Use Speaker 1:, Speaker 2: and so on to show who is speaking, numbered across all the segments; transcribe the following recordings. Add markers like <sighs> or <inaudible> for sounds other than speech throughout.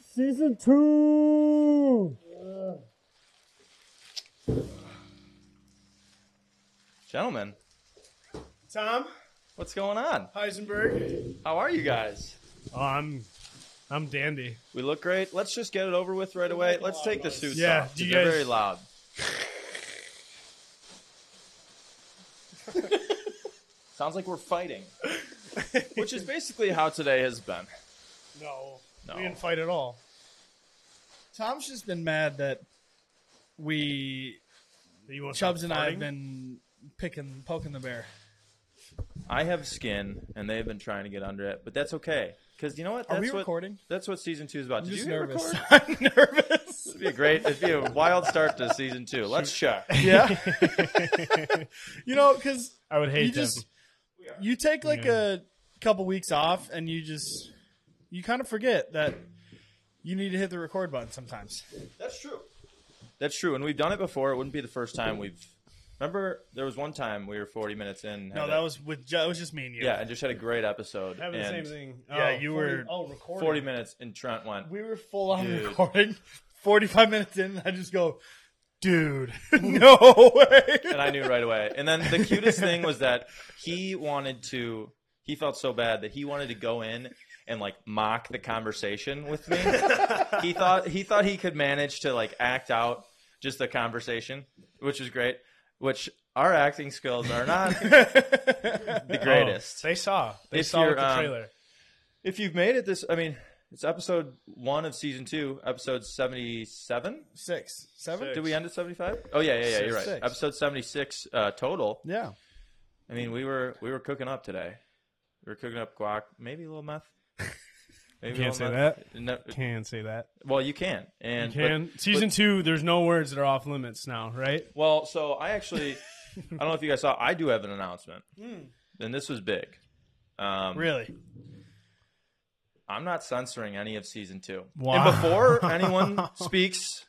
Speaker 1: Season two.
Speaker 2: Gentlemen,
Speaker 3: Tom
Speaker 2: what's going on?
Speaker 3: Heisenberg.
Speaker 2: How are you guys?
Speaker 3: Oh, I'm I'm dandy.
Speaker 2: We look great. Let's just get it over with right away. Let's take the suits
Speaker 3: Yeah,
Speaker 2: off.
Speaker 3: do
Speaker 2: 'cause
Speaker 3: you
Speaker 2: They're
Speaker 3: guys-
Speaker 2: very loud. Sounds like we're fighting, which is basically how today has been.
Speaker 3: No,
Speaker 2: No.
Speaker 3: we didn't fight at all.
Speaker 4: Tom's just been mad that we
Speaker 3: You want
Speaker 4: Chubbs and I
Speaker 3: farting?
Speaker 4: have been picking poking the bear.
Speaker 2: I have skin, and they've been trying to get under it, but that's okay. Because you know what? That's
Speaker 4: Are we
Speaker 2: what,
Speaker 4: recording?
Speaker 2: That's what season two is about.
Speaker 4: I'm
Speaker 2: Did
Speaker 4: just
Speaker 2: you hit
Speaker 4: nervous.
Speaker 2: record?
Speaker 4: <laughs> I'm nervous.
Speaker 2: It'd be a great. It'd be a wild start to season two. Let's check.
Speaker 4: Yeah, <laughs> you know, because
Speaker 3: I would hate
Speaker 4: you
Speaker 3: to
Speaker 4: just
Speaker 3: have-
Speaker 4: you take like
Speaker 3: Yeah.
Speaker 4: a couple weeks off, and you just you kind of forget that you need to hit the record button sometimes.
Speaker 2: That's true. That's true, and we've done it before. It wouldn't be the first time we've. Remember, there was one time we were 40 minutes in.
Speaker 4: No,
Speaker 2: had
Speaker 4: that
Speaker 2: a-
Speaker 4: was with Ju- that was just me and you.
Speaker 2: Yeah, and just had a great episode.
Speaker 3: having the same
Speaker 2: and
Speaker 3: thing.
Speaker 4: yeah,
Speaker 3: Oh, 40
Speaker 4: you were
Speaker 3: oh recording.
Speaker 2: 40 minutes, and Trent went.
Speaker 4: we were full on
Speaker 2: Dude.
Speaker 4: <laughs> recording. Forty five minutes in, and I just go, dude, <laughs> no way.
Speaker 2: And I knew right away. And then the cutest thing was that he wanted to. He felt so bad that he wanted to go in and like mock the conversation with me. he thought he thought he could manage to like act out just the conversation, which was great. Which our acting skills are not
Speaker 4: <laughs>
Speaker 2: the
Speaker 3: Oh,
Speaker 2: greatest.
Speaker 3: they saw. They
Speaker 2: If
Speaker 3: saw
Speaker 2: you're,
Speaker 3: with the
Speaker 2: um,
Speaker 3: trailer.
Speaker 2: if you've made it this i mean it's episode one of season two episode 77
Speaker 4: Six, seven.
Speaker 3: Six.
Speaker 2: did we end at 75 oh yeah yeah yeah you're right
Speaker 4: Six.
Speaker 2: episode 76 uh, total
Speaker 4: Yeah.
Speaker 2: i mean we were we were cooking up today we were cooking up guac maybe a little <laughs> meth maybe
Speaker 3: Can't
Speaker 2: a
Speaker 3: say
Speaker 2: little
Speaker 3: that.
Speaker 2: meth. No,
Speaker 3: Can say that.
Speaker 2: well you can and but-
Speaker 3: Can season two? There's no words that are off limits now, right?
Speaker 2: well so i
Speaker 3: <laughs>
Speaker 2: actually i don't know if you guys saw i do have an announcement and this was big um,
Speaker 4: Really?
Speaker 2: i'm not censoring any of season two
Speaker 3: Wow.
Speaker 2: and before anyone speaks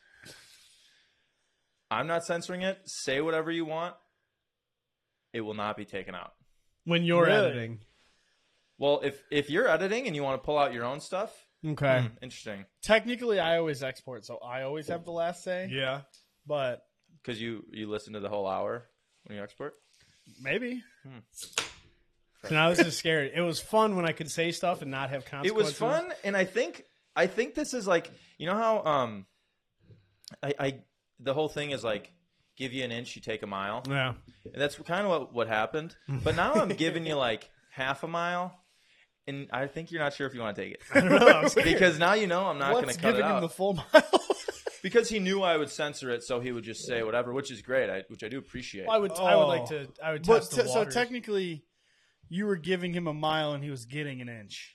Speaker 2: I'm not censoring it. Say whatever you want. It will not be taken out.
Speaker 3: When you're
Speaker 4: Really?
Speaker 3: editing,
Speaker 2: Well, if if you're editing and you want to pull out your own stuff,
Speaker 3: okay.
Speaker 2: hmm, interesting
Speaker 4: Technically, I always export, so I always have the last say.
Speaker 3: Yeah.
Speaker 4: But
Speaker 2: because you you listen to the whole hour when you export.
Speaker 4: maybe
Speaker 3: So now this is scary. It was fun when I could say stuff and not have
Speaker 2: It
Speaker 3: consequences.
Speaker 2: was fun, and I think I think this is like you know how um I, I the whole thing is like give you an inch, you take a mile.
Speaker 3: Yeah. <laughs>
Speaker 2: And that's kind of what, what happened. But now I'm giving you like half a mile, and I think you're not sure if you want to take
Speaker 4: <laughs>
Speaker 2: it because now you know I'm not going
Speaker 4: what's
Speaker 2: to cut it
Speaker 4: giving
Speaker 2: out.
Speaker 4: him the full <laughs> mile?
Speaker 2: because he knew I would censor it, so he would just say whatever, which is great, I, which I do appreciate.
Speaker 4: I would.
Speaker 3: Oh.
Speaker 4: I would like to.
Speaker 3: I would
Speaker 4: Oh. But
Speaker 3: test
Speaker 4: te-
Speaker 3: the
Speaker 4: so
Speaker 3: water.
Speaker 4: technically, you were giving him a mile, and he was getting an inch.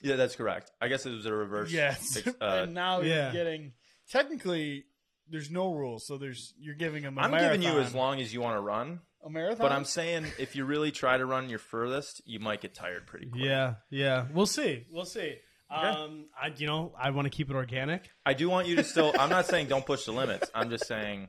Speaker 2: yeah, that's correct. I guess it was a reverse.
Speaker 4: <laughs> Yes.
Speaker 2: ex- uh,
Speaker 4: and now
Speaker 3: yeah.
Speaker 4: you're getting. Technically, there's no rules, so there's you're giving him. A
Speaker 2: I'm
Speaker 4: marathon,
Speaker 2: giving you as long as you want to run,
Speaker 4: a marathon.
Speaker 2: but I'm saying if you really try to run your furthest, you might get tired pretty quick.
Speaker 3: Yeah, yeah. We'll see. We'll see. Um, I, you know, I want to keep it organic.
Speaker 2: I do want you to still. I'm not saying don't push the limits. I'm just saying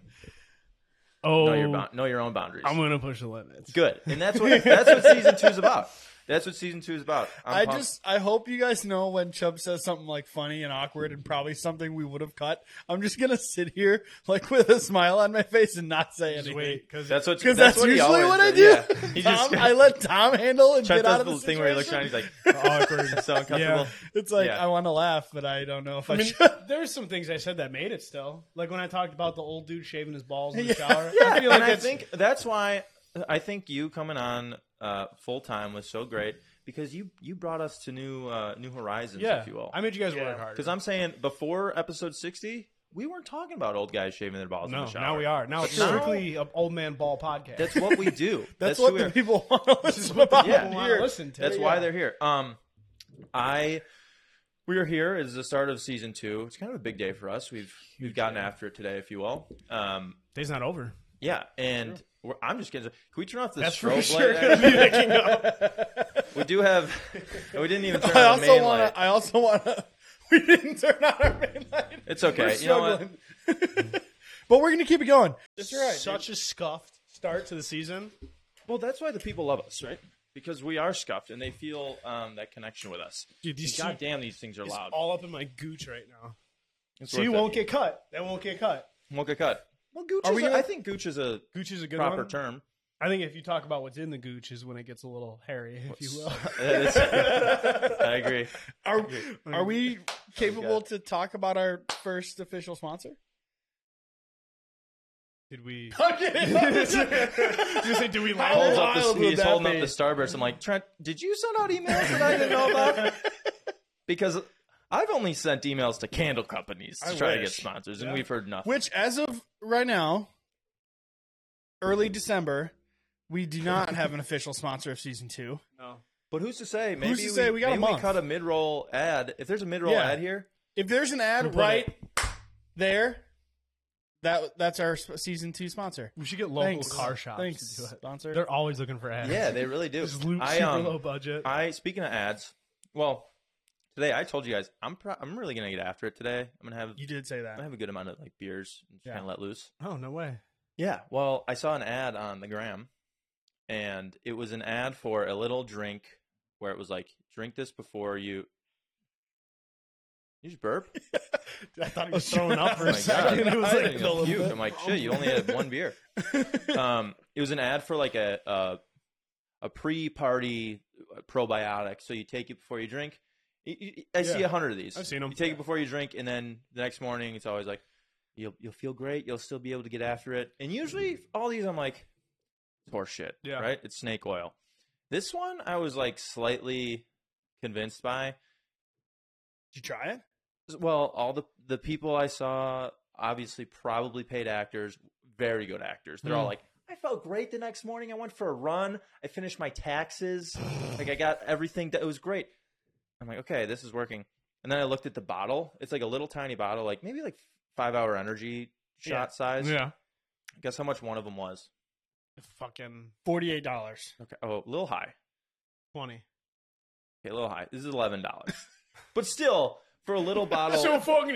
Speaker 3: Oh,
Speaker 2: know your bound know your own boundaries.
Speaker 3: I'm gonna push the limits.
Speaker 2: Good, and that's
Speaker 4: <laughs>
Speaker 2: what that's what season two's about. That's what season two is about. I'm
Speaker 4: I
Speaker 2: pumped.
Speaker 4: just I hope you guys know when Chubb says something like funny and awkward and probably something we would have cut. I'm just gonna sit here like with a smile on my face and not say
Speaker 3: Just
Speaker 4: anything.
Speaker 3: wait, because
Speaker 2: that's what
Speaker 4: Because that's,
Speaker 2: what he
Speaker 4: usually
Speaker 2: always
Speaker 4: what I do.
Speaker 2: does,
Speaker 4: <laughs>
Speaker 2: yeah. He
Speaker 4: Tom,
Speaker 2: just
Speaker 4: I let Tom handle and
Speaker 2: Chet
Speaker 4: get out
Speaker 2: does
Speaker 4: of
Speaker 2: the
Speaker 4: the
Speaker 2: thing where he looks around.
Speaker 4: situation.
Speaker 2: He's like
Speaker 3: <laughs> awkward.
Speaker 4: <laughs>
Speaker 2: so uncomfortable.
Speaker 4: It's like
Speaker 2: Yeah.
Speaker 4: I want to laugh, but I don't know if I,
Speaker 3: I
Speaker 2: <laughs>
Speaker 3: mean,
Speaker 4: should. <laughs>
Speaker 3: there's some things I said that made it still. Like when I talked about the old dude shaving his balls in the
Speaker 4: Yeah.
Speaker 3: shower.
Speaker 4: Yeah.
Speaker 3: I feel like
Speaker 2: and I
Speaker 3: that's-
Speaker 2: think that's why I think you coming on uh, full time was so great because you you brought us to new uh, new horizons,
Speaker 3: yeah,
Speaker 2: if you will.
Speaker 3: I made you guys
Speaker 4: Yeah.
Speaker 3: work hard.
Speaker 2: Because I'm saying before episode sixty, we weren't talking about old guys shaving their balls in
Speaker 3: no,
Speaker 2: the shower.
Speaker 3: now we are. Now it's
Speaker 2: now-
Speaker 3: strictly an old man ball podcast.
Speaker 2: That's what we do.
Speaker 4: <laughs> That's,
Speaker 2: who
Speaker 4: what
Speaker 2: we
Speaker 4: the
Speaker 2: are.
Speaker 4: people want to listen about.
Speaker 2: people
Speaker 3: People
Speaker 2: yeah,
Speaker 3: wanna
Speaker 4: here.
Speaker 3: listen to.
Speaker 2: That's
Speaker 3: it.
Speaker 2: why
Speaker 3: Yeah.
Speaker 2: they're here. Um, I we are here is the start of season two. It's kind of a big day for us. We've we've gotten after it today, if you will. Um,
Speaker 3: day's not over.
Speaker 2: yeah, and we're, I'm just gonna. Can we turn off the
Speaker 3: That's for
Speaker 2: strobe
Speaker 3: sure. <laughs>
Speaker 2: light? <laughs> we do have. and We didn't even turn on
Speaker 4: I
Speaker 2: the
Speaker 4: also
Speaker 2: main
Speaker 4: want
Speaker 2: light.
Speaker 4: to. I also want to. <laughs> We didn't turn on our main light.
Speaker 2: It's okay.
Speaker 4: We're
Speaker 2: You know what?
Speaker 4: struggling. but we're gonna keep it going.
Speaker 3: Such a scuffed start to the season.
Speaker 2: Well, that's why the people love us, right? because we are scuffed and they feel um, that connection with us.
Speaker 3: Dude, these
Speaker 2: God damn, these things are
Speaker 3: It's
Speaker 2: loud.
Speaker 3: all up in my gooch right now.
Speaker 2: It's
Speaker 3: so you
Speaker 2: worth it.
Speaker 3: won't get cut. That won't get cut.
Speaker 2: Won't get cut.
Speaker 3: Well, gooch
Speaker 2: Are we
Speaker 3: is a-
Speaker 2: gonna, I think gooch is a
Speaker 3: gooch is a good
Speaker 2: proper
Speaker 3: one.
Speaker 2: term.
Speaker 3: I think if you talk about what's in the gooch is when it gets a little hairy, if you will.
Speaker 4: <laughs>
Speaker 2: <laughs> That is- I agree.
Speaker 4: Are, are we capable
Speaker 2: God.
Speaker 4: to talk about our first official sponsor?
Speaker 3: <laughs>
Speaker 2: <laughs>
Speaker 3: Did we?
Speaker 4: I
Speaker 3: you say, did we
Speaker 4: How
Speaker 3: laugh?
Speaker 2: Holds
Speaker 4: old
Speaker 2: up the,
Speaker 4: wild would
Speaker 2: he's
Speaker 4: that
Speaker 2: holding
Speaker 4: be?
Speaker 2: up the starburst. I'm like, Trent, did you send out emails that I didn't know
Speaker 4: <laughs>
Speaker 2: about? Because I've only sent emails to candle companies to
Speaker 4: I
Speaker 2: try to get
Speaker 4: wish.
Speaker 2: sponsors, and
Speaker 3: Yeah.
Speaker 2: we've heard nothing.
Speaker 4: Which, as of right now, early December, we do not have an official sponsor of season two.
Speaker 3: No.
Speaker 2: But who's to say? Maybe
Speaker 4: to
Speaker 2: we,
Speaker 4: say? We got a
Speaker 2: maybe
Speaker 4: month.
Speaker 2: cut a mid-roll ad. If there's a mid-roll
Speaker 4: Yeah.
Speaker 2: ad here,
Speaker 4: If there's an
Speaker 3: We'll
Speaker 4: ad
Speaker 3: put
Speaker 4: right there, that that's our sp- season two sponsor.
Speaker 3: We should get local
Speaker 4: Thanks.
Speaker 3: car shops
Speaker 4: Thanks,
Speaker 3: to do it.
Speaker 4: sponsor.
Speaker 3: They're always looking for ads.
Speaker 2: yeah, they really do.
Speaker 3: Just loot,
Speaker 2: I
Speaker 3: super
Speaker 2: um,
Speaker 3: low budget.
Speaker 2: I speaking of ads, well, today I told you guys I'm pro- I'm really gonna get after it today. I'm gonna have
Speaker 4: you did say
Speaker 2: I
Speaker 4: that.
Speaker 2: have a good amount of like beers and just
Speaker 4: Yeah.
Speaker 2: kind of let loose.
Speaker 3: oh no way.
Speaker 2: Yeah. Well, I saw an ad on the gram, and it was an ad for a little drink where it was like, drink this before you. You just burp.
Speaker 3: I thought he
Speaker 4: was throwing up for
Speaker 2: <laughs> Oh my
Speaker 4: a
Speaker 2: God.
Speaker 3: <laughs>
Speaker 4: second. It was
Speaker 2: I
Speaker 4: like
Speaker 2: didn't
Speaker 4: a little
Speaker 2: puke.
Speaker 4: bit.
Speaker 2: I'm like, shit, you only had one beer. <laughs> um, it was an ad for like a a, a pre-party uh, probiotic. So you take it before you drink. You- you- I see
Speaker 3: Yeah.
Speaker 2: a hundred of these.
Speaker 3: I've seen 'em.
Speaker 2: You take it before you drink, and then the next morning, it's always like you'll you'll feel great. You'll still be able to get after it. And usually, all these, I'm like, it's horseshit.
Speaker 3: Yeah.
Speaker 2: Right? It's snake oil. This one, I was like slightly convinced by.
Speaker 4: Did you try it?
Speaker 2: Well, all the the people I saw, obviously, probably paid actors, very good actors. They're all
Speaker 3: Mm.
Speaker 2: like, I felt great the next morning. I went for a run. I finished my taxes. like I got everything. That, it was great. I'm like, okay, this is working. And then I looked at the bottle. It's like a little tiny bottle, like maybe like five hour energy shot
Speaker 4: Yeah.
Speaker 2: size.
Speaker 3: Yeah.
Speaker 2: Guess how much one of them was?
Speaker 3: Fucking
Speaker 4: Forty eight dollars.
Speaker 2: Okay, oh, a little high.
Speaker 3: twenty.
Speaker 2: Okay, a little high. This is eleven dollars, <laughs> but still for a little bottle.
Speaker 3: fucking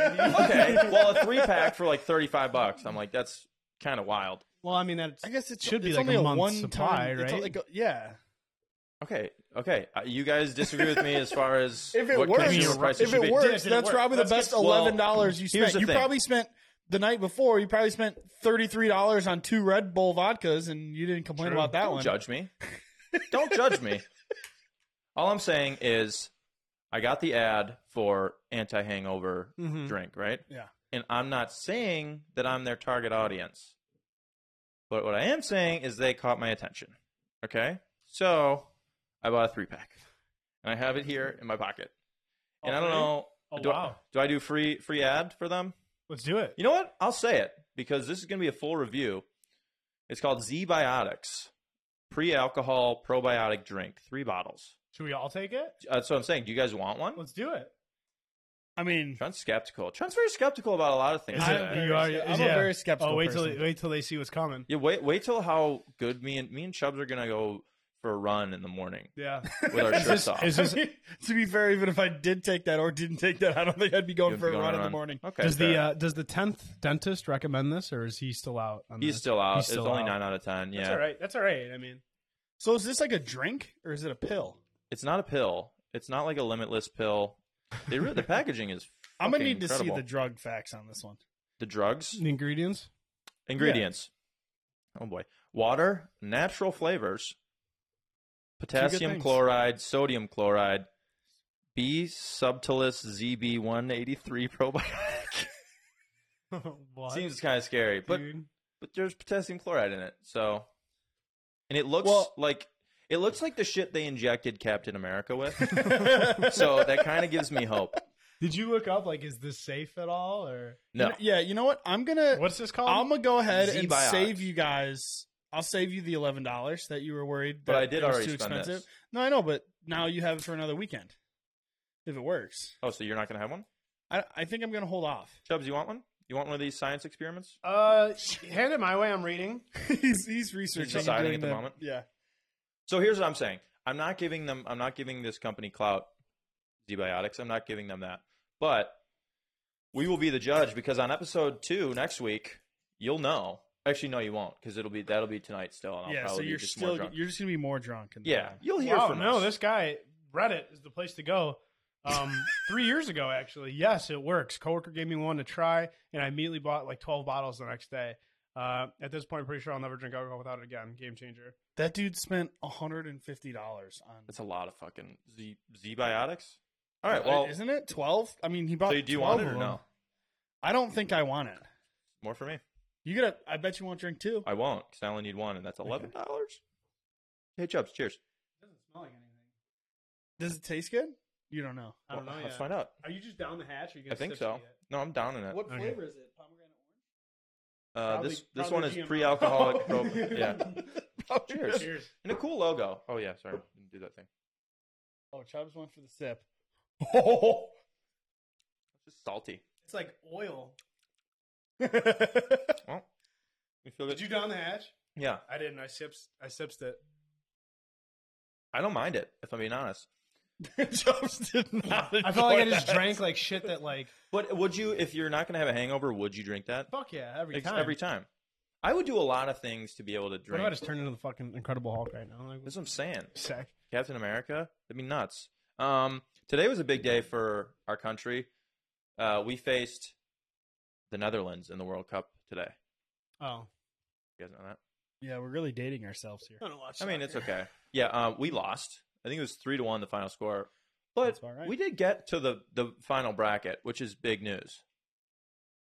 Speaker 2: <laughs> okay, well, a three pack for like thirty five bucks. I'm like, that's kind of wild.
Speaker 3: Well, I mean that's.
Speaker 4: I guess it
Speaker 3: Should be
Speaker 4: it's
Speaker 3: like a
Speaker 4: only
Speaker 3: month's
Speaker 4: one
Speaker 3: supply,
Speaker 4: time, it's
Speaker 3: right?
Speaker 4: like a- yeah.
Speaker 2: Okay, okay. Uh, you guys disagree with me as far as
Speaker 4: <laughs> If it
Speaker 2: what
Speaker 4: works,
Speaker 2: consumer prices
Speaker 4: if
Speaker 2: should
Speaker 4: it
Speaker 2: be.
Speaker 3: Did it-
Speaker 4: works,
Speaker 3: did it
Speaker 4: that's
Speaker 3: work?
Speaker 4: probably
Speaker 3: Let's
Speaker 4: the best
Speaker 2: get- well,
Speaker 4: eleven dollars you
Speaker 2: here's
Speaker 4: spent.
Speaker 2: the
Speaker 4: You
Speaker 2: thing.
Speaker 4: probably spent the night before. You probably spent thirty three dollars on two Red Bull vodkas, and you didn't complain
Speaker 3: True.
Speaker 4: about that
Speaker 2: Don't
Speaker 4: one.
Speaker 2: judge
Speaker 4: <laughs>
Speaker 2: me. Don't judge me. All I'm saying is, I got the ad for anti hangover
Speaker 3: Mhm.
Speaker 2: drink, right?
Speaker 4: Yeah.
Speaker 2: And I'm not saying that I'm their target audience, but what I am saying is they caught my attention. Okay, so I bought a three pack, and I have it here in my pocket. And I don't
Speaker 3: Okay.
Speaker 2: know.
Speaker 3: Oh,
Speaker 2: do, I,
Speaker 3: wow.
Speaker 2: do I do free free ad for them?
Speaker 3: Let's do it.
Speaker 2: You know what? I'll say it because this is going to be a full review. It's called Z-Biotics, pre-alcohol probiotic drink, three bottles.
Speaker 3: Should we all take it?
Speaker 2: Uh, That's what I'm saying. Do you guys want one?
Speaker 3: Let's do it.
Speaker 4: I mean,
Speaker 2: Trent's skeptical. Trent's very skeptical about a lot of things.
Speaker 3: Is
Speaker 4: I'm
Speaker 3: it-
Speaker 2: today.
Speaker 3: you are-
Speaker 4: very- I'm
Speaker 3: yeah.
Speaker 4: a very skeptical.
Speaker 3: Oh, wait till
Speaker 4: person.
Speaker 3: wait till they see what's coming.
Speaker 2: Yeah, wait, wait till how good me and me and Chubbs are going to go for a run in the morning
Speaker 3: Yeah.
Speaker 2: with our shirts off.
Speaker 3: Is this,
Speaker 4: to be fair, even if I did take that or didn't take that, I don't think I'd be going
Speaker 2: You'd
Speaker 4: for a
Speaker 2: be going
Speaker 4: run in
Speaker 2: on-
Speaker 4: the morning.
Speaker 2: Okay.
Speaker 3: does the
Speaker 2: fair.
Speaker 3: uh, does the tenth dentist recommend this, or is he still out? On
Speaker 2: he's
Speaker 3: this?
Speaker 2: still out.
Speaker 3: he's still
Speaker 2: it's only
Speaker 3: out.
Speaker 2: nine out of ten. Yeah,
Speaker 3: That's all right. That's all right. I mean,
Speaker 4: So is this like a drink or is it a pill?
Speaker 2: it's not a pill. It's not like a limitless pill. They really, the packaging
Speaker 4: <laughs>
Speaker 2: is.
Speaker 4: I'm gonna
Speaker 2: fucking
Speaker 4: need to see
Speaker 2: incredible.
Speaker 4: the drug facts on this one.
Speaker 2: the drugs.
Speaker 3: the ingredients.
Speaker 2: Ingredients. Oh boy. Water, natural flavors, potassium
Speaker 4: things.
Speaker 2: chloride, sodium chloride, B subtilis ZB183 <laughs> probiotic.
Speaker 3: <laughs> what?
Speaker 2: Seems kind of scary, but
Speaker 3: Dude.
Speaker 2: but there's potassium chloride in it. So and it looks
Speaker 4: Well-
Speaker 2: like it looks like the shit they injected Captain America
Speaker 4: <laughs>
Speaker 2: with.
Speaker 3: <laughs>
Speaker 2: so that kind of gives me hope.
Speaker 3: Did you look up like is this safe at all or
Speaker 2: No.
Speaker 4: Yeah, you know what? I'm gonna
Speaker 3: what's this called?
Speaker 4: I'm gonna go ahead and
Speaker 2: Z-Biotics.
Speaker 4: save you guys. I'll save you the eleven dollars that you were worried.
Speaker 2: But
Speaker 4: that
Speaker 2: I did
Speaker 4: it was
Speaker 2: already
Speaker 4: too
Speaker 2: spend this.
Speaker 4: expensive. No, I know, but now you have it for another weekend. If it works,
Speaker 2: Oh, so you're not going to have one?
Speaker 4: I, I think I'm gonna hold off. <laughs>
Speaker 2: Chubbs, you want one? You want one of these science experiments?
Speaker 3: uh, hand it my way. I'm reading.
Speaker 4: he's he's researching
Speaker 2: deciding
Speaker 4: doing
Speaker 2: at the moment?
Speaker 4: Yeah,
Speaker 2: So here's what I'm saying. I'm not giving them. I'm not giving this company clout. Zbiotics. I'm not giving them that. But we will be the judge because on episode two next week, you'll know. Actually, no, you won't because it'll be that'll be tonight still. And I'll
Speaker 4: yeah,
Speaker 2: probably
Speaker 4: so
Speaker 2: be
Speaker 4: you're
Speaker 2: just
Speaker 4: still
Speaker 2: more drunk.
Speaker 4: you're just gonna be more drunk. In the
Speaker 2: yeah,
Speaker 4: morning.
Speaker 2: you'll hear
Speaker 3: wow,
Speaker 2: from
Speaker 3: no,
Speaker 2: us.
Speaker 3: this guy Reddit is the place to go.
Speaker 2: <laughs>
Speaker 3: Um, three years ago, actually, yes, it works. Coworker gave me one to try, and I immediately bought like twelve bottles the next day. Uh, at this point, I'm pretty sure I'll never drink alcohol without it again. Game changer.
Speaker 4: that dude spent 150 dollars on.
Speaker 2: That's a lot of fucking Z Z biotics. All right, well,
Speaker 4: isn't it 12? I mean, he bought.
Speaker 2: so you do you
Speaker 4: 12
Speaker 2: want it
Speaker 4: of
Speaker 2: or
Speaker 4: them.
Speaker 2: no?
Speaker 4: I don't think I want it.
Speaker 2: More for me?
Speaker 4: You gotta. I bet you won't drink two.
Speaker 2: I won't because I only need one, and that's eleven dollars. Hey, Chubbs, cheers.
Speaker 3: doesn't smell like anything.
Speaker 4: Does it taste good? You don't know.
Speaker 3: I don't
Speaker 2: Well,
Speaker 3: know.
Speaker 2: Let's
Speaker 3: yet.
Speaker 2: find out.
Speaker 3: Are you just down the hatch? Or are you
Speaker 2: I
Speaker 3: gonna
Speaker 2: think
Speaker 3: sip
Speaker 2: so.
Speaker 3: it yet?
Speaker 2: No, I'm down in it.
Speaker 4: What
Speaker 3: Okay.
Speaker 4: flavor is it? Pomegranate
Speaker 2: Uh,
Speaker 3: Probably-
Speaker 2: this this
Speaker 3: probably
Speaker 2: one is
Speaker 3: GMO. <laughs>
Speaker 4: <laughs>
Speaker 2: pre-alcoholic. pro- yeah.
Speaker 4: orange.
Speaker 2: Cheers. <laughs>
Speaker 3: Cheers.
Speaker 2: And a cool logo. Oh yeah, sorry, didn't do that thing.
Speaker 4: Oh, Chubbs went for the sip.
Speaker 2: Oh. It's just salty.
Speaker 3: It's like oil.
Speaker 2: Well, you feel
Speaker 3: Did
Speaker 2: good?
Speaker 3: you down the hatch?
Speaker 2: yeah,
Speaker 3: I didn't. I sips. I sips <laughs> it.
Speaker 2: I don't mind it if I'm being honest.
Speaker 4: <laughs> Chubbs did not.
Speaker 3: I felt like I
Speaker 4: enjoy
Speaker 3: just
Speaker 4: that.
Speaker 3: drank like shit. That like
Speaker 2: But would you, if you're not gonna have a hangover, would you drink that
Speaker 3: fuck yeah every
Speaker 2: Ex-
Speaker 3: time.
Speaker 2: every time? I would do a lot of things to be able to
Speaker 3: What
Speaker 2: drink.
Speaker 3: if I just turned into the fucking Incredible Hulk right now? Like,
Speaker 2: That's what I'm saying.
Speaker 3: sick.
Speaker 2: Captain America. That'd be nuts. Um, today was a big day for our country. Uh, we faced the Netherlands in the World Cup today.
Speaker 3: Oh,
Speaker 2: You guys know that?
Speaker 4: Yeah, we're really dating ourselves here.
Speaker 3: I don't watch.
Speaker 2: I mean, it's
Speaker 3: soccer.
Speaker 2: okay. Yeah, uh, we lost. I think it was three to one the final score, but
Speaker 4: That's about right.
Speaker 2: we did get to the the final bracket, which is big news.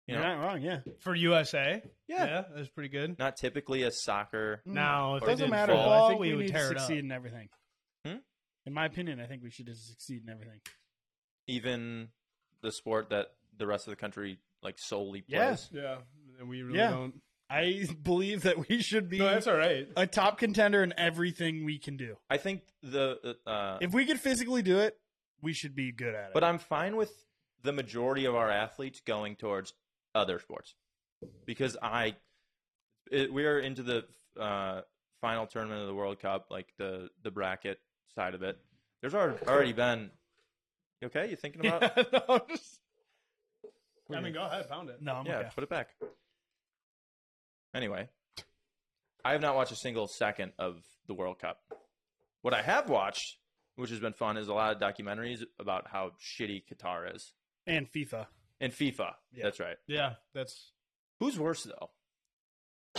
Speaker 2: You
Speaker 4: You're
Speaker 2: know, not,
Speaker 4: not wrong. Yeah,
Speaker 3: for USA.
Speaker 2: Yeah.
Speaker 3: that was pretty good.
Speaker 2: typically a soccer.
Speaker 3: Now, if it
Speaker 4: it Mm. doesn't
Speaker 3: didn't
Speaker 4: matter.
Speaker 3: fall,
Speaker 4: I think
Speaker 3: we
Speaker 4: we,
Speaker 3: would
Speaker 4: need
Speaker 3: tear
Speaker 4: to
Speaker 3: it up.
Speaker 4: succeed in everything.
Speaker 2: Hmm?
Speaker 4: In my opinion, I think we should just succeed in everything.
Speaker 2: Even the sport that the rest of the country like solely plays.
Speaker 4: Yeah.
Speaker 3: yeah, and we really
Speaker 4: Yeah.
Speaker 3: don't.
Speaker 4: I <laughs> believe that we should be
Speaker 3: No, that's all right.
Speaker 4: a top contender in everything we can do.
Speaker 2: I think the uh,
Speaker 4: If we could physically do it, we should be good at it.
Speaker 2: But I'm fine with the majority of our athletes going towards other sports because I it, we are into the uh, final tournament of the World Cup, like the the bracket side of it. There's alre- already been. You okay, you thinking
Speaker 3: <laughs>
Speaker 2: about?
Speaker 4: Yeah, no, I'm just-
Speaker 3: I mean, go ahead, pound it.
Speaker 4: no, I'm
Speaker 2: yeah,
Speaker 4: okay.
Speaker 2: put it back. Anyway, I have not watched a single second of the World Cup. What I have watched, which has been fun, is a lot of documentaries about how shitty Qatar is
Speaker 4: And FIFA,
Speaker 2: and FIFA.
Speaker 4: Yeah.
Speaker 2: That's right.
Speaker 3: Yeah, that's
Speaker 2: Who's worse though,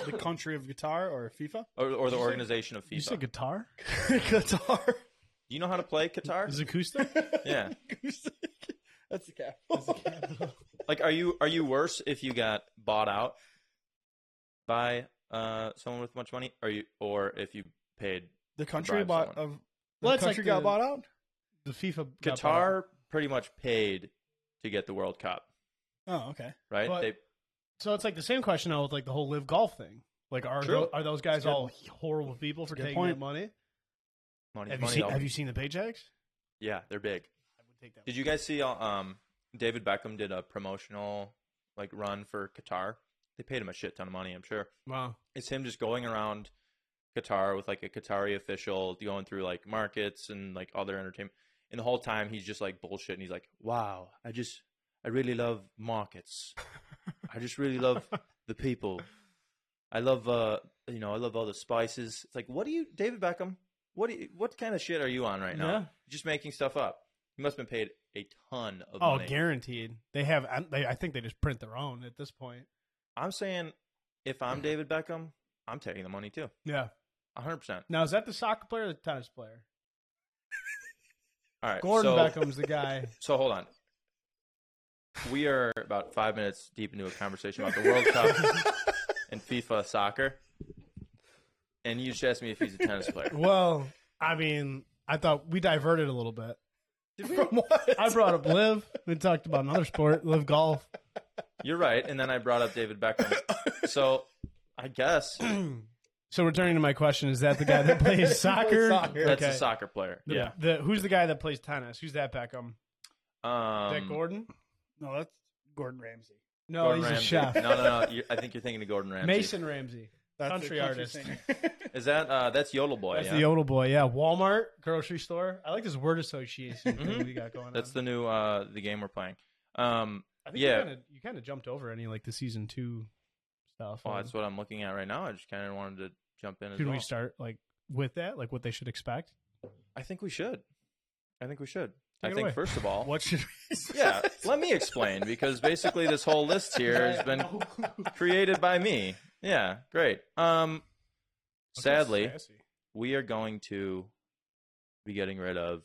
Speaker 4: the country of guitar or FIFA?
Speaker 2: <laughs>
Speaker 4: <laughs>
Speaker 2: or, or the
Speaker 3: you say-
Speaker 2: organization of FIFA? Do
Speaker 3: guitar?
Speaker 4: Qatar.
Speaker 2: you know how to play guitar?
Speaker 3: Is acoustic? <laughs>
Speaker 2: yeah.
Speaker 4: That's the
Speaker 2: <laughs>
Speaker 4: capital.
Speaker 2: Like, are you are you worse if you got bought out by uh, someone with much money, or you or if you paid
Speaker 4: the country
Speaker 2: Bribe
Speaker 4: bought
Speaker 2: someone.
Speaker 4: of the
Speaker 3: Well, it's like
Speaker 4: country got
Speaker 3: the-
Speaker 4: bought out.
Speaker 3: the FIFA got bought
Speaker 2: Qatar?
Speaker 3: out.
Speaker 2: Pretty much paid to get the World Cup,
Speaker 4: Oh, okay.
Speaker 2: right?
Speaker 3: But-
Speaker 2: they
Speaker 3: So it's like the same question now with like the whole live golf thing. Like, are
Speaker 2: True.
Speaker 3: tho- are those guys
Speaker 4: That's
Speaker 3: all horrible people for
Speaker 4: That's a good
Speaker 3: taking
Speaker 4: point.
Speaker 3: that money?
Speaker 2: money,
Speaker 3: Have you,
Speaker 2: money
Speaker 3: seen,
Speaker 2: all-
Speaker 3: have you seen the paychecks?
Speaker 2: yeah, they're big.
Speaker 3: I would take that.
Speaker 2: Did you guys see? uh, Um, David Beckham did a promotional like run for Qatar. They paid him a shit ton of money, I'm sure.
Speaker 3: Wow.
Speaker 2: it's him just going around Qatar with like a Qatari official going through like markets and like other entertainment. And the whole time he's just like bullshit and he's like, wow, I just, I really love markets. I just really
Speaker 3: <laughs>
Speaker 2: love the people. I love, uh, you know, I love all the spices. It's like, what do you, David Beckham, what do you, what kind of shit are you on right now?
Speaker 3: Yeah.
Speaker 2: You're Just making stuff up. You must have been paid a ton of
Speaker 3: Oh,
Speaker 2: money.
Speaker 3: guaranteed. They have. I, they, I think they just print their own at this point.
Speaker 2: I'm saying if
Speaker 3: Mm-hmm.
Speaker 2: I'm David Beckham, I'm taking the money too.
Speaker 3: Yeah.
Speaker 2: 100%.
Speaker 3: Now is that the soccer player or the tennis player?
Speaker 2: All right.
Speaker 3: Gordon
Speaker 2: so-
Speaker 3: Beckham's
Speaker 2: <laughs>
Speaker 3: the guy.
Speaker 2: So hold on. We are about five minutes deep into a conversation about the World
Speaker 3: <laughs>
Speaker 2: Cup and FIFA soccer, and you just asked me if he's a tennis player.
Speaker 3: well, I mean, I thought we diverted a little bit.
Speaker 4: From <laughs> what?
Speaker 3: I brought up live. We talked about another sport, live golf. <clears throat>
Speaker 2: You're right. And then I brought up David Beckham. So I guess
Speaker 3: So returning to my question, is that the guy
Speaker 2: <laughs>
Speaker 3: that plays soccer?
Speaker 4: soccer.
Speaker 2: that's a
Speaker 3: Okay.
Speaker 2: soccer player.
Speaker 3: The-
Speaker 2: yeah.
Speaker 3: The, who's the guy that plays tennis? Who's that Beckham? Is that
Speaker 2: Um,
Speaker 3: Gordon?
Speaker 4: no, that's Gordon Ramsay.
Speaker 3: No,
Speaker 2: Gordon
Speaker 3: he's
Speaker 2: Ramsay.
Speaker 3: a chef.
Speaker 2: No, no, no. you I think you're thinking of Gordon Ramsay.
Speaker 3: Mason Ramsey.
Speaker 4: That's the
Speaker 3: Country artist.
Speaker 4: singer.
Speaker 2: Is that uh, that's Yodel Boy?
Speaker 3: That's
Speaker 2: yeah.
Speaker 3: the yodel boy. Yeah, Walmart grocery store. I like this word association thing
Speaker 2: Mhm.
Speaker 3: we got going
Speaker 2: that's
Speaker 3: on.
Speaker 2: the new uh, the game we're playing. Um,
Speaker 3: I think
Speaker 2: yeah.
Speaker 3: you kind of you kind of jumped over any like the season two stuff.
Speaker 2: Well,
Speaker 3: and-
Speaker 2: that's what I'm looking at right now. I just kind of wanted to jump in. As
Speaker 3: Should
Speaker 2: well.
Speaker 3: we start like with that? Like what they should expect?
Speaker 2: I think we should. I think we should. I
Speaker 3: Take it
Speaker 2: think
Speaker 3: away.
Speaker 2: first of all, <laughs>
Speaker 3: What should
Speaker 2: yeah, let me explain because basically this whole
Speaker 3: <laughs>
Speaker 2: list here has been created by me. Yeah, great. Um, sadly, we are going to be getting rid of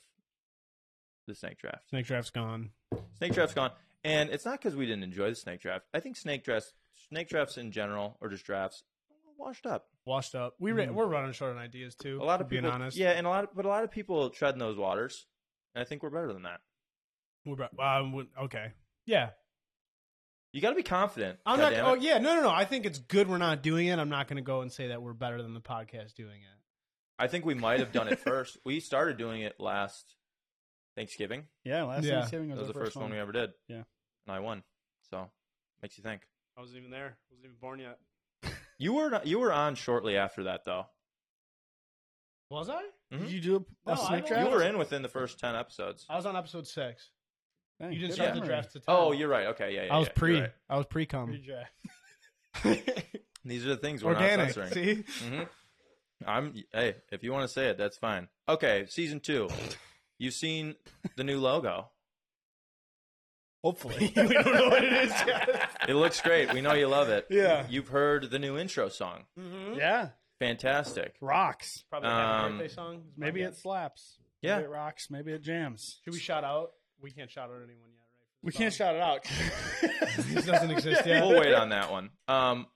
Speaker 2: the snake draft.
Speaker 3: snake draft's gone.
Speaker 2: Snake draft's gone, and it's not because we didn't enjoy the snake draft. I think snake drafts, snake drafts in general, or just drafts, washed up.
Speaker 3: Washed up. We ra- we're running short on ideas too.
Speaker 2: Hmm. A lot of
Speaker 3: if we're
Speaker 2: people,
Speaker 3: being honest.
Speaker 2: yeah, and a lot, but a lot of people tread in those waters, and I think we're better than that.
Speaker 3: We're, bro- um, we- okay. Yeah.
Speaker 2: You got to be confident.
Speaker 3: I'm
Speaker 2: God
Speaker 3: not.
Speaker 2: damn
Speaker 3: Oh
Speaker 2: it.
Speaker 3: yeah. No, no, no. I think it's good we're not doing it. I'm not going to go and say that we're better than the podcast doing it.
Speaker 2: I think we might have done it first. we started doing it last Thanksgiving.
Speaker 4: Yeah, last
Speaker 3: Yeah.
Speaker 4: Thanksgiving
Speaker 2: That
Speaker 4: was,
Speaker 2: was the
Speaker 4: our
Speaker 2: first one we ever did.
Speaker 4: Yeah.
Speaker 2: and I won. So makes you think.
Speaker 3: I wasn't even there. I wasn't even born yet.
Speaker 2: You were not, you were on shortly after that though.
Speaker 3: Was I?
Speaker 2: Mhm.
Speaker 4: Did you do a, a
Speaker 3: No, I
Speaker 4: snake
Speaker 3: don't-
Speaker 4: draft?
Speaker 2: You were in within the first ten episodes.
Speaker 3: I was on episode six.
Speaker 4: Dang,
Speaker 3: You didn't
Speaker 4: good
Speaker 3: start the
Speaker 4: memory.
Speaker 3: draft. To
Speaker 2: Oh,
Speaker 3: 10.
Speaker 2: you're right. Okay, yeah, yeah.
Speaker 3: I was
Speaker 2: yeah, you're
Speaker 3: pre.
Speaker 2: right.
Speaker 3: I was pre <laughs> cum.
Speaker 4: Pre-draft.
Speaker 3: <laughs>
Speaker 2: These are the things we're not
Speaker 3: Organic.
Speaker 2: censoring.
Speaker 3: See.
Speaker 2: hmm I'm hey, if you want to say it, that's fine. Okay, season two. You've seen the new logo.
Speaker 4: Hopefully,
Speaker 3: <laughs> we don't know what it is yet.
Speaker 2: It looks great. We know you love
Speaker 3: <laughs>
Speaker 2: it.
Speaker 4: Yeah.
Speaker 2: You've heard the new intro song.
Speaker 4: yeah,
Speaker 2: Fantastic.
Speaker 4: rocks.
Speaker 3: Probably a happy
Speaker 2: Um,
Speaker 3: birthday song. is my
Speaker 4: Maybe
Speaker 3: guess.
Speaker 4: it slaps.
Speaker 2: Yeah.
Speaker 4: Maybe it rocks. Maybe it jams.
Speaker 3: Should we shout out? We can't shout out anyone yet, right?
Speaker 4: We
Speaker 3: <laughs>
Speaker 4: can't shout it <laughs> out.
Speaker 3: This doesn't exist yet.
Speaker 2: We'll wait on that one. Um,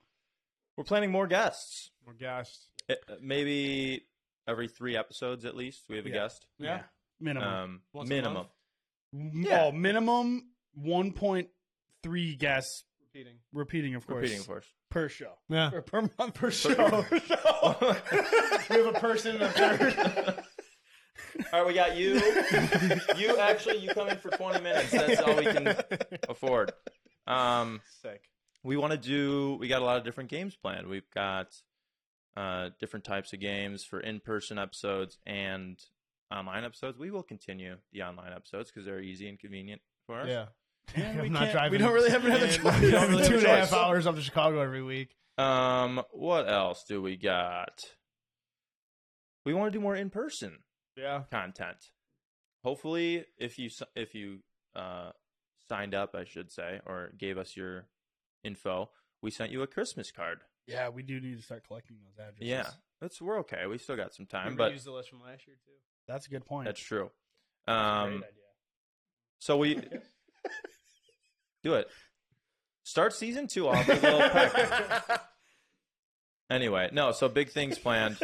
Speaker 2: we're planning more guests.
Speaker 3: We're gassed.
Speaker 2: Uh, Maybe every three episodes at least we have a
Speaker 3: Yeah.
Speaker 2: guest.
Speaker 3: Yeah.
Speaker 4: minimum.
Speaker 2: Um,
Speaker 3: Once a
Speaker 2: minimum.
Speaker 3: month?
Speaker 2: yeah.
Speaker 4: Oh, minimum one point three guess
Speaker 3: Repeating.
Speaker 4: repeating, of course,
Speaker 2: Repeating, of course.
Speaker 4: per show
Speaker 3: Yeah.
Speaker 4: or per month per show.
Speaker 3: We have a person in the third.
Speaker 2: All right, we got you. you actually, you come in for 20 minutes. That's all we can afford. Um,
Speaker 3: Sick.
Speaker 2: we want to do we got a lot of different games planned we've got uh, different types of games for in-person episodes and online episodes we will continue the online episodes because they're easy and convenient for us
Speaker 3: <laughs> Yeah.
Speaker 4: And we
Speaker 3: I'm not
Speaker 4: can't-
Speaker 3: driving.
Speaker 4: We don't really have another
Speaker 2: And-
Speaker 3: <laughs>
Speaker 4: choice.
Speaker 2: We don't really have
Speaker 3: two
Speaker 2: a
Speaker 3: and a half
Speaker 2: choice.
Speaker 3: hours up to Chicago every week.
Speaker 2: um what else do we got we want to do more in-person
Speaker 3: Yeah.
Speaker 2: content hopefully if you s- if you uh, signed up i should say or gave us your info we sent you a christmas card
Speaker 4: Yeah, we do need to start collecting those addresses.
Speaker 2: yeah that's we're okay we still got some time
Speaker 3: Remember
Speaker 2: but
Speaker 3: to use the list from last year too.
Speaker 4: that's a good point.
Speaker 2: That's true.
Speaker 3: Great
Speaker 2: Um,
Speaker 3: idea. <laughs>
Speaker 2: so
Speaker 4: <laughs>
Speaker 2: we do it. Start season two off with a
Speaker 4: <laughs>
Speaker 2: little peck. Anyway, no. So big things planned.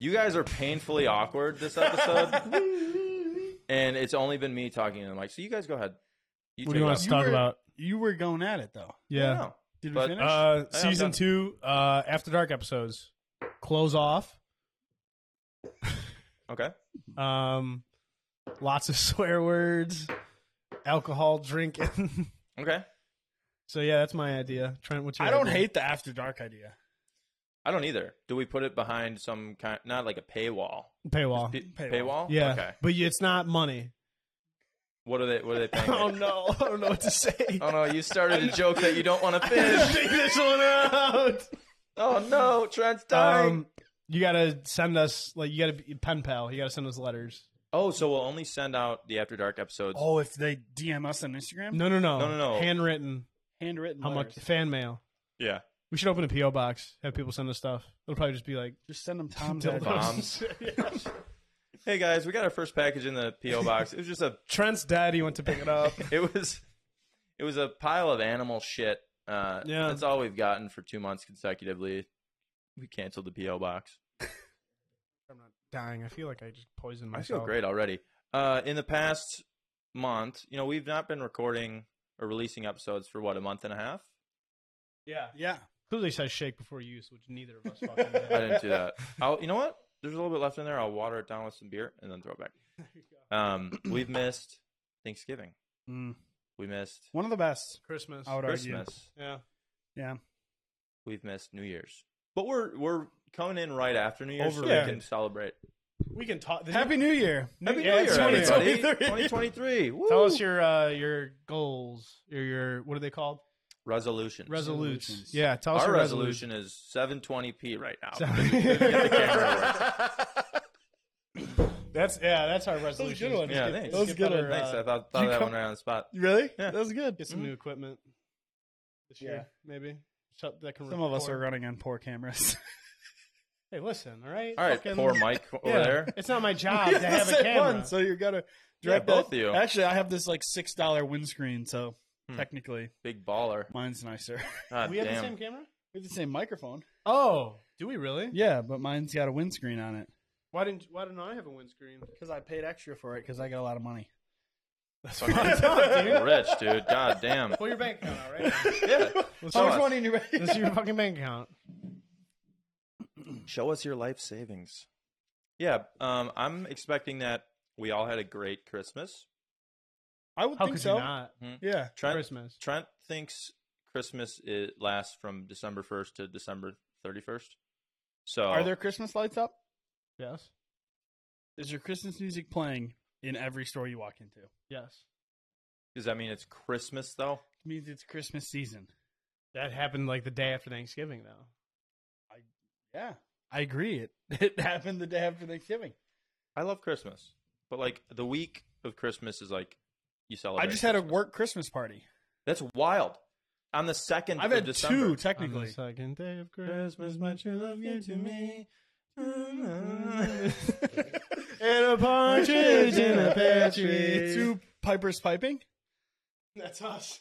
Speaker 2: You guys are painfully awkward this
Speaker 4: <laughs>
Speaker 2: episode, and it's only been me talking to the mic. So you guys go ahead. You
Speaker 3: What do you
Speaker 2: take it
Speaker 3: want us
Speaker 2: off.
Speaker 3: to
Speaker 4: You
Speaker 3: talk
Speaker 4: were-
Speaker 3: about?
Speaker 4: you were going at it though.
Speaker 2: I
Speaker 3: Yeah.
Speaker 2: know.
Speaker 4: Did we
Speaker 2: But,
Speaker 4: finish?
Speaker 3: Uh,
Speaker 2: I'm
Speaker 3: season
Speaker 2: done.
Speaker 3: two, uh, After Dark episodes. Close off.
Speaker 2: Okay.
Speaker 3: Um, lots of <laughs> swear words, alcohol drinking.
Speaker 2: Okay.
Speaker 3: <laughs> so yeah, that's my idea. Trent, what's your
Speaker 4: I don't
Speaker 3: idea?
Speaker 4: hate the after dark idea.
Speaker 2: I don't either. Do we put it behind some kind, not like a paywall?
Speaker 3: paywall.
Speaker 2: P-
Speaker 4: Paywall.
Speaker 2: paywall.
Speaker 3: yeah,
Speaker 2: Okay.
Speaker 3: but it's not money. <laughs>
Speaker 2: What are they? What are they
Speaker 3: I <laughs>
Speaker 2: paying?
Speaker 3: don't know. I don't know what to say.
Speaker 2: <laughs> Oh no! You started a joke that you don't want to finish.
Speaker 3: <laughs> Take this one out.
Speaker 2: Oh no, Trent's dying.
Speaker 3: Um, you gotta send us like you gotta be pen pal. You gotta send us letters.
Speaker 2: oh, so we'll only send out the After Dark episodes.
Speaker 4: Oh, if they DM us on Instagram,
Speaker 3: No, no, no,
Speaker 2: No, no, no.
Speaker 3: Handwritten.
Speaker 4: handwritten.
Speaker 3: How much
Speaker 4: letters.
Speaker 3: fan mail?
Speaker 2: Yeah. <laughs>
Speaker 3: We should open a PO box. Have people send us stuff. It'll probably just be like
Speaker 4: Just send them
Speaker 3: <laughs>
Speaker 4: Tom's
Speaker 3: dildos.
Speaker 4: address.
Speaker 2: Hey guys, we got our first package in the PO box. It was just a.
Speaker 3: Trent's daddy went to pick it up.
Speaker 2: <laughs> It was. It was a pile of animal shit. Uh,
Speaker 3: Yeah.
Speaker 2: That's all we've gotten for two months consecutively. We canceled the PO box.
Speaker 3: I'm not dying. I feel like I just poisoned
Speaker 2: I
Speaker 3: myself.
Speaker 2: feel great already. Uh, in the past month, you know, we've not been recording or releasing episodes for what a month and a half.
Speaker 3: Yeah.
Speaker 4: Yeah,
Speaker 3: Clearly says shake before use, which neither of
Speaker 2: <laughs>
Speaker 3: us fucking
Speaker 2: I
Speaker 3: did.
Speaker 2: didn't do that. I'll, you know what? There's a little bit left in there. I'll water it down with some beer and then throw it back.
Speaker 3: <clears throat>
Speaker 2: Um, we've missed Thanksgiving.
Speaker 4: Mm.
Speaker 2: We missed
Speaker 4: one of the best.
Speaker 3: <laughs> Christmas.
Speaker 4: I would argue.
Speaker 2: Christmas.
Speaker 3: Yeah.
Speaker 4: Yeah,
Speaker 2: We've missed New Year's. But we're we're coming in right after New Year's, so we
Speaker 4: Overrated.
Speaker 2: can celebrate.
Speaker 3: We can talk.
Speaker 4: Happy New Year.
Speaker 2: Happy
Speaker 3: Yeah,
Speaker 2: New Year,
Speaker 3: it's
Speaker 2: everybody! <laughs>
Speaker 4: 2023.
Speaker 2: 2023. Woo!
Speaker 3: Tell us your uh, your goals. Your your what are they called?
Speaker 2: resolutions.
Speaker 3: Resolutions.
Speaker 4: Resolutions.
Speaker 3: Yeah, tell us
Speaker 2: Our
Speaker 3: your
Speaker 2: resolution is 720p right now.
Speaker 3: <laughs> So-
Speaker 2: because we couldn't <laughs> get the camera to work.
Speaker 3: That's yeah, that's our resolution.
Speaker 4: resolution. one.
Speaker 2: Yeah,
Speaker 4: Skip-
Speaker 2: thanks.
Speaker 4: those
Speaker 2: Skip
Speaker 4: good
Speaker 2: that.
Speaker 4: are,
Speaker 2: Thanks.
Speaker 4: uh,
Speaker 2: I thought, thought
Speaker 4: you
Speaker 2: of that
Speaker 4: come-
Speaker 2: one right on the spot.
Speaker 4: <laughs> Really?
Speaker 2: Yeah.
Speaker 4: That was good.
Speaker 3: Get some new equipment this year, maybe. So that can
Speaker 4: Some of us are uh,
Speaker 3: record.
Speaker 4: running on poor cameras.
Speaker 3: Hey, listen, all right.
Speaker 2: All right,
Speaker 3: Fucking-
Speaker 2: poor Mike
Speaker 3: <laughs>
Speaker 2: over
Speaker 3: Yeah,
Speaker 2: there.
Speaker 3: It's
Speaker 4: <laughs>
Speaker 3: not my job
Speaker 4: We
Speaker 3: to
Speaker 4: have the
Speaker 3: Ah, have a
Speaker 4: same
Speaker 3: camera.
Speaker 4: one, so you gotta
Speaker 2: Yeah,
Speaker 4: direct
Speaker 2: both
Speaker 4: that.
Speaker 2: of you.
Speaker 4: Actually, I have this like six dollar windscreen, so
Speaker 2: Hmm.
Speaker 4: technically
Speaker 2: Big baller.
Speaker 4: mine's nicer. <laughs>
Speaker 2: God
Speaker 3: we have
Speaker 2: damn.
Speaker 3: the same camera.
Speaker 4: we have the same microphone.
Speaker 3: Oh, do we really?
Speaker 4: Yeah, but mine's got a windscreen on it
Speaker 3: Why didn't Why didn't I have a windscreen?
Speaker 4: because I paid extra for it because I got a lot of money.
Speaker 3: That's
Speaker 2: Fucking-
Speaker 3: what I'm telling you.
Speaker 2: Fucking rich, dude. God
Speaker 3: <laughs>
Speaker 2: damn.
Speaker 3: Pull your bank account out right
Speaker 2: Yeah. Show
Speaker 3: now.
Speaker 4: How much
Speaker 2: us.
Speaker 4: money in your
Speaker 3: Let's see your fucking bank account.
Speaker 2: Show us your life savings. Yeah, um, I'm expecting that we all had a great Christmas.
Speaker 4: I would
Speaker 3: How
Speaker 4: think
Speaker 3: could
Speaker 4: so.
Speaker 3: you not?
Speaker 4: Yeah,
Speaker 2: Trent
Speaker 3: Christmas.
Speaker 2: Trent thinks Christmas it lasts from December 1st to December 31st. So
Speaker 4: are there Christmas lights up?
Speaker 3: Yes.
Speaker 4: Is your Christmas music playing in every store you walk into?
Speaker 3: Yes.
Speaker 2: does that mean it's Christmas though?
Speaker 4: It means it's Christmas season.
Speaker 3: That happened like the day after Thanksgiving, though.
Speaker 4: Yeah, I agree. It <laughs> it happened the day after Thanksgiving.
Speaker 2: I love Christmas, but like the week of Christmas is like you
Speaker 4: I
Speaker 2: celebrate.
Speaker 4: just had a
Speaker 2: Christmas.
Speaker 4: work Christmas party.
Speaker 2: That's wild. On the second,
Speaker 4: I've
Speaker 2: of
Speaker 4: had
Speaker 2: December.
Speaker 4: two technically.
Speaker 3: second day of
Speaker 2: Christmas, my true love gave to me.
Speaker 3: <laughs>
Speaker 4: <laughs>
Speaker 2: and
Speaker 4: a
Speaker 2: partridge in a pear tree.
Speaker 4: Two pipers piping.
Speaker 3: That's us.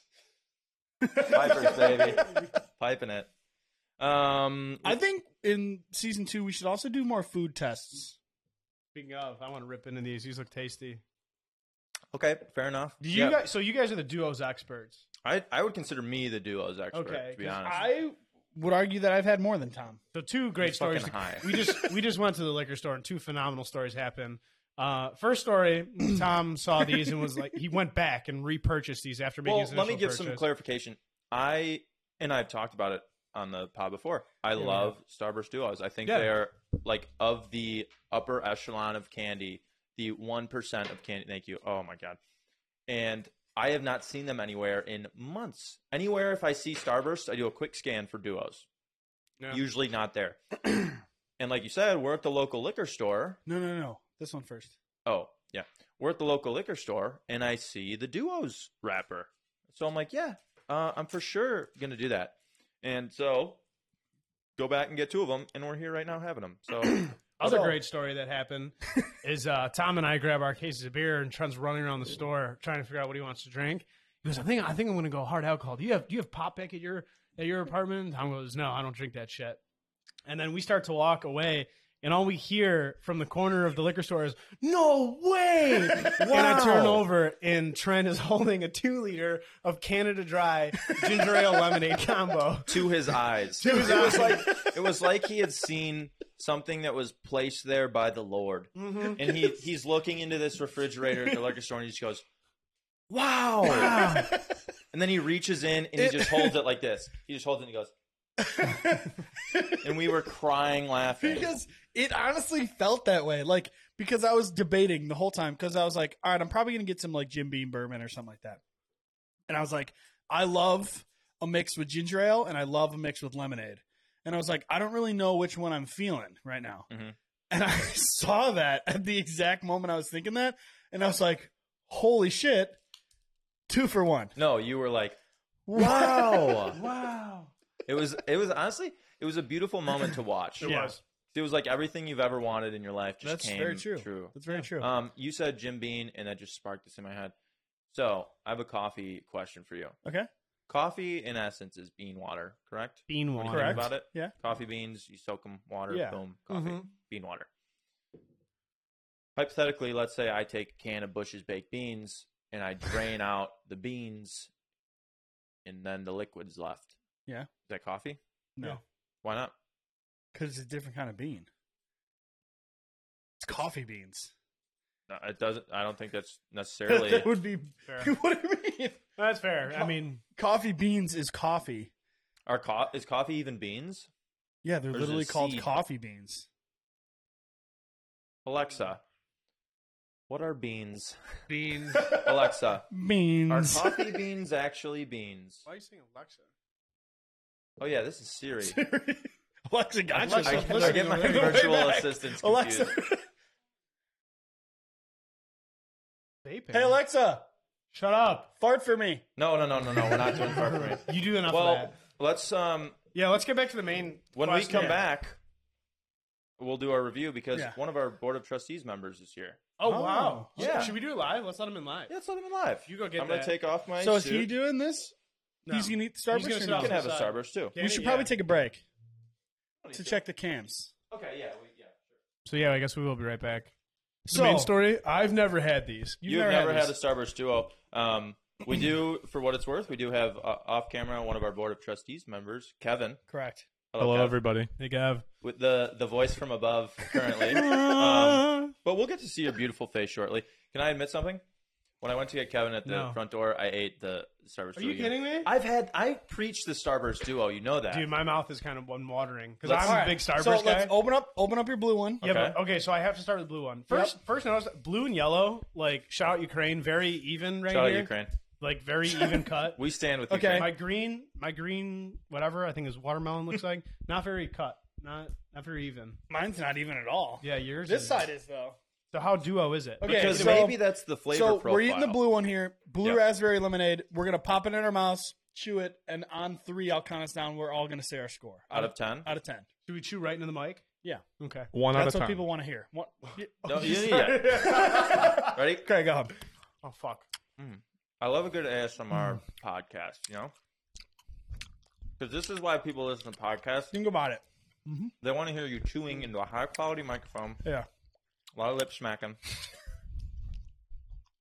Speaker 2: <laughs> Pipers, baby, piping it. Um,
Speaker 4: I think in season two we should also do more food tests.
Speaker 3: Speaking of, I want to rip into these. These look tasty.
Speaker 2: okay, fair enough.
Speaker 3: Do you
Speaker 2: Yeah,
Speaker 3: guys? So you guys are the duos experts.
Speaker 2: I I would consider me the duo's expert.
Speaker 3: Okay,
Speaker 2: to be
Speaker 3: 'cause
Speaker 2: honest,
Speaker 4: I would argue that I've had more than Tom.
Speaker 3: So two great
Speaker 2: You're
Speaker 3: stories.
Speaker 2: fucking high.
Speaker 3: We just we just went to the liquor store and two phenomenal stories happened. Uh, first story, Tom saw these and was like, he went back and repurchased these after making
Speaker 2: well,
Speaker 3: his
Speaker 2: let me
Speaker 3: initial
Speaker 2: give some
Speaker 3: purchase.
Speaker 2: clarification. I and I've talked about it on the pod before. I
Speaker 3: we
Speaker 2: love Starburst duos. I think
Speaker 3: Yeah.
Speaker 2: they are like of the upper echelon of candy, the one percent of candy. Thank you. Oh my god. And I have not seen them anywhere in months. Anywhere if I see Starburst, I do a quick scan for duos.
Speaker 3: Yeah.
Speaker 2: Usually not there.
Speaker 3: <clears throat>
Speaker 2: and like you said, we're at the local liquor store.
Speaker 4: No, no, no. This one first.
Speaker 2: Oh, yeah. We're at the local liquor store and I see the duos wrapper. So I'm like, yeah, uh, I'm for sure going to do that. And so go back and get two of them. And we're here right now having them. So
Speaker 3: Other
Speaker 2: So-
Speaker 3: great story that happened is uh, Tom and I grab our cases of beer and Trent's running around the store trying to figure out what he wants to drink. He goes, I think I think I'm gonna go hard alcohol. Do you have do you have pop back at your at your apartment? And Tom goes, No, I don't drink that shit. And then we start to walk away, and all we hear from the corner of the liquor store is, No way! And I turn over, and Trent is <laughs> holding a two liter of Canada Dry ginger ale lemonade combo.
Speaker 2: to his eyes. to his it was like it was like he had seen something that was placed there by the Lord. And he he's looking into this refrigerator at the liquor store and he just goes, Wow. And then he reaches in and he just holds it like this. He just holds it and he goes And we were crying laughing.
Speaker 4: Because it honestly felt that way. Like, because I was debating the whole time because I was like, all right, I'm probably going to get some like Jim Beam bourbon or something like that. And I was like, I love a mix with ginger ale and I love a mix with lemonade. And I was like, I don't really know which one I'm feeling right now.
Speaker 2: Mhm.
Speaker 4: And <laughs> I saw that at the exact moment I was thinking that. And I was like, holy shit, two for one.
Speaker 2: no, you were like, Wow.
Speaker 4: <laughs> Wow.
Speaker 2: it was it was honestly it was a beautiful moment to watch.
Speaker 3: It
Speaker 4: Yeah.
Speaker 3: was.
Speaker 2: It was like everything you've ever wanted in your life just
Speaker 4: That's
Speaker 2: came
Speaker 4: very true.
Speaker 2: true.
Speaker 4: That's very <laughs> true.
Speaker 2: Um, you said Jim Bean, and that just sparked this in my head. So I have a coffee question for you.
Speaker 4: okay.
Speaker 2: Coffee, in essence, is bean water, correct?
Speaker 3: Bean
Speaker 2: What do you
Speaker 3: water.
Speaker 2: think
Speaker 4: Correct.
Speaker 2: About it,
Speaker 4: Yeah.
Speaker 2: Coffee beans, you soak them, water,
Speaker 4: Yeah. Mm-hmm.
Speaker 2: boom, coffee,
Speaker 3: Mhm.
Speaker 2: bean water. Hypothetically, let's say I take a can of Bush's baked beans and I
Speaker 4: <laughs>
Speaker 2: drain out the beans, and then the liquid's left.
Speaker 4: Yeah.
Speaker 2: Is that coffee?
Speaker 4: No.
Speaker 2: Why not?
Speaker 4: Because it's a different kind of bean. It's coffee beans.
Speaker 2: No, It doesn't. I don't think that's necessarily.
Speaker 4: <laughs> that would be.
Speaker 3: Fair.
Speaker 4: <laughs> What do you mean?
Speaker 3: That's fair. I
Speaker 4: Co-
Speaker 3: mean,
Speaker 4: Coffee beans is coffee.
Speaker 2: Are co- is coffee even beans?
Speaker 4: Yeah, they're
Speaker 2: Or is it
Speaker 4: literally called
Speaker 2: seed?
Speaker 4: coffee beans.
Speaker 2: Alexa, what are
Speaker 3: <laughs>
Speaker 2: beans?
Speaker 3: beans.
Speaker 2: Alexa, are
Speaker 4: Beans. <laughs>
Speaker 2: coffee beans actually beans?
Speaker 3: Why are you saying Alexa?
Speaker 2: Oh yeah, this is Siri.
Speaker 4: Alexa got
Speaker 2: I,
Speaker 4: you.
Speaker 3: Alexa,
Speaker 4: so
Speaker 2: I,
Speaker 3: listen
Speaker 2: get
Speaker 3: to
Speaker 4: <laughs>
Speaker 2: my
Speaker 3: it.
Speaker 4: Go way
Speaker 2: virtual
Speaker 4: back.
Speaker 2: assistants confused.
Speaker 4: Alexa.
Speaker 3: Vaping.
Speaker 4: <laughs> hey Alexa,
Speaker 3: shut up.
Speaker 4: fart for me.
Speaker 2: No, no, no, no, no. We're not
Speaker 3: <laughs>
Speaker 2: doing far from me.
Speaker 3: You do enough of
Speaker 2: Well,
Speaker 3: that.
Speaker 2: let's um
Speaker 3: Yeah, let's get back to the main.
Speaker 2: when we
Speaker 3: question.
Speaker 2: come back, we'll do our review because
Speaker 4: Yeah.
Speaker 2: one of our board of trustees members is here.
Speaker 3: Oh,
Speaker 4: Oh,
Speaker 3: wow.
Speaker 2: yeah.
Speaker 3: Should we do it live? Let's let him in live.
Speaker 2: Yeah, let's let him in live.
Speaker 3: You go get
Speaker 2: I'm gonna
Speaker 3: that.
Speaker 2: take off my
Speaker 4: So is
Speaker 2: suit.
Speaker 4: he doing this?
Speaker 3: No.
Speaker 4: He's gonna eat the Starburst.
Speaker 3: He's gonna
Speaker 4: or
Speaker 3: sit
Speaker 4: no?
Speaker 2: you can have a
Speaker 3: outside.
Speaker 2: starburst too.
Speaker 4: we should probably take a break to
Speaker 2: Yeah.
Speaker 4: check the cams.
Speaker 2: Okay, yeah, we, yeah.
Speaker 3: So yeah, I guess we will be right back.
Speaker 4: So-
Speaker 3: the main story. I've never had these. You've,
Speaker 2: You've, never, had,
Speaker 3: these.
Speaker 2: a Starburst duo. Um, we do, for what it's worth, we do have uh, off camera one of our board of trustees members, Kevin.
Speaker 4: Correct.
Speaker 2: Hello, Kev.
Speaker 5: everybody.
Speaker 3: Hey Gav.
Speaker 2: With the the voice from above currently. um, but we'll get to see your beautiful face shortly. Can I admit something? When I went to get Kevin at the
Speaker 3: No.
Speaker 2: front door, I ate the Starburst.
Speaker 3: Are
Speaker 2: duo
Speaker 3: you kidding me?
Speaker 2: I've had I preached the Starburst duo. You know that.
Speaker 3: Dude, my mouth is kind of one watering because
Speaker 2: Let's-
Speaker 3: I'm a
Speaker 2: Alright,
Speaker 3: big Starburst
Speaker 4: so
Speaker 3: guy.
Speaker 4: let's open up open up your blue one.
Speaker 3: Yeah,
Speaker 2: Okay.
Speaker 3: but okay, so I have to start with the blue one. First, first notice blue and yellow. Like shout out Ukraine, very even right
Speaker 2: Shout out
Speaker 3: here.
Speaker 2: Ukraine.
Speaker 3: Like very even cut.
Speaker 2: We stand with
Speaker 4: Okay.
Speaker 2: Ukraine.
Speaker 3: my green, my green, whatever I think is watermelon looks like, not very cut, not not very even.
Speaker 4: Mine's not even at all.
Speaker 3: Yeah, yours.
Speaker 4: This
Speaker 3: is.
Speaker 4: side is though.
Speaker 3: So how duo is it?
Speaker 4: Okay,
Speaker 2: because
Speaker 4: so-
Speaker 2: maybe that's the flavor
Speaker 4: so
Speaker 2: profile.
Speaker 4: we're eating the blue one here, blue
Speaker 2: Yep.
Speaker 4: raspberry lemonade. We're gonna pop it in our mouths, chew it, and on three, I'll count us down. We're all gonna say our score
Speaker 2: out of
Speaker 4: <laughs>
Speaker 2: ten.
Speaker 4: out of ten.
Speaker 3: Do we chew right into the mic?
Speaker 4: Yeah.
Speaker 3: Okay.
Speaker 5: One
Speaker 4: That's
Speaker 5: out
Speaker 4: what
Speaker 5: of
Speaker 4: people want to hear. What?
Speaker 2: No, you need
Speaker 4: <laughs>
Speaker 2: that. Ready?
Speaker 4: Okay, go home.
Speaker 3: Oh fuck.
Speaker 2: I love a good ASMR podcast, you know? Because this is why people listen to podcasts.
Speaker 4: Think about it.
Speaker 2: They want to hear you chewing into a high quality microphone,
Speaker 4: Yeah.
Speaker 2: a lot of lip smacking.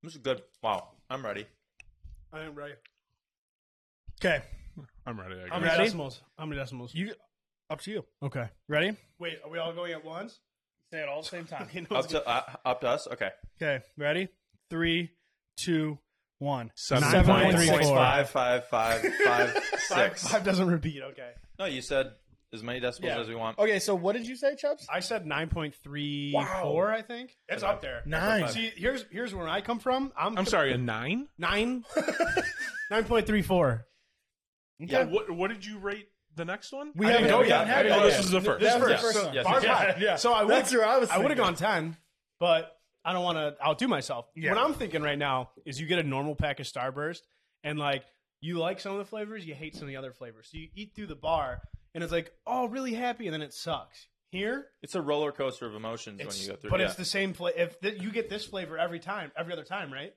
Speaker 2: this is good. Wow, I'm ready.
Speaker 3: I am ready.
Speaker 4: Okay,
Speaker 5: I'm ready. I
Speaker 3: How
Speaker 5: guess.
Speaker 3: many
Speaker 4: Ready?
Speaker 3: decimals? How many decimals?
Speaker 4: you up to you.
Speaker 3: Okay.
Speaker 4: Ready?
Speaker 3: Wait, are we all going at once?
Speaker 4: Say it all at the same time.
Speaker 3: <laughs> Okay, no
Speaker 2: Up
Speaker 3: one's
Speaker 2: to, uh, up to us? Okay.
Speaker 4: okay, ready? Three, two, one.
Speaker 5: Seven
Speaker 3: Nine
Speaker 5: point
Speaker 3: point
Speaker 5: three
Speaker 3: six.
Speaker 5: four.
Speaker 2: Five, five, five, five,
Speaker 3: Five,
Speaker 2: six.
Speaker 3: five doesn't repeat. Okay.
Speaker 2: <laughs> No, you said as many decibels
Speaker 4: Yeah.
Speaker 2: as we want.
Speaker 4: Okay, so what did you say, Chubbs?
Speaker 3: I said nine point three
Speaker 4: Wow.
Speaker 3: four. I think it's up there.
Speaker 4: Nine.
Speaker 3: See, here's here's where I come from. I'm
Speaker 5: I'm sorry, a nine?
Speaker 3: <laughs> nine. Nine point three four.
Speaker 5: Yeah. What, what did you rate the next one?
Speaker 4: We
Speaker 3: I
Speaker 4: haven't
Speaker 3: didn't
Speaker 4: go
Speaker 3: go
Speaker 4: yet.
Speaker 3: yet. I didn't
Speaker 5: oh,
Speaker 3: go
Speaker 5: this
Speaker 3: yet.
Speaker 5: is the first.
Speaker 4: This is the
Speaker 5: Yes.
Speaker 4: first
Speaker 2: So-
Speaker 4: one.
Speaker 2: yes.
Speaker 3: Far
Speaker 4: Yeah,
Speaker 3: five.
Speaker 4: yeah.
Speaker 3: So I
Speaker 4: That's
Speaker 3: would
Speaker 4: where I was.
Speaker 3: I would have
Speaker 4: thinking.
Speaker 3: gone ten, but I don't want to outdo myself.
Speaker 4: Yeah.
Speaker 3: What I'm thinking right now is you get a normal pack of Starburst, and like you like some of the flavors, you hate some of the other flavors. So you eat through the bar, and it's like, oh, really happy, and then it sucks. Here,
Speaker 2: It's a roller coaster of emotions when
Speaker 3: it's-
Speaker 2: you go through
Speaker 3: but
Speaker 2: yeah.
Speaker 3: it's the same. Fla- if th- you get this flavor every time, every other time, right?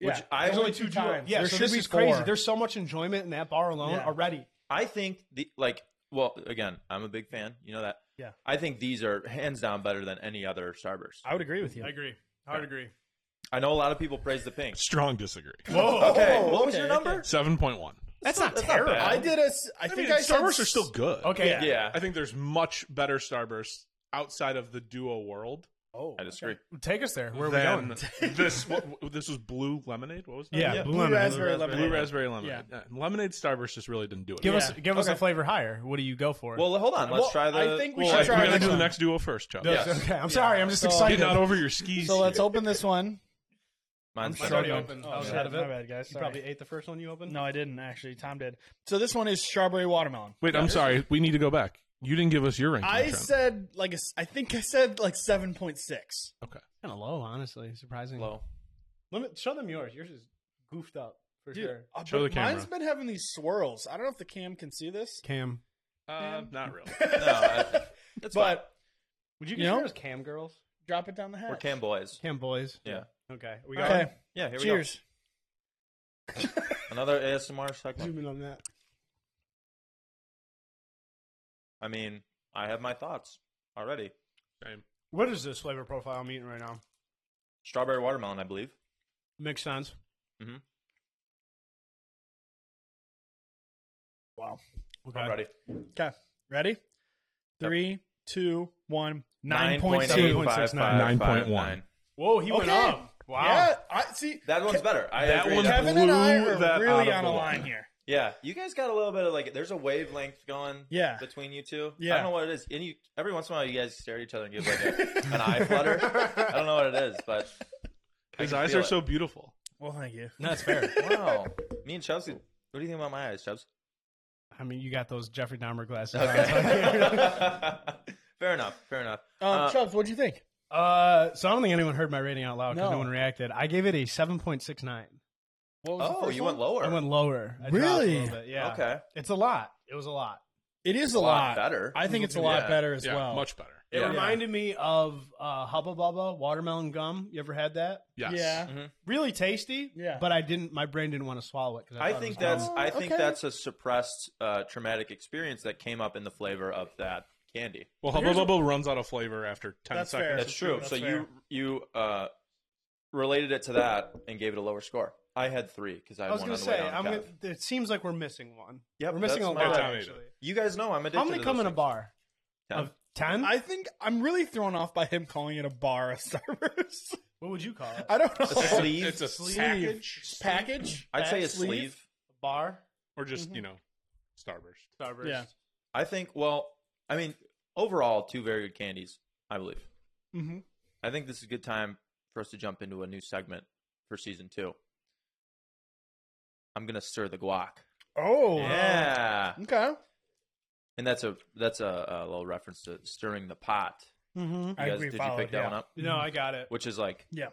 Speaker 2: Which
Speaker 4: Yeah.
Speaker 2: I
Speaker 3: There's
Speaker 2: would-
Speaker 3: only two times. Yeah,
Speaker 4: There
Speaker 3: so
Speaker 4: should
Speaker 3: this
Speaker 4: be
Speaker 3: is crazy.
Speaker 4: four.
Speaker 3: There's so much enjoyment in that bar alone
Speaker 4: Yeah.
Speaker 3: already.
Speaker 2: I think the like well again, I'm a big fan. You know that.
Speaker 4: Yeah.
Speaker 2: I think these are hands down better than any other Starburst.
Speaker 4: I would agree with you.
Speaker 3: agree. I would
Speaker 4: <laughs>
Speaker 3: agree.
Speaker 2: I know a lot of people praise the pink.
Speaker 5: Strong disagree.
Speaker 3: Whoa,
Speaker 2: Okay,
Speaker 4: Oh,
Speaker 2: what was
Speaker 4: okay,
Speaker 2: your number?
Speaker 5: Seven point one.
Speaker 3: that's not
Speaker 2: that's not
Speaker 3: terrible.
Speaker 2: bad.
Speaker 4: I did a. s- I
Speaker 5: I
Speaker 4: think
Speaker 5: mean,
Speaker 4: I said
Speaker 5: Starbursts are
Speaker 4: s-
Speaker 5: still good.
Speaker 3: okay,
Speaker 4: Yeah.
Speaker 2: Yeah,
Speaker 5: I think there's much better Starbursts outside of the duo world.
Speaker 4: Oh,
Speaker 2: I disagree.
Speaker 3: take us there. Where are we
Speaker 5: than
Speaker 3: going?
Speaker 5: <laughs> this what, this was blue lemonade. What was that?
Speaker 3: Yeah,
Speaker 2: Yeah,
Speaker 3: blue
Speaker 4: blue
Speaker 3: lemonade.
Speaker 4: raspberry
Speaker 2: Blue
Speaker 4: lemonade.
Speaker 5: blue raspberry lemonade. Yeah, Lemonade Starburst just really didn't do it.
Speaker 3: Give
Speaker 5: for
Speaker 3: us
Speaker 5: me.
Speaker 3: give us a flavor higher. What do you go for?
Speaker 2: Well, hold on. Let's
Speaker 4: Well,
Speaker 2: try the.
Speaker 4: I think we
Speaker 5: Well,
Speaker 4: should
Speaker 5: I-
Speaker 4: try
Speaker 5: we gotta
Speaker 4: this
Speaker 5: do the
Speaker 4: one.
Speaker 5: next duo first, Chubb.
Speaker 3: That's-
Speaker 2: yes.
Speaker 3: okay. I'm sorry. I'm just
Speaker 4: So-
Speaker 3: excited.
Speaker 5: Get not over your skis.
Speaker 4: So let's open this one.
Speaker 2: Mine's
Speaker 3: Mine's
Speaker 2: better.
Speaker 3: already open.
Speaker 4: Oh,
Speaker 3: I was ahead of
Speaker 4: My
Speaker 3: it.
Speaker 4: bad, guys.
Speaker 3: You probably ate the first one you opened.
Speaker 4: No, I didn't actually. Tom did. So this one is strawberry watermelon.
Speaker 5: Wait, I'm sorry. We need to go back. You didn't give us your ranking.
Speaker 4: I
Speaker 5: Trent.
Speaker 4: said like a s I think I said like seven point six.
Speaker 5: okay.
Speaker 3: kind of low, honestly. Surprising.
Speaker 2: Low.
Speaker 3: Let me show them yours. Yours is goofed up for
Speaker 4: Dude,
Speaker 3: sure.
Speaker 4: uh,
Speaker 5: Show
Speaker 4: but
Speaker 5: the camera.
Speaker 4: mine's been having these swirls. I don't know if the cam can see this,
Speaker 3: Cam,
Speaker 5: Uh, not really.
Speaker 2: <laughs> No, Um,
Speaker 4: <laughs>
Speaker 2: I, it's fine.
Speaker 4: Um, but
Speaker 3: would you
Speaker 4: You
Speaker 3: consider
Speaker 4: know?
Speaker 3: us cam girls?
Speaker 4: drop it down the hatch.
Speaker 2: We're Cam boys.
Speaker 3: Cam boys?
Speaker 2: Yeah.
Speaker 3: Okay. We got
Speaker 4: Okay,
Speaker 2: Yeah. Here
Speaker 4: cheers.
Speaker 2: we go. Another ASMR segment.
Speaker 3: zoom in on that.
Speaker 2: I mean, I have my thoughts already.
Speaker 5: Same.
Speaker 3: What is this flavor profile I'm eating right now?
Speaker 2: Strawberry watermelon, I believe.
Speaker 3: Makes sense.
Speaker 2: Mhm.
Speaker 4: Wow.
Speaker 3: Okay.
Speaker 2: I'm ready.
Speaker 4: Okay, ready? Three, two, one. Nine point two.
Speaker 2: 9.25559.
Speaker 5: 9.1.
Speaker 3: Whoa, he went
Speaker 4: Okay.
Speaker 3: up. Wow.
Speaker 4: Yeah, I see.
Speaker 2: That one's better. I
Speaker 5: That
Speaker 2: agree.
Speaker 5: one's
Speaker 2: That-
Speaker 4: Kevin and I
Speaker 5: blew
Speaker 4: are
Speaker 5: that out
Speaker 4: really
Speaker 5: of
Speaker 4: on
Speaker 5: the
Speaker 4: a
Speaker 5: water.
Speaker 4: line here.
Speaker 2: Yeah, you guys got a little bit of like there's a wavelength going
Speaker 4: Yeah.
Speaker 2: between you two. I
Speaker 4: Yeah.
Speaker 2: don't know what it is. And you every once in a while you guys stare at each other and give like <laughs> a, an eye flutter. I don't know what it is, but I
Speaker 5: His
Speaker 2: can
Speaker 5: eyes
Speaker 2: feel
Speaker 5: are
Speaker 2: it.
Speaker 5: so beautiful.
Speaker 4: Well, thank you.
Speaker 2: <laughs>
Speaker 3: No, that's fair.
Speaker 2: Wow. Me and Chelsea. What do you think about my eyes, Chubbs?
Speaker 3: I mean, you got those Jeffrey Dahmer
Speaker 2: Uh,
Speaker 3: glasses. on, so I can't really-
Speaker 2: Okay. <laughs> fair enough. Fair enough.
Speaker 4: Um,
Speaker 2: Uh,
Speaker 4: Chubbs, what'd you think?
Speaker 3: <laughs> Uh, so I don't think anyone heard my rating out loud because no.
Speaker 4: No.
Speaker 3: one reacted. I gave it a seven point six nine.
Speaker 4: What was the
Speaker 2: Oh,
Speaker 4: first
Speaker 2: you
Speaker 4: one?
Speaker 2: went lower.
Speaker 3: I went lower. I dropped a
Speaker 4: Really?
Speaker 3: little bit, Yeah.
Speaker 2: Okay.
Speaker 3: It's a lot. It was a lot.
Speaker 4: It is
Speaker 2: A
Speaker 4: a
Speaker 2: lot
Speaker 4: lot.
Speaker 2: better.
Speaker 4: I think it's a lot
Speaker 2: Yeah.
Speaker 4: better as
Speaker 5: yeah,
Speaker 4: well.
Speaker 5: much better.
Speaker 3: It
Speaker 2: Yeah.
Speaker 3: reminded me of uh, Hubba Bubba watermelon gum. You ever had that?
Speaker 5: Yes.
Speaker 4: Yeah.
Speaker 3: Really tasty.
Speaker 4: Yeah.
Speaker 3: But I didn't. My brain didn't want to swallow it. 'cause
Speaker 2: I
Speaker 3: thought it
Speaker 2: think
Speaker 3: was gum.
Speaker 2: that's I think
Speaker 4: okay.
Speaker 2: that's a suppressed uh, traumatic experience that came up in the flavor of that candy.
Speaker 5: Well, Hubba
Speaker 4: Here's a-
Speaker 5: Bubba runs out of flavor after ten
Speaker 4: That's
Speaker 5: seconds.
Speaker 4: fair.
Speaker 2: That's true.
Speaker 4: That's
Speaker 2: so you you uh, related it to that and gave it a lower score. I had three because I,
Speaker 3: I was
Speaker 2: won
Speaker 3: gonna
Speaker 2: on the way
Speaker 3: say.
Speaker 2: down the
Speaker 3: I'm. Gonna,
Speaker 2: path.
Speaker 3: it seems like we're missing one.
Speaker 2: Yep,
Speaker 3: we're missing
Speaker 2: that's
Speaker 3: a
Speaker 2: my
Speaker 3: lot.
Speaker 5: time.
Speaker 3: Actually.
Speaker 2: You guys know I'm addicted.
Speaker 3: How many
Speaker 2: to
Speaker 3: come
Speaker 2: those
Speaker 3: in a
Speaker 2: things.
Speaker 3: bar?
Speaker 2: Ten.
Speaker 3: Of ten?
Speaker 4: I think I'm really thrown off by him calling it a bar a Starburst.
Speaker 3: what would you call it?
Speaker 4: I don't know.
Speaker 2: A sleeve.
Speaker 5: It's
Speaker 4: <laughs>
Speaker 5: a
Speaker 3: Sleeve.
Speaker 5: package,
Speaker 4: package.
Speaker 2: I'd say a
Speaker 4: Back
Speaker 2: sleeve.
Speaker 3: bar.
Speaker 5: or just
Speaker 4: Mhm.
Speaker 5: you know, Starburst.
Speaker 3: Starburst.
Speaker 4: Yeah.
Speaker 2: I think. Well, I mean, overall, two very good candies. I believe.
Speaker 4: Mhm.
Speaker 2: I think this is a good time for us to jump into a new segment for season two. I'm gonna stir the guac.
Speaker 4: Oh,
Speaker 2: yeah,
Speaker 4: Okay.
Speaker 2: and that's a that's a, a little reference to stirring the pot.
Speaker 3: Mm-hmm.
Speaker 2: You guys, did you pick that one up?
Speaker 3: No, I got it.
Speaker 2: Which is like,
Speaker 4: Yeah.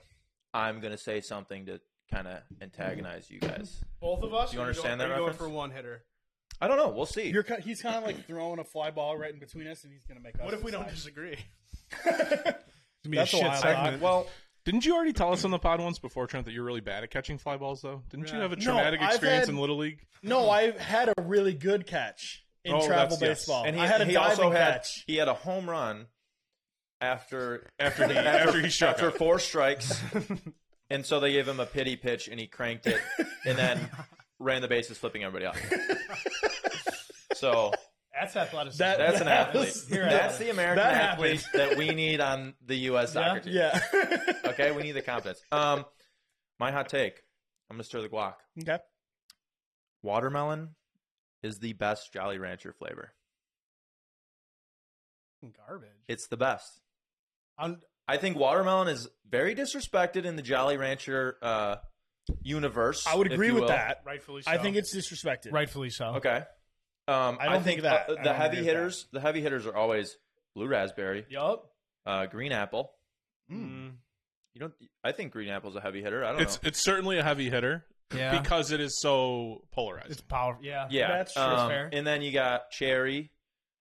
Speaker 2: I'm gonna say something to kind of antagonize you guys.
Speaker 3: Both of us.
Speaker 2: Do you
Speaker 3: or you're
Speaker 2: understand
Speaker 3: going-
Speaker 2: that
Speaker 3: you're going
Speaker 2: reference?
Speaker 3: for one hitter.
Speaker 2: I don't know. We'll see.
Speaker 4: You're, ki- he's kind of like throwing a fly ball right in between us, and he's gonna make us.
Speaker 3: What if we don't
Speaker 4: decide.
Speaker 3: disagree?
Speaker 4: <laughs> That's a shit wild segment.
Speaker 2: I- well,
Speaker 5: Didn't you already tell us on the pod once before, Trent, that you're really bad at catching fly balls? Though, didn't you
Speaker 3: Yeah.
Speaker 5: have a
Speaker 4: No,
Speaker 5: traumatic
Speaker 4: I've
Speaker 5: experience
Speaker 4: had-
Speaker 5: in Little League?
Speaker 4: No, I had a really good catch in
Speaker 5: Oh,
Speaker 4: travel
Speaker 5: that's- yes.
Speaker 4: baseball.
Speaker 2: and he,
Speaker 4: I had a
Speaker 2: he
Speaker 4: diving
Speaker 2: also had
Speaker 4: catch.
Speaker 2: he had a home run after
Speaker 5: <laughs> After he after he struck
Speaker 2: after
Speaker 5: out.
Speaker 2: four
Speaker 5: <laughs>
Speaker 2: strikes, and so they gave him a pity pitch, and he cranked it, and then ran the bases, flipping everybody off. So
Speaker 3: That's athleticism.
Speaker 4: That-
Speaker 2: that's an
Speaker 4: <laughs> Yes.
Speaker 2: athlete.
Speaker 4: Here I
Speaker 2: That's
Speaker 4: am.
Speaker 2: the American
Speaker 4: That
Speaker 2: athlete that we need on the U.S. soccer team.
Speaker 4: Yeah. <laughs>
Speaker 2: Okay, we need the confidence. Um, my hot take. I'm gonna stir the guac.
Speaker 4: okay.
Speaker 2: Watermelon is the best Jolly Rancher flavor.
Speaker 3: garbage.
Speaker 2: It's the best.
Speaker 3: I'm-
Speaker 2: I think watermelon is very disrespected in the Jolly Rancher uh, universe.
Speaker 4: I would
Speaker 2: if
Speaker 4: agree
Speaker 2: you
Speaker 4: with
Speaker 2: will.
Speaker 4: that.
Speaker 3: rightfully so.
Speaker 4: I think it's disrespected.
Speaker 3: rightfully so.
Speaker 2: Okay. Um,
Speaker 4: I don't think that-
Speaker 2: uh, the
Speaker 4: I don't
Speaker 2: heavy
Speaker 4: agree with
Speaker 2: hitters, the heavy hitters are always blue raspberry,
Speaker 3: Yup.
Speaker 2: uh, green apple.
Speaker 4: Hmm.
Speaker 3: Mm.
Speaker 2: You don't. I think green apple's a heavy hitter. I don't
Speaker 5: It's
Speaker 2: know.
Speaker 5: it's certainly a heavy hitter
Speaker 3: Yeah.
Speaker 5: because it is so polarized.
Speaker 3: it's powerful. Yeah.
Speaker 2: yeah,
Speaker 4: that's true.
Speaker 2: um,
Speaker 4: That's
Speaker 3: fair.
Speaker 2: And then you got cherry.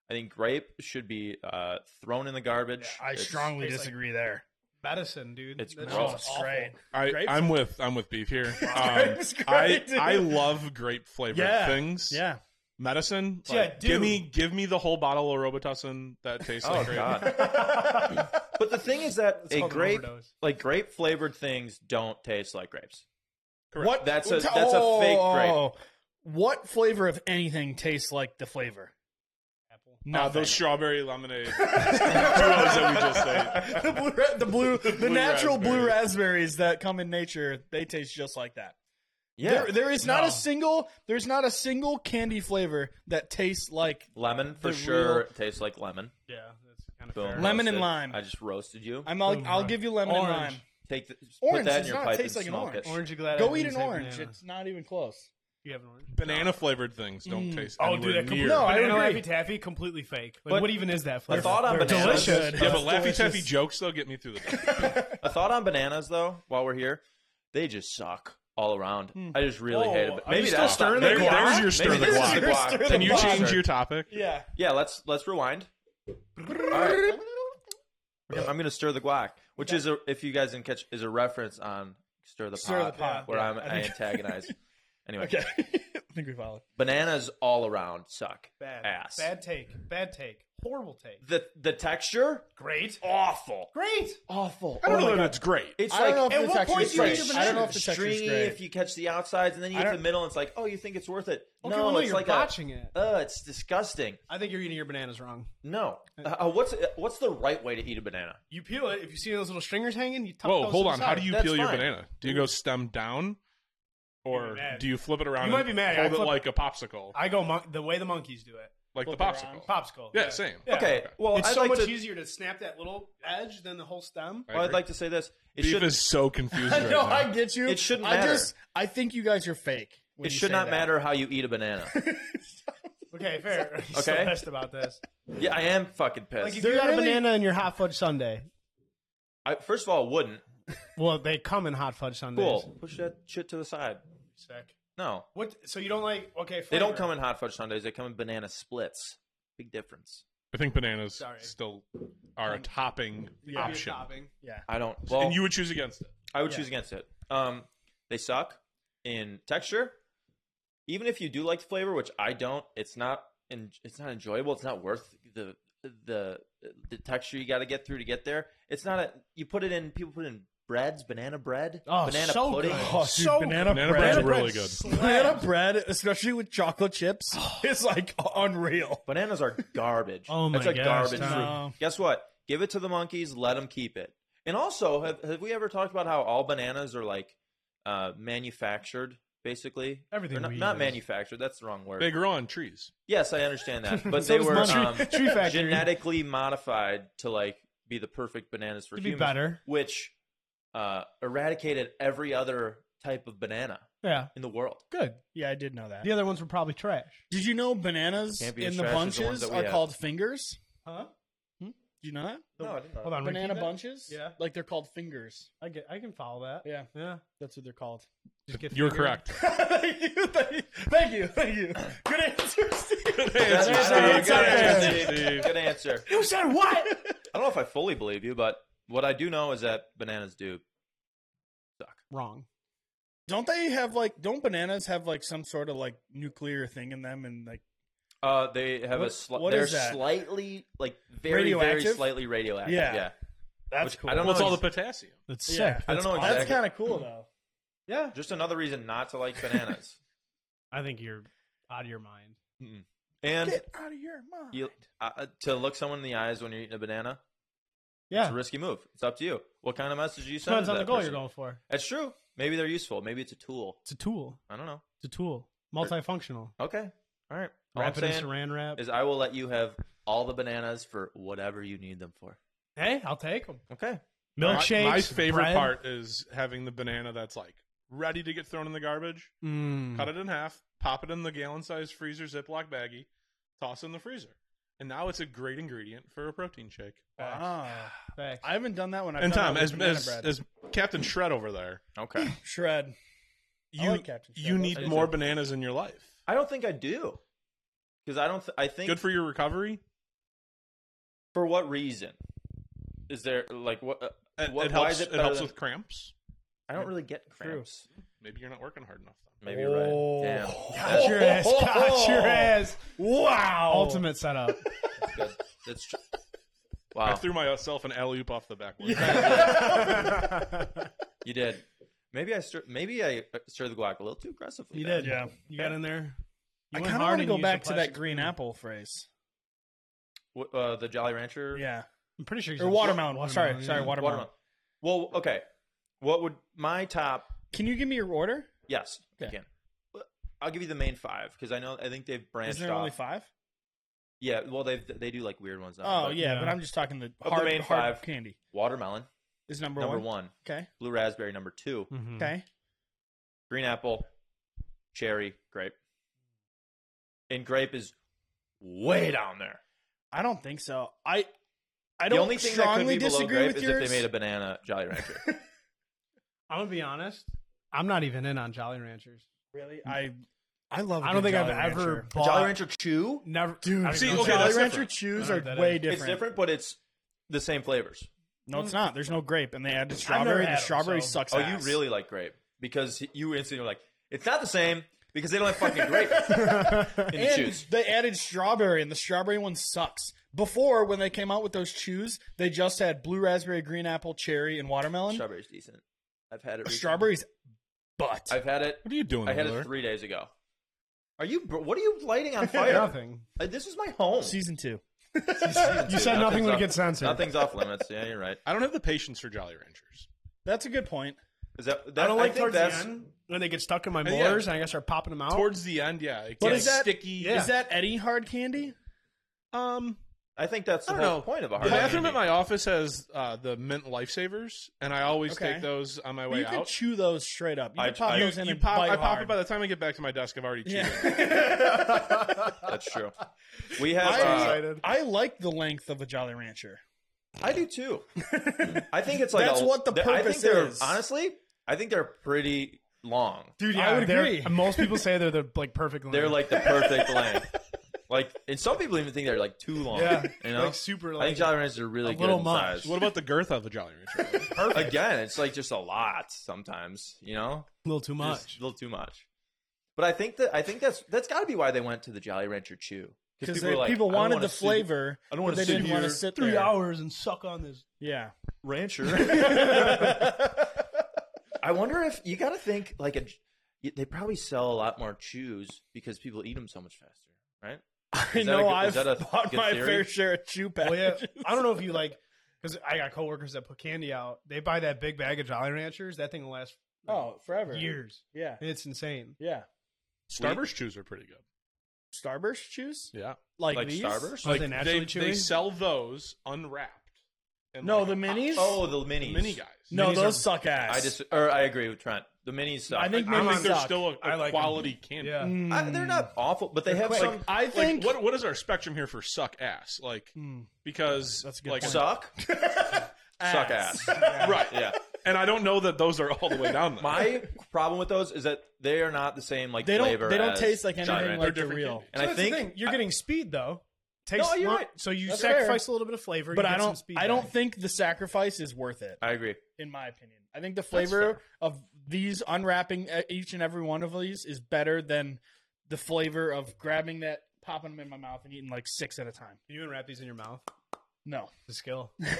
Speaker 2: I think grape should be uh, thrown in the garbage.
Speaker 3: Yeah,
Speaker 4: I
Speaker 2: It's-
Speaker 4: strongly
Speaker 3: Tastes like-
Speaker 4: disagree there.
Speaker 3: Medicine, dude.
Speaker 2: It's
Speaker 3: That
Speaker 2: gross.
Speaker 3: shit's awful.
Speaker 4: Great.
Speaker 5: I,
Speaker 4: Grapes?
Speaker 5: I'm with I'm with beef here.
Speaker 4: <laughs>
Speaker 5: Um,
Speaker 4: Grape's great,
Speaker 5: I
Speaker 4: dude.
Speaker 5: I love grape flavored
Speaker 4: Yeah.
Speaker 5: things.
Speaker 4: Yeah.
Speaker 5: medicine.
Speaker 3: Yeah,
Speaker 5: like, give
Speaker 3: dude.
Speaker 5: me give me the whole bottle of Robitussin that tastes
Speaker 2: Oh
Speaker 5: like grape.
Speaker 2: god.
Speaker 4: <laughs>
Speaker 2: but the thing is that
Speaker 3: It's
Speaker 2: a
Speaker 3: called an
Speaker 2: grape,
Speaker 3: overdose.
Speaker 2: like grape flavored things, don't taste like grapes.
Speaker 5: Correct.
Speaker 4: What?
Speaker 2: That's a-
Speaker 4: what-
Speaker 2: that's a fake grape.
Speaker 4: oh. What flavor of anything tastes like the flavor?
Speaker 3: Apple.
Speaker 5: Uh,
Speaker 4: Nothing.
Speaker 5: those strawberry lemonade duos that we just
Speaker 4: <laughs>
Speaker 5: ate.
Speaker 4: the blue, ra-
Speaker 2: <laughs>
Speaker 4: the blue, the,
Speaker 5: blue
Speaker 4: natural blue
Speaker 5: raspberry.
Speaker 4: raspberries that come in nature, they taste just like that.
Speaker 2: Yeah,
Speaker 4: There, there is not
Speaker 3: No.
Speaker 4: a single, there's not a single candy flavor that tastes like
Speaker 2: lemon for
Speaker 4: The
Speaker 2: sure
Speaker 4: real-
Speaker 2: tastes like lemon.
Speaker 3: Yeah, that's kind of
Speaker 2: Boom.
Speaker 3: fair.
Speaker 4: Lemon and
Speaker 2: Roasted.
Speaker 4: lime.
Speaker 2: I just roasted you.
Speaker 4: I'm. I'll,
Speaker 3: Boom,
Speaker 4: I'll
Speaker 3: right.
Speaker 4: give you lemon
Speaker 3: Orange.
Speaker 4: and lime.
Speaker 2: Take the, put
Speaker 4: Orange
Speaker 2: that in
Speaker 4: does
Speaker 2: your
Speaker 4: not
Speaker 2: pipe and
Speaker 4: taste like an
Speaker 2: smoke
Speaker 4: orange.
Speaker 2: it.
Speaker 3: Orange. you Glad I
Speaker 4: Go
Speaker 3: didn't
Speaker 4: eat an
Speaker 3: say
Speaker 4: orange.
Speaker 3: banana.
Speaker 4: It's not even close.
Speaker 3: You have an orange.
Speaker 5: Banana flavored things
Speaker 2: Mm.
Speaker 5: don't taste.
Speaker 3: Oh,
Speaker 5: anywhere
Speaker 3: dude, that
Speaker 5: near.
Speaker 3: completely,
Speaker 4: No, I
Speaker 3: banana
Speaker 4: agree.
Speaker 3: Laffy Taffy completely fake. Like,
Speaker 2: But
Speaker 3: what even is that flavor?
Speaker 2: thought on
Speaker 3: They're
Speaker 2: bananas-
Speaker 3: delicious.
Speaker 5: yeah, but
Speaker 4: That's
Speaker 5: Laffy
Speaker 4: delicious.
Speaker 5: Taffy jokes though get me through the <laughs> day.
Speaker 2: A thought on bananas though, while we're here, they just suck all around.
Speaker 4: Hmm.
Speaker 2: I just really
Speaker 3: Oh,
Speaker 2: hate it. But
Speaker 3: are you
Speaker 2: Maybe
Speaker 3: still
Speaker 2: that's
Speaker 3: stirring
Speaker 2: not,
Speaker 5: the
Speaker 2: maybe
Speaker 5: guac?
Speaker 2: that's-
Speaker 5: There's your
Speaker 2: maybe this
Speaker 5: stir the
Speaker 2: is
Speaker 5: guac.
Speaker 2: your
Speaker 4: Stir the
Speaker 2: Can
Speaker 5: Can you
Speaker 4: guac.
Speaker 5: change your topic?
Speaker 4: Yeah.
Speaker 2: Yeah, let's let's rewind. All
Speaker 3: <laughs>
Speaker 2: right. Okay, I'm gonna stir the guac, which is a if you guys didn't catch is a reference on stir the pot,
Speaker 4: Stir the pot,
Speaker 2: where
Speaker 4: yeah,
Speaker 2: I'm
Speaker 4: I
Speaker 2: I
Speaker 4: think-
Speaker 2: antagonize.
Speaker 4: <laughs>
Speaker 2: anyway,
Speaker 4: Okay. I think we followed.
Speaker 2: bananas all around suck
Speaker 3: Bad.
Speaker 2: ass.
Speaker 3: Bad take. Bad take. Horrible take.
Speaker 2: The the texture
Speaker 3: Great.
Speaker 2: awful.
Speaker 3: Great.
Speaker 4: Awful.
Speaker 5: I don't
Speaker 4: Oh my
Speaker 5: know if
Speaker 4: God.
Speaker 5: that's great.
Speaker 2: It's
Speaker 4: I don't
Speaker 2: like
Speaker 4: know if
Speaker 3: At
Speaker 4: the
Speaker 3: what
Speaker 4: texture's
Speaker 3: point do you
Speaker 4: great.
Speaker 3: eat a
Speaker 4: I don't know
Speaker 3: banana?
Speaker 4: if the texture's
Speaker 2: stringy.
Speaker 4: great.
Speaker 2: If you catch the outsides and then you
Speaker 4: I
Speaker 2: hit the
Speaker 4: don't-
Speaker 2: middle, it's like oh you think it's worth it.
Speaker 3: Okay,
Speaker 2: no,
Speaker 3: well, no,
Speaker 2: it's
Speaker 3: you're
Speaker 2: like
Speaker 3: botching it.
Speaker 2: a, uh, it's disgusting.
Speaker 3: I think you're eating your bananas wrong.
Speaker 2: No. Uh, uh, what's what's the right way to eat a banana?
Speaker 3: You peel it. If you see those little stringers hanging, you tuck
Speaker 5: Whoa,
Speaker 3: those
Speaker 5: hold
Speaker 3: to the
Speaker 5: on. How
Speaker 3: side.
Speaker 5: do you
Speaker 2: That's
Speaker 5: peel your
Speaker 2: fine.
Speaker 5: banana? Do you go stem down,
Speaker 3: You'd
Speaker 5: or
Speaker 3: be mad.
Speaker 5: do you flip it around?
Speaker 3: You might
Speaker 5: and
Speaker 3: be mad. I
Speaker 5: Hold it
Speaker 3: flip-
Speaker 5: like a popsicle,
Speaker 3: I go mon- the way the monkeys do it.
Speaker 5: like the
Speaker 4: Flip it around.
Speaker 5: popsicle.
Speaker 3: Popsicle.
Speaker 5: Yeah, same.
Speaker 2: Okay, well
Speaker 3: it's
Speaker 2: I'd
Speaker 3: so
Speaker 2: like
Speaker 3: much
Speaker 2: to,
Speaker 3: easier to snap that little edge than the whole stem.
Speaker 5: I
Speaker 2: well, I'd
Speaker 5: agree.
Speaker 2: like to say this. It
Speaker 5: Beef
Speaker 2: should
Speaker 5: is so
Speaker 2: <laughs>
Speaker 5: confused.
Speaker 4: I
Speaker 5: right
Speaker 4: know.
Speaker 5: now.
Speaker 4: I get you.
Speaker 2: It shouldn't
Speaker 4: I
Speaker 2: matter.
Speaker 4: just. I think you guys are fake. when
Speaker 2: it
Speaker 4: you
Speaker 2: should
Speaker 4: say
Speaker 2: not
Speaker 4: that.
Speaker 2: matter how you eat a banana.
Speaker 3: Look Okay, fair. <laughs> He's
Speaker 2: Okay.
Speaker 3: so pissed about this.
Speaker 2: Yeah, I am fucking
Speaker 3: Like
Speaker 2: pissed.
Speaker 3: if you got
Speaker 4: really-
Speaker 3: a banana in your hot fudge sundae,
Speaker 2: I, first of all, I wouldn't.
Speaker 3: well, they come in hot fudge sundaes.
Speaker 2: Cool. Push that shit to the side.
Speaker 3: Sick.
Speaker 2: No,
Speaker 3: What? So you don't like? Okay,
Speaker 2: they don't
Speaker 3: flavor.
Speaker 2: come in hot fudge sundaes. They come in banana splits. Big difference.
Speaker 5: I think bananas
Speaker 3: Sorry.
Speaker 5: still are a topping
Speaker 3: Yeah.
Speaker 5: option,
Speaker 3: Yeah.
Speaker 2: I don't. Well,
Speaker 5: and you would choose against it.
Speaker 2: I would
Speaker 3: Yeah.
Speaker 2: choose against it. Um, they suck in texture. Even if you do like the flavor, which I don't, it's not en- it's not enjoyable. It's not worth the the the texture you got to get through to get there. It's not a you put it in. People put in breads, banana bread,
Speaker 3: Oh,
Speaker 2: banana
Speaker 3: so
Speaker 2: pudding.
Speaker 3: good.
Speaker 4: Oh, dude,
Speaker 3: So
Speaker 4: banana,
Speaker 5: Banana
Speaker 4: bread.
Speaker 5: bread's really
Speaker 4: <laughs>
Speaker 5: good.
Speaker 4: Banana bread, especially with
Speaker 3: <laughs>
Speaker 4: chocolate <gasps> chips, is like unreal.
Speaker 2: <laughs> Bananas are garbage.
Speaker 3: Oh
Speaker 2: That's
Speaker 3: my
Speaker 2: a
Speaker 3: gosh,
Speaker 2: garbage
Speaker 3: Tom.
Speaker 2: fruit.
Speaker 4: No.
Speaker 2: Guess what? Give it to the monkeys. Let them keep it. And also, have, have we ever talked about how all bananas are like uh, manufactured? Basically,
Speaker 3: Everything
Speaker 2: They're not,
Speaker 3: we
Speaker 2: not
Speaker 3: eat is.
Speaker 2: manufactured. That's the wrong word.
Speaker 5: They grow on trees.
Speaker 2: Yes, I understand
Speaker 4: <laughs>
Speaker 2: that, but
Speaker 4: So
Speaker 2: they
Speaker 4: does
Speaker 2: were
Speaker 4: mine.
Speaker 2: um,
Speaker 3: Tree factory.
Speaker 2: genetically modified to like be the perfect bananas for
Speaker 3: To be
Speaker 2: humans,
Speaker 3: better.
Speaker 2: which uh, eradicated every other type of banana
Speaker 3: Yeah.
Speaker 2: in the world.
Speaker 3: Good.
Speaker 4: Yeah, I did know that.
Speaker 3: The other ones were probably trash.
Speaker 4: Did you know bananas
Speaker 2: Can't be as
Speaker 4: in
Speaker 2: trash as
Speaker 4: the
Speaker 2: the ones
Speaker 4: bunches
Speaker 2: that we
Speaker 4: are
Speaker 2: have.
Speaker 4: called fingers?
Speaker 3: Huh?
Speaker 4: Do you know that?
Speaker 2: No, I didn't know.
Speaker 3: Hold on.
Speaker 4: Banana
Speaker 3: repeat that?
Speaker 4: bunches?
Speaker 3: Yeah.
Speaker 4: Like they're called fingers.
Speaker 3: I get. I can follow that.
Speaker 4: Yeah,
Speaker 3: Yeah.
Speaker 4: that's what
Speaker 2: <laughs>
Speaker 4: they're called.
Speaker 3: Just get
Speaker 5: You're
Speaker 3: figured.
Speaker 4: <laughs>
Speaker 5: correct.
Speaker 4: thank, you, thank you. Thank you. Thank you. Good answer,
Speaker 5: <laughs>
Speaker 4: Steve.
Speaker 2: That's
Speaker 5: Answer,
Speaker 2: not a
Speaker 5: Steve.
Speaker 2: Good answer,
Speaker 5: Answer,
Speaker 2: Steve. Good answer.
Speaker 4: You said what?
Speaker 2: I don't know if I fully believe you, but what I do know is that bananas do.
Speaker 3: Wrong.
Speaker 4: Don't they have like don't bananas have like some sort of like nuclear thing in them and like
Speaker 2: Uh, they have a
Speaker 4: What-
Speaker 2: sli-
Speaker 4: what
Speaker 2: they're
Speaker 4: is that?
Speaker 2: slightly like very very
Speaker 4: Radioactive?
Speaker 2: slightly radioactive.
Speaker 4: Yeah.
Speaker 2: yeah.
Speaker 4: that's
Speaker 2: Which I don't
Speaker 5: What's
Speaker 2: know.
Speaker 5: all the potassium?
Speaker 3: That's
Speaker 4: Yeah.
Speaker 3: sick.
Speaker 2: I don't know
Speaker 3: awesome.
Speaker 2: exactly-
Speaker 4: That's kind of cool though.
Speaker 3: Yeah.
Speaker 2: Just another reason not to like
Speaker 4: <laughs>
Speaker 2: bananas.
Speaker 3: I think you're out of your mind.
Speaker 2: and
Speaker 4: Get out of your mind.
Speaker 2: You, uh, uh, to look someone in the eyes when you're eating a banana, it's
Speaker 3: Yeah.
Speaker 2: a risky move. It's up to you. What kind of message you send?
Speaker 3: Depends
Speaker 2: to
Speaker 3: on
Speaker 2: that
Speaker 3: the goal
Speaker 2: person?
Speaker 3: you're going for.
Speaker 2: That's true. Maybe they're useful. Maybe it's a tool.
Speaker 3: It's a tool.
Speaker 2: I don't know.
Speaker 3: It's a tool. Multifunctional.
Speaker 2: Okay. All right. All
Speaker 3: Wrap it
Speaker 2: I'm
Speaker 3: in
Speaker 2: saying
Speaker 3: saran wrap.
Speaker 2: is I will let you have all the bananas for whatever you need them for.
Speaker 3: Hey, I'll take them.
Speaker 2: Okay.
Speaker 3: Milkshakes.
Speaker 5: My, my favorite
Speaker 3: bread.
Speaker 5: part is having the banana that's like ready to get thrown in the garbage.
Speaker 3: Mm.
Speaker 5: Cut it in half, pop it in the gallon-sized freezer Ziploc baggie, toss it in the freezer, and now it's a great ingredient for a protein shake.
Speaker 4: Wow.
Speaker 2: <laughs>
Speaker 3: Thanks.
Speaker 4: Ah, I haven't done that one. I've
Speaker 5: and
Speaker 4: done
Speaker 5: Tom,
Speaker 4: that with
Speaker 5: as
Speaker 4: banana
Speaker 5: as, as Captain Shred over there,
Speaker 3: <laughs>
Speaker 2: Okay.
Speaker 4: shred. I
Speaker 5: you
Speaker 4: like Captain Shred.
Speaker 5: you
Speaker 4: Those
Speaker 5: need
Speaker 2: are
Speaker 5: more
Speaker 2: good.
Speaker 5: bananas in your life.
Speaker 2: I don't think I do. Because I don't. Th- I think
Speaker 5: Good for your recovery.
Speaker 2: for what reason? Is there like what? Uh,
Speaker 5: It,
Speaker 2: what
Speaker 5: it
Speaker 2: why
Speaker 5: helps.
Speaker 2: is it
Speaker 5: It,
Speaker 2: better
Speaker 5: helps
Speaker 2: than-
Speaker 5: with cramps.
Speaker 2: I don't really get
Speaker 4: True.
Speaker 2: cramps.
Speaker 5: Maybe you're not working hard enough. Then.
Speaker 2: Maybe you're right. Damn.
Speaker 3: Oh. Got your ass. Got
Speaker 2: Oh. <laughs>
Speaker 3: your ass.
Speaker 4: Wow.
Speaker 3: Ultimate setup.
Speaker 2: That's good. That's true.
Speaker 5: I
Speaker 2: Wow.
Speaker 5: threw myself an alley oop off
Speaker 4: <laughs>
Speaker 5: the backboard.
Speaker 2: You did. Maybe I stir, maybe I stirred the guac a little too aggressively.
Speaker 3: You
Speaker 2: then.
Speaker 3: did.
Speaker 4: Yeah.
Speaker 3: <laughs> You got in there. You
Speaker 4: I
Speaker 3: went
Speaker 4: kind of
Speaker 3: hard
Speaker 4: want to
Speaker 3: and
Speaker 4: go
Speaker 3: used a
Speaker 4: back to that
Speaker 3: plastic
Speaker 4: green
Speaker 3: spoon.
Speaker 4: apple phrase.
Speaker 2: Wh- Uh, the Jolly Rancher.
Speaker 4: Yeah.
Speaker 3: I'm pretty sure. you
Speaker 4: Or
Speaker 3: said-
Speaker 4: watermelon. sorry,
Speaker 3: yeah.
Speaker 4: sorry, watermelon.
Speaker 2: Watermelon. Well, okay. What would my top?
Speaker 4: Can you give me your order?
Speaker 2: Yes, I
Speaker 4: Okay.
Speaker 2: can. I'll give you the main five because I know I think they've branched
Speaker 4: Is there
Speaker 2: off.
Speaker 4: only five?
Speaker 2: Yeah. Well, they they do like weird ones. Now,
Speaker 4: Oh
Speaker 2: but
Speaker 4: yeah,
Speaker 3: Yeah.
Speaker 4: but I'm just talking the
Speaker 2: the
Speaker 4: hard,
Speaker 2: main
Speaker 4: hard
Speaker 2: five.
Speaker 4: candy
Speaker 2: Watermelon
Speaker 4: is number,
Speaker 2: number
Speaker 4: one. Hmm.
Speaker 2: one.
Speaker 4: Okay.
Speaker 2: Blue raspberry number two.
Speaker 3: Mhm.
Speaker 4: Okay.
Speaker 2: Green apple. Cherry. Grape. And grape is way down there.
Speaker 4: I don't think so. I I
Speaker 2: The
Speaker 4: don't
Speaker 2: only thing that could
Speaker 4: strongly
Speaker 2: be below
Speaker 4: disagree
Speaker 2: grape
Speaker 4: with
Speaker 2: is
Speaker 4: yours.
Speaker 2: if they made a banana Jolly Rancher.
Speaker 3: I'm gonna be honest. I'm not even in on Jolly Ranchers. <laughs>
Speaker 4: really, I I love. a
Speaker 3: I don't
Speaker 4: good
Speaker 3: think I've
Speaker 4: Jolly
Speaker 3: ever
Speaker 4: Rancher.
Speaker 3: bought.
Speaker 2: Jolly Rancher Chew.
Speaker 3: Never,
Speaker 4: Dude,
Speaker 3: I don't
Speaker 5: see,
Speaker 3: even know
Speaker 5: okay,
Speaker 3: Jolly
Speaker 4: Jolly
Speaker 5: that's
Speaker 3: Rancher-
Speaker 4: Rancher
Speaker 5: different.
Speaker 3: I
Speaker 4: chews
Speaker 3: don't
Speaker 4: are
Speaker 3: know what that
Speaker 4: way
Speaker 3: is.
Speaker 4: different.
Speaker 2: It's
Speaker 4: <laughs>
Speaker 2: different, but it's the same flavors.
Speaker 4: No, it's not. There's no grape, and they added
Speaker 3: never
Speaker 4: strawberry.
Speaker 3: had
Speaker 4: The
Speaker 3: 'em,
Speaker 4: strawberry
Speaker 3: so-
Speaker 4: sucks.
Speaker 2: Oh, you
Speaker 4: ass.
Speaker 2: really like grape because you instantly were like, it's not the same because they don't have <laughs> fucking grape in the
Speaker 4: and
Speaker 2: shoes.
Speaker 4: they added strawberry, and the strawberry one sucks. Before, when they came out with those chews, they just had blue raspberry, green apple, cherry, and watermelon.
Speaker 2: Strawberry's decent. I've had it. Recently.
Speaker 4: Strawberries, butt.
Speaker 2: I've had it.
Speaker 5: What are you doing?
Speaker 2: I had
Speaker 5: over
Speaker 2: it
Speaker 5: there?
Speaker 2: three days ago. Are you? br- What are you lighting <laughs> on fire?
Speaker 3: Nothing.
Speaker 2: Uh, this is my home. <laughs>
Speaker 4: Season two.
Speaker 3: You said nothing would get censored.
Speaker 2: Nothing's off limits. Yeah, you're right.
Speaker 5: I don't have the patience for Jolly Ranchers.
Speaker 4: That's a good point.
Speaker 2: Is that, that
Speaker 3: I don't like
Speaker 2: think
Speaker 3: towards the
Speaker 2: that's,
Speaker 3: end when they get stuck in my
Speaker 5: Yeah.
Speaker 3: molars and I gotta start popping them out.
Speaker 5: Towards the end, yeah, it
Speaker 4: But
Speaker 5: gets
Speaker 4: is that-
Speaker 5: sticky.
Speaker 3: Yeah.
Speaker 4: Is that Eddie hard candy?
Speaker 5: Um,
Speaker 2: I think that's the
Speaker 5: I
Speaker 2: whole
Speaker 5: don't know.
Speaker 2: point of a
Speaker 5: The
Speaker 2: hard
Speaker 5: bathroom at
Speaker 2: candy.
Speaker 5: my office has uh, the mint lifesavers, and I always
Speaker 4: Okay.
Speaker 5: take those on my way
Speaker 4: You can
Speaker 5: out.
Speaker 4: chew those straight up. You
Speaker 2: I-
Speaker 4: can pop
Speaker 2: I-
Speaker 4: those in
Speaker 5: You
Speaker 4: and
Speaker 5: pop,
Speaker 4: bite
Speaker 5: I pop
Speaker 4: hard.
Speaker 5: it by the time I get back to my desk. I've already chewed. it.
Speaker 4: <laughs> yeah.
Speaker 2: That's true. We have.
Speaker 4: I-
Speaker 2: uh,
Speaker 3: Excited.
Speaker 4: I like the length of a Jolly Rancher.
Speaker 2: I do
Speaker 3: <laughs>
Speaker 2: too. I think it's like
Speaker 4: That's
Speaker 2: a-
Speaker 4: what the
Speaker 2: th- I think
Speaker 4: purpose
Speaker 2: they're-
Speaker 4: is.
Speaker 2: Honestly, I think they're pretty long.
Speaker 3: Dude,
Speaker 4: I
Speaker 3: yeah,
Speaker 4: would
Speaker 3: they're-
Speaker 4: agree.
Speaker 3: Most people say they're the like perfect. Length.
Speaker 2: They're like the perfect length. Like, and some people even think they're like too long.
Speaker 3: yeah,
Speaker 2: you know.
Speaker 3: like super
Speaker 2: I think
Speaker 3: like.
Speaker 2: Jolly Ranchers are really
Speaker 3: a
Speaker 2: good
Speaker 3: little
Speaker 2: in
Speaker 3: much.
Speaker 2: size.
Speaker 5: What about the girth of a Jolly <laughs> Rancher?
Speaker 3: perfect.
Speaker 2: Again, it's like just a lot sometimes. You know,
Speaker 3: a little too
Speaker 2: Just a little too much. But I think that I think that's that's got to be why they went to the Jolly Rancher Chew
Speaker 4: Because
Speaker 2: were
Speaker 4: people,
Speaker 2: like, "I don't
Speaker 4: wanted
Speaker 2: wanna
Speaker 4: the
Speaker 2: sit-
Speaker 4: flavor.
Speaker 2: I don't
Speaker 4: but
Speaker 2: want
Speaker 4: they
Speaker 2: to sit
Speaker 4: didn't want to
Speaker 2: here,
Speaker 4: sit
Speaker 3: Three
Speaker 4: there.
Speaker 3: hours and suck on this.
Speaker 4: Yeah.
Speaker 2: Rancher. <laughs> I wonder if you got to think like a. y- They probably sell a lot more chews because people eat them so much faster, right?
Speaker 4: I
Speaker 2: Is that a
Speaker 4: know
Speaker 2: good-
Speaker 4: I've
Speaker 2: is that
Speaker 3: <laughs>
Speaker 2: a
Speaker 4: <laughs> bought
Speaker 2: good
Speaker 4: my
Speaker 2: theory?
Speaker 4: fair share of chew
Speaker 3: Well, yeah,
Speaker 4: packages.
Speaker 3: I don't know if you like <laughs> because I got coworkers that put candy out. They buy that big bag of Jolly Ranchers. That thing will last
Speaker 4: Oh, forever.
Speaker 3: years.
Speaker 4: Yeah.
Speaker 3: It's insane.
Speaker 4: Yeah.
Speaker 5: Starburst chews are pretty good.
Speaker 4: Starburst chews?
Speaker 5: Yeah,
Speaker 4: Like,
Speaker 2: Like
Speaker 4: these?
Speaker 2: Starburst?
Speaker 3: Are they
Speaker 5: Like,
Speaker 3: naturally
Speaker 5: they,
Speaker 3: chewy?
Speaker 5: they sell those unwrapped. and,
Speaker 4: No,
Speaker 5: like,
Speaker 4: the
Speaker 5: a pop.
Speaker 4: minis?
Speaker 2: Oh, the
Speaker 5: The
Speaker 2: minis.
Speaker 5: mini guys.
Speaker 4: No,
Speaker 3: Minis
Speaker 4: those
Speaker 3: are-
Speaker 4: suck ass.
Speaker 2: I just or I agree with Trent. The minis suck.
Speaker 4: I think
Speaker 5: I
Speaker 4: minis
Speaker 5: think they're
Speaker 4: suck.
Speaker 5: still a,
Speaker 3: I
Speaker 5: a
Speaker 3: like 'em.
Speaker 5: quality candy.
Speaker 3: Yeah.
Speaker 2: I- they're
Speaker 4: Mm.
Speaker 2: not awful, but they
Speaker 3: They're
Speaker 2: have
Speaker 3: quick.
Speaker 2: some
Speaker 4: I
Speaker 5: Like,
Speaker 4: think.
Speaker 5: what what is our spectrum here for suck ass? Like
Speaker 4: Mm.
Speaker 5: because
Speaker 4: That's a good
Speaker 5: like
Speaker 4: point. <laughs>
Speaker 2: suck, suck ass.
Speaker 5: right.
Speaker 2: Yeah.
Speaker 5: And I don't know that those are all the way down <laughs> there.
Speaker 2: My problem with those is that they are not the same like
Speaker 4: They
Speaker 2: flavor.
Speaker 4: don't. They don't
Speaker 2: as
Speaker 4: taste like
Speaker 2: Jolly
Speaker 4: anything
Speaker 2: Rancher.
Speaker 4: like the
Speaker 5: different
Speaker 4: real.
Speaker 2: and
Speaker 3: So
Speaker 2: I
Speaker 3: that's the
Speaker 2: think
Speaker 3: thing. you're getting speed though. Takes
Speaker 2: No, you're
Speaker 3: lo-
Speaker 2: right.
Speaker 3: So you
Speaker 4: That's
Speaker 3: sacrifice a little bit of flavor.
Speaker 4: But
Speaker 3: you
Speaker 4: I
Speaker 3: get some
Speaker 4: don't.
Speaker 3: Speed
Speaker 4: I don't
Speaker 3: back.
Speaker 4: think the sacrifice is worth it,
Speaker 2: I agree.
Speaker 4: in my opinion. I think the flavor
Speaker 2: fair.
Speaker 4: of these unwrapping uh, each and every one of these is better than the flavor of grabbing that, popping them in my mouth, and eating like six at a time.
Speaker 3: Can you unwrap these in your mouth?
Speaker 4: No.
Speaker 3: The <laughs> skill.
Speaker 2: That's
Speaker 4: I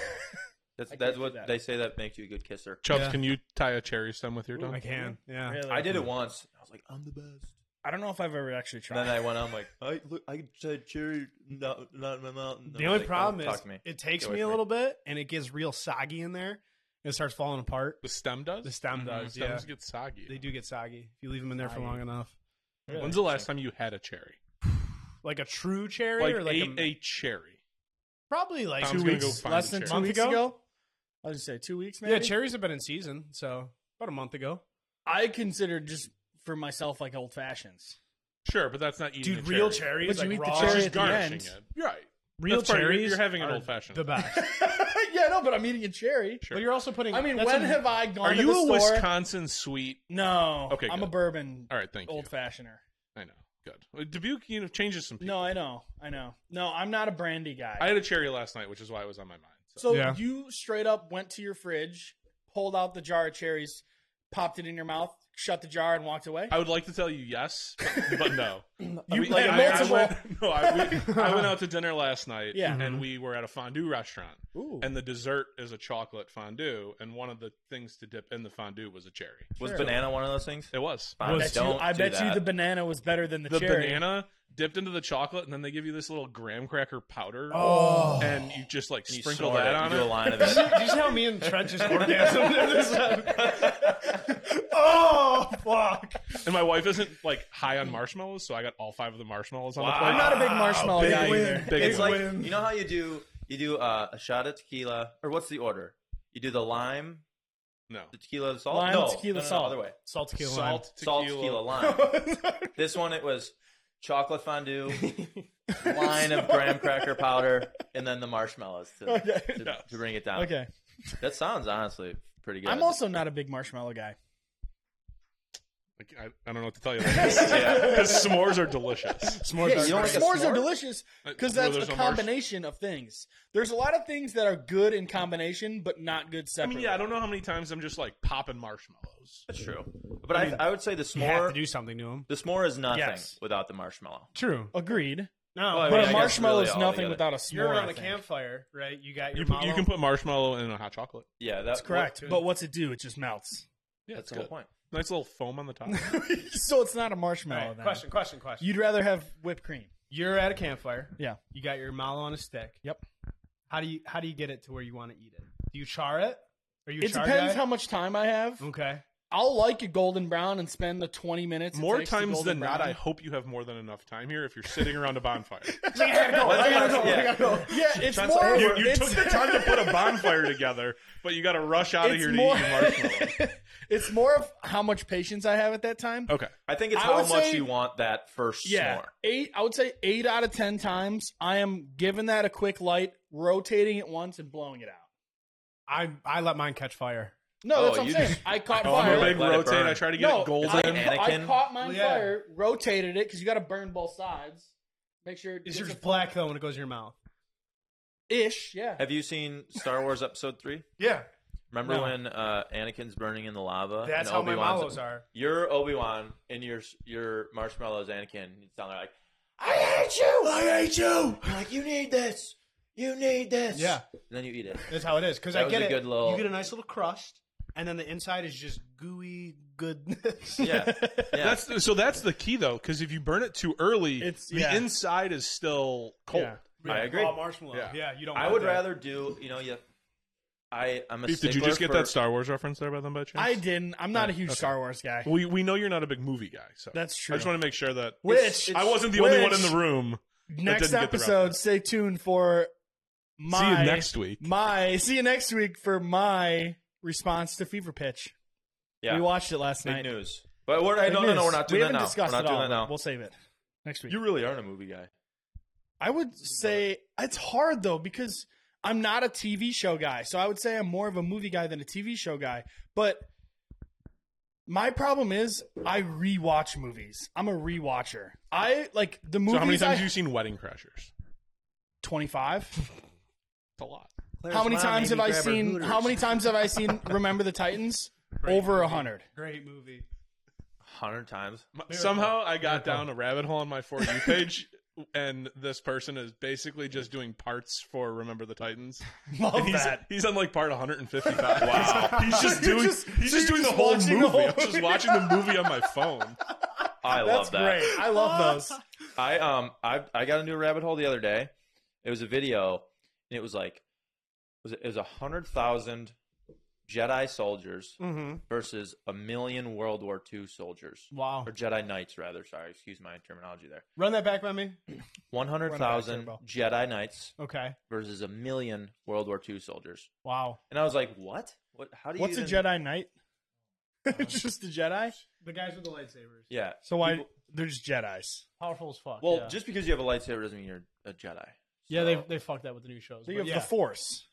Speaker 2: that's
Speaker 4: can't do
Speaker 2: what
Speaker 4: that.
Speaker 2: they say that makes you a good kisser.
Speaker 5: Chubbs,
Speaker 3: Yeah.
Speaker 5: can you tie a cherry stem with your tongue?
Speaker 3: I can. Yeah.
Speaker 4: Really.
Speaker 2: I did it once. I was like, I'm the best.
Speaker 4: I don't know if I've ever actually
Speaker 2: And then
Speaker 4: tried.
Speaker 2: I went on like, I look, I said cherry, not not in my mountain.
Speaker 3: The only
Speaker 5: oh,
Speaker 3: problem is
Speaker 2: "Oh, talk to me.
Speaker 3: it takes
Speaker 2: Get away
Speaker 3: me a
Speaker 2: from me.
Speaker 3: little bit and it gets real soggy in there and it starts falling apart.
Speaker 5: The stem does. Mm-hmm.
Speaker 3: The stem
Speaker 2: Mhm.
Speaker 3: does. Yeah.
Speaker 5: stems get soggy.
Speaker 3: They do get soggy if you leave them in there for long enough.
Speaker 5: When's the last time you had a cherry?
Speaker 3: Like a true cherry
Speaker 5: Like,
Speaker 3: or like
Speaker 5: ate
Speaker 3: a,
Speaker 5: a, cherry.
Speaker 3: probably like
Speaker 5: Tom's gonna go find
Speaker 4: Less
Speaker 5: a
Speaker 4: than
Speaker 5: cherry.
Speaker 4: two
Speaker 3: Month
Speaker 4: weeks
Speaker 3: ago?
Speaker 4: ago. I was gonna say two weeks, maybe.
Speaker 3: Yeah, cherries have been in season, so about a month ago.
Speaker 4: I considered just for myself like old fashions.
Speaker 5: Sure, but that's not eating.
Speaker 3: Dude,
Speaker 5: a
Speaker 3: real
Speaker 5: cherry.
Speaker 3: cherries,
Speaker 4: But
Speaker 3: like
Speaker 4: you eat the
Speaker 3: raw,
Speaker 5: It's
Speaker 4: cherry
Speaker 5: just
Speaker 4: at the end.
Speaker 5: garnishing it. You're right.
Speaker 3: real
Speaker 5: That's part of-
Speaker 3: cherries.
Speaker 5: you're- you're having an
Speaker 3: are
Speaker 5: old-fashioned.
Speaker 3: The best.
Speaker 4: <laughs> yeah, no, but I'm eating a cherry.
Speaker 5: Sure.
Speaker 3: But you're also putting.
Speaker 4: I mean,
Speaker 3: that's
Speaker 4: when
Speaker 3: a-
Speaker 4: have I gone
Speaker 5: Are
Speaker 4: to
Speaker 5: you
Speaker 4: the
Speaker 5: a
Speaker 4: store?
Speaker 5: Wisconsin sweet?
Speaker 4: No.
Speaker 5: Okay,
Speaker 4: I'm
Speaker 5: good.
Speaker 4: a bourbon
Speaker 5: All right, thank you.
Speaker 4: old fashioner.
Speaker 5: I know. Good. Well, Dubuque, you know, changes some people.
Speaker 4: No, I know. I know. No, I'm not a brandy guy.
Speaker 5: I had a cherry last night, which is why it was on my mind. So,
Speaker 4: so
Speaker 3: Yeah.
Speaker 4: you straight up went to your fridge, pulled out the jar of cherries, popped it in your mouth, shut the jar, and walked away?
Speaker 5: I would like to tell you yes, but, but no.
Speaker 4: <clears throat> you
Speaker 5: Like,
Speaker 4: had
Speaker 5: I- I
Speaker 4: multiple.
Speaker 5: went- <laughs> no, I, we, I went out to dinner last night,
Speaker 4: Yeah.
Speaker 5: <laughs>
Speaker 3: Mm-hmm.
Speaker 5: and we were at a fondue restaurant,
Speaker 4: Ooh.
Speaker 5: and the dessert is a chocolate fondue, and one of the things to dip in the fondue was a cherry.
Speaker 2: Was
Speaker 4: Sure.
Speaker 2: banana one of those things?
Speaker 5: It was.
Speaker 2: Fine,
Speaker 4: I bet, you,
Speaker 2: don't
Speaker 4: I
Speaker 2: do
Speaker 4: bet you
Speaker 2: that.
Speaker 4: the banana was better than the,
Speaker 5: The
Speaker 4: cherry.
Speaker 5: banana dipped into the chocolate, and then they give you this little graham cracker powder,
Speaker 3: Oh.
Speaker 5: and you just like
Speaker 2: And you
Speaker 5: sprinkle
Speaker 2: snort
Speaker 5: that
Speaker 2: it,
Speaker 5: on
Speaker 2: you do a
Speaker 5: it.
Speaker 2: line of
Speaker 3: <laughs> Did you,
Speaker 2: it.
Speaker 3: did you see how me and Trent
Speaker 5: <laughs>
Speaker 3: just orgasmed this time? oh fuck!
Speaker 5: And my wife isn't like high on marshmallows, so I got all five of the marshmallows on the
Speaker 2: Wow.
Speaker 5: plate.
Speaker 4: I'm not a big marshmallow
Speaker 2: Oh,
Speaker 3: big
Speaker 4: guy
Speaker 3: win.
Speaker 4: either.
Speaker 5: Big
Speaker 2: It's
Speaker 5: one.
Speaker 2: like
Speaker 3: win.
Speaker 2: you know how you do you do uh, a shot of tequila or what's the order? You do the lime,
Speaker 5: no.
Speaker 2: the tequila, the salt,
Speaker 4: Lime,
Speaker 2: no,
Speaker 4: tequila,
Speaker 2: no, no, no,
Speaker 4: salt.
Speaker 2: other way,
Speaker 3: Salt, tequila, lime.
Speaker 5: Salt,
Speaker 2: salt, tequila,
Speaker 5: <laughs>
Speaker 2: lime. this one it was chocolate fondue, line of graham cracker powder, and then the marshmallows to,
Speaker 4: Okay.
Speaker 2: to,
Speaker 5: Yes.
Speaker 2: to bring it down.
Speaker 4: Okay.
Speaker 2: that sounds honestly pretty good.
Speaker 4: I'm also not a big marshmallow guy.
Speaker 5: Like, I, I don't know what to
Speaker 4: <laughs>
Speaker 5: tell you. Because s'mores are delicious.
Speaker 3: S'mores.
Speaker 2: Yeah,
Speaker 3: are
Speaker 2: you don't like
Speaker 3: great.
Speaker 2: a
Speaker 4: S'mores
Speaker 2: s'more?
Speaker 4: are delicious because
Speaker 5: Where
Speaker 4: that's
Speaker 5: there's
Speaker 4: a
Speaker 5: no marsh-
Speaker 4: combination of things. There's a lot of things that are good in combination, but not good
Speaker 5: I
Speaker 4: separately.
Speaker 5: mean, yeah, I don't know how many times I'm just like popping marshmallows.
Speaker 2: That's true, but I, I, would say the
Speaker 3: You have to
Speaker 2: s'more
Speaker 3: do something to them.
Speaker 2: the s'more is nothing
Speaker 4: Yes.
Speaker 2: without the marshmallow.
Speaker 3: True.
Speaker 4: Agreed.
Speaker 3: No,
Speaker 2: Oh, I mean,
Speaker 4: But
Speaker 2: guess
Speaker 4: a marshmallow
Speaker 2: really
Speaker 4: is
Speaker 2: all
Speaker 4: nothing
Speaker 2: together.
Speaker 4: without a s'more.
Speaker 3: you're around
Speaker 4: I
Speaker 3: the
Speaker 4: think.
Speaker 3: campfire, right? You got
Speaker 5: You,
Speaker 3: your.
Speaker 5: put, you
Speaker 3: mallow.
Speaker 5: can put marshmallow in a hot chocolate.
Speaker 2: Yeah, that,
Speaker 4: That's correct.
Speaker 2: well,
Speaker 4: but what's it do? It just melts. <laughs>
Speaker 5: Yeah,
Speaker 2: that's
Speaker 5: it's
Speaker 2: the whole
Speaker 5: good.
Speaker 2: point.
Speaker 5: Nice little foam on the top.
Speaker 4: so it's not a
Speaker 3: All
Speaker 4: marshmallow.
Speaker 3: right,
Speaker 4: then.
Speaker 3: question, question, question.
Speaker 4: You'd rather have whipped cream.
Speaker 3: You're at a campfire.
Speaker 4: Yeah.
Speaker 3: You got your mallow on a stick.
Speaker 4: Yep.
Speaker 3: How do you how do you get it to where you want to eat it? Do you char it? Are you a
Speaker 4: It
Speaker 3: char
Speaker 4: depends
Speaker 3: guy?
Speaker 4: how much time I
Speaker 3: <laughs>
Speaker 4: have.
Speaker 3: Okay.
Speaker 4: I'll like a golden brown and spend the 20 minutes. it
Speaker 5: More
Speaker 4: takes to
Speaker 5: times
Speaker 4: golden
Speaker 5: than not,
Speaker 4: brown.
Speaker 5: I hope you have more than enough time here if you're sitting around
Speaker 4: <laughs>
Speaker 5: a bonfire.
Speaker 3: Oh,
Speaker 2: I gotta go, I gotta
Speaker 1: go.
Speaker 4: Yeah, it's
Speaker 2: Trans-
Speaker 4: more.
Speaker 5: you you
Speaker 4: it's,
Speaker 5: took
Speaker 4: <laughs>
Speaker 5: the time to put a bonfire together, but you got to rush out of
Speaker 4: It's
Speaker 5: here to
Speaker 4: more-
Speaker 5: eat your
Speaker 4: <laughs>
Speaker 5: marshmallow.
Speaker 4: it's more of how much patience I have at that time.
Speaker 5: Okay.
Speaker 2: I think it's
Speaker 4: I
Speaker 2: how
Speaker 4: would
Speaker 2: much
Speaker 4: say-
Speaker 2: you want that first
Speaker 4: yeah,
Speaker 2: snore.
Speaker 4: eight. I would say eight out of ten times I am giving that a quick light, rotating it once, and blowing it out.
Speaker 3: I I let mine catch fire.
Speaker 4: No,
Speaker 2: Oh,
Speaker 4: that's what I'm
Speaker 2: you
Speaker 4: saying.
Speaker 2: just-
Speaker 4: I caught
Speaker 5: Oh, I'm
Speaker 4: fire.
Speaker 5: a big
Speaker 2: Let it
Speaker 5: rotate.
Speaker 2: burn.
Speaker 5: I try to get
Speaker 4: no,
Speaker 5: it golden.
Speaker 4: I,
Speaker 2: Anakin.
Speaker 4: I caught mine
Speaker 3: Well, yeah.
Speaker 4: fire, rotated it because you got to burn both sides. Make sure it
Speaker 3: Is
Speaker 4: gets
Speaker 3: yours
Speaker 4: a-
Speaker 3: black though when it goes in your mouth?
Speaker 4: ish. Yeah.
Speaker 2: Have you seen Star Wars Episode Three?
Speaker 3: Yeah,
Speaker 2: Remember
Speaker 3: No.
Speaker 2: when uh, Anakin's burning in the lava? and
Speaker 3: that's how my
Speaker 2: Obi-Wan's-
Speaker 3: mallows are.
Speaker 2: You're Obi Wan and your your marshmallows Anakin. It's down there like, I hate you. I hate you. You're like you need this. You need this.
Speaker 3: Yeah.
Speaker 2: And then you eat it.
Speaker 3: That's how it is. Because
Speaker 2: That
Speaker 3: I
Speaker 2: was
Speaker 3: get
Speaker 2: a
Speaker 3: it.
Speaker 2: good little-
Speaker 3: You get a nice little crust, and then the inside is just gooey goodness. <laughs>
Speaker 2: Yeah. Yeah.
Speaker 5: That's so. That's the key though, because if you burn it too early,
Speaker 4: It's-
Speaker 5: the
Speaker 4: yeah.
Speaker 5: inside is still cold.
Speaker 4: Yeah.
Speaker 2: I agree.
Speaker 3: Raw marshmallow.
Speaker 5: Yeah.
Speaker 3: Yeah, you don't.
Speaker 2: I
Speaker 3: want
Speaker 2: would
Speaker 3: that.
Speaker 2: rather do. You know, you. I I'm a
Speaker 5: Beef, did you
Speaker 2: stickler
Speaker 5: just get
Speaker 2: for-
Speaker 5: that Star Wars reference there by them by chance?
Speaker 4: I didn't. I'm not a huge
Speaker 5: Okay.
Speaker 4: Star Wars guy.
Speaker 5: We we know you're not a big movie guy, so
Speaker 4: That's
Speaker 5: I
Speaker 4: true.
Speaker 5: just want to make sure that
Speaker 4: Which-
Speaker 5: I wasn't the only one in the room.
Speaker 4: Next
Speaker 5: didn't get the
Speaker 4: episode,
Speaker 5: reference.
Speaker 4: stay tuned for my
Speaker 5: See you next week.
Speaker 4: my see you next week for my response to fever pitch.
Speaker 2: Yeah.
Speaker 4: We watched it last
Speaker 2: Big
Speaker 4: night.
Speaker 2: news. But we're, no,
Speaker 4: Big
Speaker 2: no, no,
Speaker 4: news.
Speaker 2: we're not doing
Speaker 4: we
Speaker 2: that
Speaker 4: haven't
Speaker 2: now.
Speaker 4: Discussed
Speaker 2: we're not
Speaker 4: it
Speaker 2: doing that
Speaker 4: all.
Speaker 2: now.
Speaker 4: We'll save it next week.
Speaker 2: You really aren't a movie guy.
Speaker 4: I would say it's hard though because I'm not a TV show guy. So I would say I'm more of a movie guy than a TV show guy. But my problem is I rewatch movies. I'm a rewatcher. I like the movies.
Speaker 5: So how many times
Speaker 4: I-
Speaker 5: have you seen Wedding Crashers?
Speaker 4: 25
Speaker 5: It's a lot.
Speaker 4: how many times have i seen how many times have i seen remember the titans over a 100 <laughs>
Speaker 3: Great movie.
Speaker 2: Hundred times.
Speaker 5: Somehow I got down a rabbit hole on my for you page, <laughs> and this person is basically just doing parts for Remember the Titans.
Speaker 4: <laughs> love
Speaker 5: And he's,
Speaker 4: that
Speaker 5: he's on
Speaker 4: <laughs>
Speaker 5: like part 155. Wow. He's just
Speaker 4: You're
Speaker 5: doing
Speaker 4: just-
Speaker 5: he's
Speaker 4: you're
Speaker 5: just doing the
Speaker 4: just
Speaker 5: whole movie.
Speaker 4: watching the whole
Speaker 5: I'm
Speaker 4: <laughs>
Speaker 5: just watching the movie on my phone.
Speaker 2: I love
Speaker 4: that's
Speaker 2: that.
Speaker 4: great i love those
Speaker 2: I um I I got into a rabbit hole the other day. It was a video, and it was like was it, it was a hundred thousand Jedi soldiers
Speaker 3: Mm-hmm.
Speaker 2: versus a million World War II soldiers
Speaker 3: Wow.
Speaker 2: or Jedi Knights rather. Sorry, excuse my terminology there.
Speaker 3: Run that back by me.
Speaker 2: One hundred thousand
Speaker 3: Run
Speaker 2: Jedi Knights
Speaker 3: Okay.
Speaker 2: versus a million World War II soldiers.
Speaker 3: Wow.
Speaker 2: And I was like, what? What? How do you?
Speaker 4: what's a
Speaker 2: even-
Speaker 4: jedi knight just a jedi
Speaker 3: The guys with the lightsabers.
Speaker 2: Yeah.
Speaker 4: so why there's jedis
Speaker 3: Powerful as fuck.
Speaker 2: Well,
Speaker 3: yeah.
Speaker 2: just Oh. because you have a lightsaber doesn't mean you're a Jedi.
Speaker 3: yeah,
Speaker 2: So-
Speaker 3: they they fucked that with the new shows.
Speaker 4: so you
Speaker 3: but
Speaker 4: have
Speaker 3: yeah.
Speaker 4: the force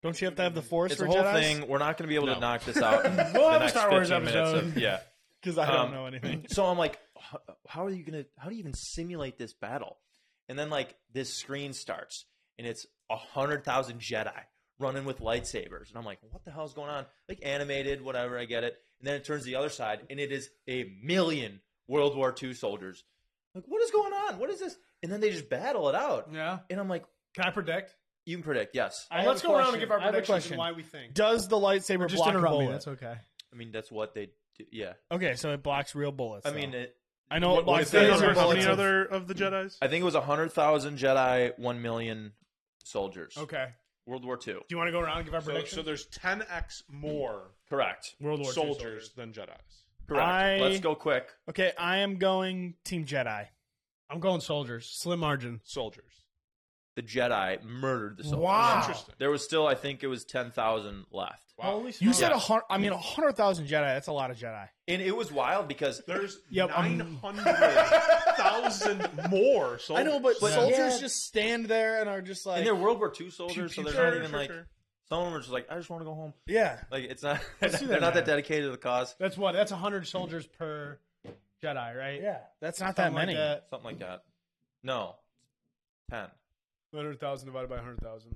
Speaker 4: don't you have to have the force
Speaker 2: It's
Speaker 4: for
Speaker 2: a whole
Speaker 4: jedis <laughs>
Speaker 2: thing. We're not going to be able
Speaker 5: No.
Speaker 2: to knock this
Speaker 3: <laughs>
Speaker 2: out. In
Speaker 3: We'll
Speaker 2: the
Speaker 3: have a
Speaker 2: next
Speaker 3: Star Wars
Speaker 2: 15 minutes of-
Speaker 3: episode.
Speaker 4: <laughs>
Speaker 2: yeah.
Speaker 4: because i don't
Speaker 2: Um, <laughs>
Speaker 4: know anything
Speaker 2: <clears throat> So I'm like, "H- how are you going to? How do you even simulate this battle? And then like this screen starts, and it's a hundred thousand Jedi running with lightsabers, and I'm like, what the hell's going on? Like animated, whatever. I get it. And then it turns the other side, and it is a million World War II soldiers. Like, what is going on? What is this? And then they just battle it out,
Speaker 3: Yeah.
Speaker 2: and I'm like,
Speaker 3: Can I predict?
Speaker 2: you can predict, yes.
Speaker 4: I have
Speaker 3: Let's
Speaker 4: a
Speaker 3: go around
Speaker 4: question.
Speaker 3: and give our
Speaker 4: I have a
Speaker 3: predictions
Speaker 4: question.
Speaker 3: and why we think.
Speaker 4: does the lightsaber
Speaker 3: Just
Speaker 4: block a
Speaker 3: interrupt me.
Speaker 4: bullet?
Speaker 3: That's okay.
Speaker 2: I mean, that's what they do. Yeah.
Speaker 4: okay, so it blocks real bullets.
Speaker 2: I
Speaker 4: though.
Speaker 2: mean, it,
Speaker 4: I know it
Speaker 5: What- what
Speaker 4: blocks
Speaker 5: is the
Speaker 2: these
Speaker 4: laser
Speaker 5: number?
Speaker 2: are
Speaker 5: How
Speaker 4: bullets.
Speaker 5: many
Speaker 2: bullets.
Speaker 5: other of the Jedi's?
Speaker 2: I think it was 100,000 Jedi, 1 million soldiers.
Speaker 3: Okay. Do
Speaker 2: World War II.
Speaker 3: you want to go around and give our
Speaker 5: So,
Speaker 3: predictions?
Speaker 5: so there's 10x more
Speaker 2: Correct.
Speaker 3: World War II
Speaker 5: soldiers, than Jedi's.
Speaker 2: Correct.
Speaker 4: I-
Speaker 2: Let's go quick.
Speaker 4: Okay, I am going Team Jedi.
Speaker 3: I'm going soldiers. Slim margin.
Speaker 5: Soldiers.
Speaker 2: The Jedi murdered the soldiers.
Speaker 4: Ah!
Speaker 3: Wow.
Speaker 5: Interesting.
Speaker 2: There was still, I think it was 10,000 left.
Speaker 5: Wow.
Speaker 4: You said
Speaker 2: Yeah.
Speaker 4: a hundred. I mean, a hundred thousand Jedi. That's a lot of Jedi.
Speaker 2: And it was wild because
Speaker 5: There's
Speaker 4: Yep, I'm- <laughs>
Speaker 5: 900,000 more soldiers.
Speaker 4: I know, but,
Speaker 2: But-
Speaker 4: soldiers
Speaker 2: Yeah.
Speaker 4: just stand there and are just like,
Speaker 2: and they're World War II soldiers, so
Speaker 5: Sure,
Speaker 2: they're not even
Speaker 5: sure,
Speaker 2: like
Speaker 5: sure.
Speaker 2: some of them are just like, I just want to go home.
Speaker 4: yeah,
Speaker 2: Like it's not <laughs>
Speaker 3: do
Speaker 2: they're
Speaker 3: that,
Speaker 2: not that
Speaker 3: man.
Speaker 2: dedicated to the cause.
Speaker 3: That's what. That's 100 soldiers per Jedi, right?
Speaker 4: yeah. That's not
Speaker 3: Something
Speaker 4: that
Speaker 3: like
Speaker 4: many.
Speaker 3: that.
Speaker 2: Something like that. No. Ten.
Speaker 3: 100,000 divided by 100,000.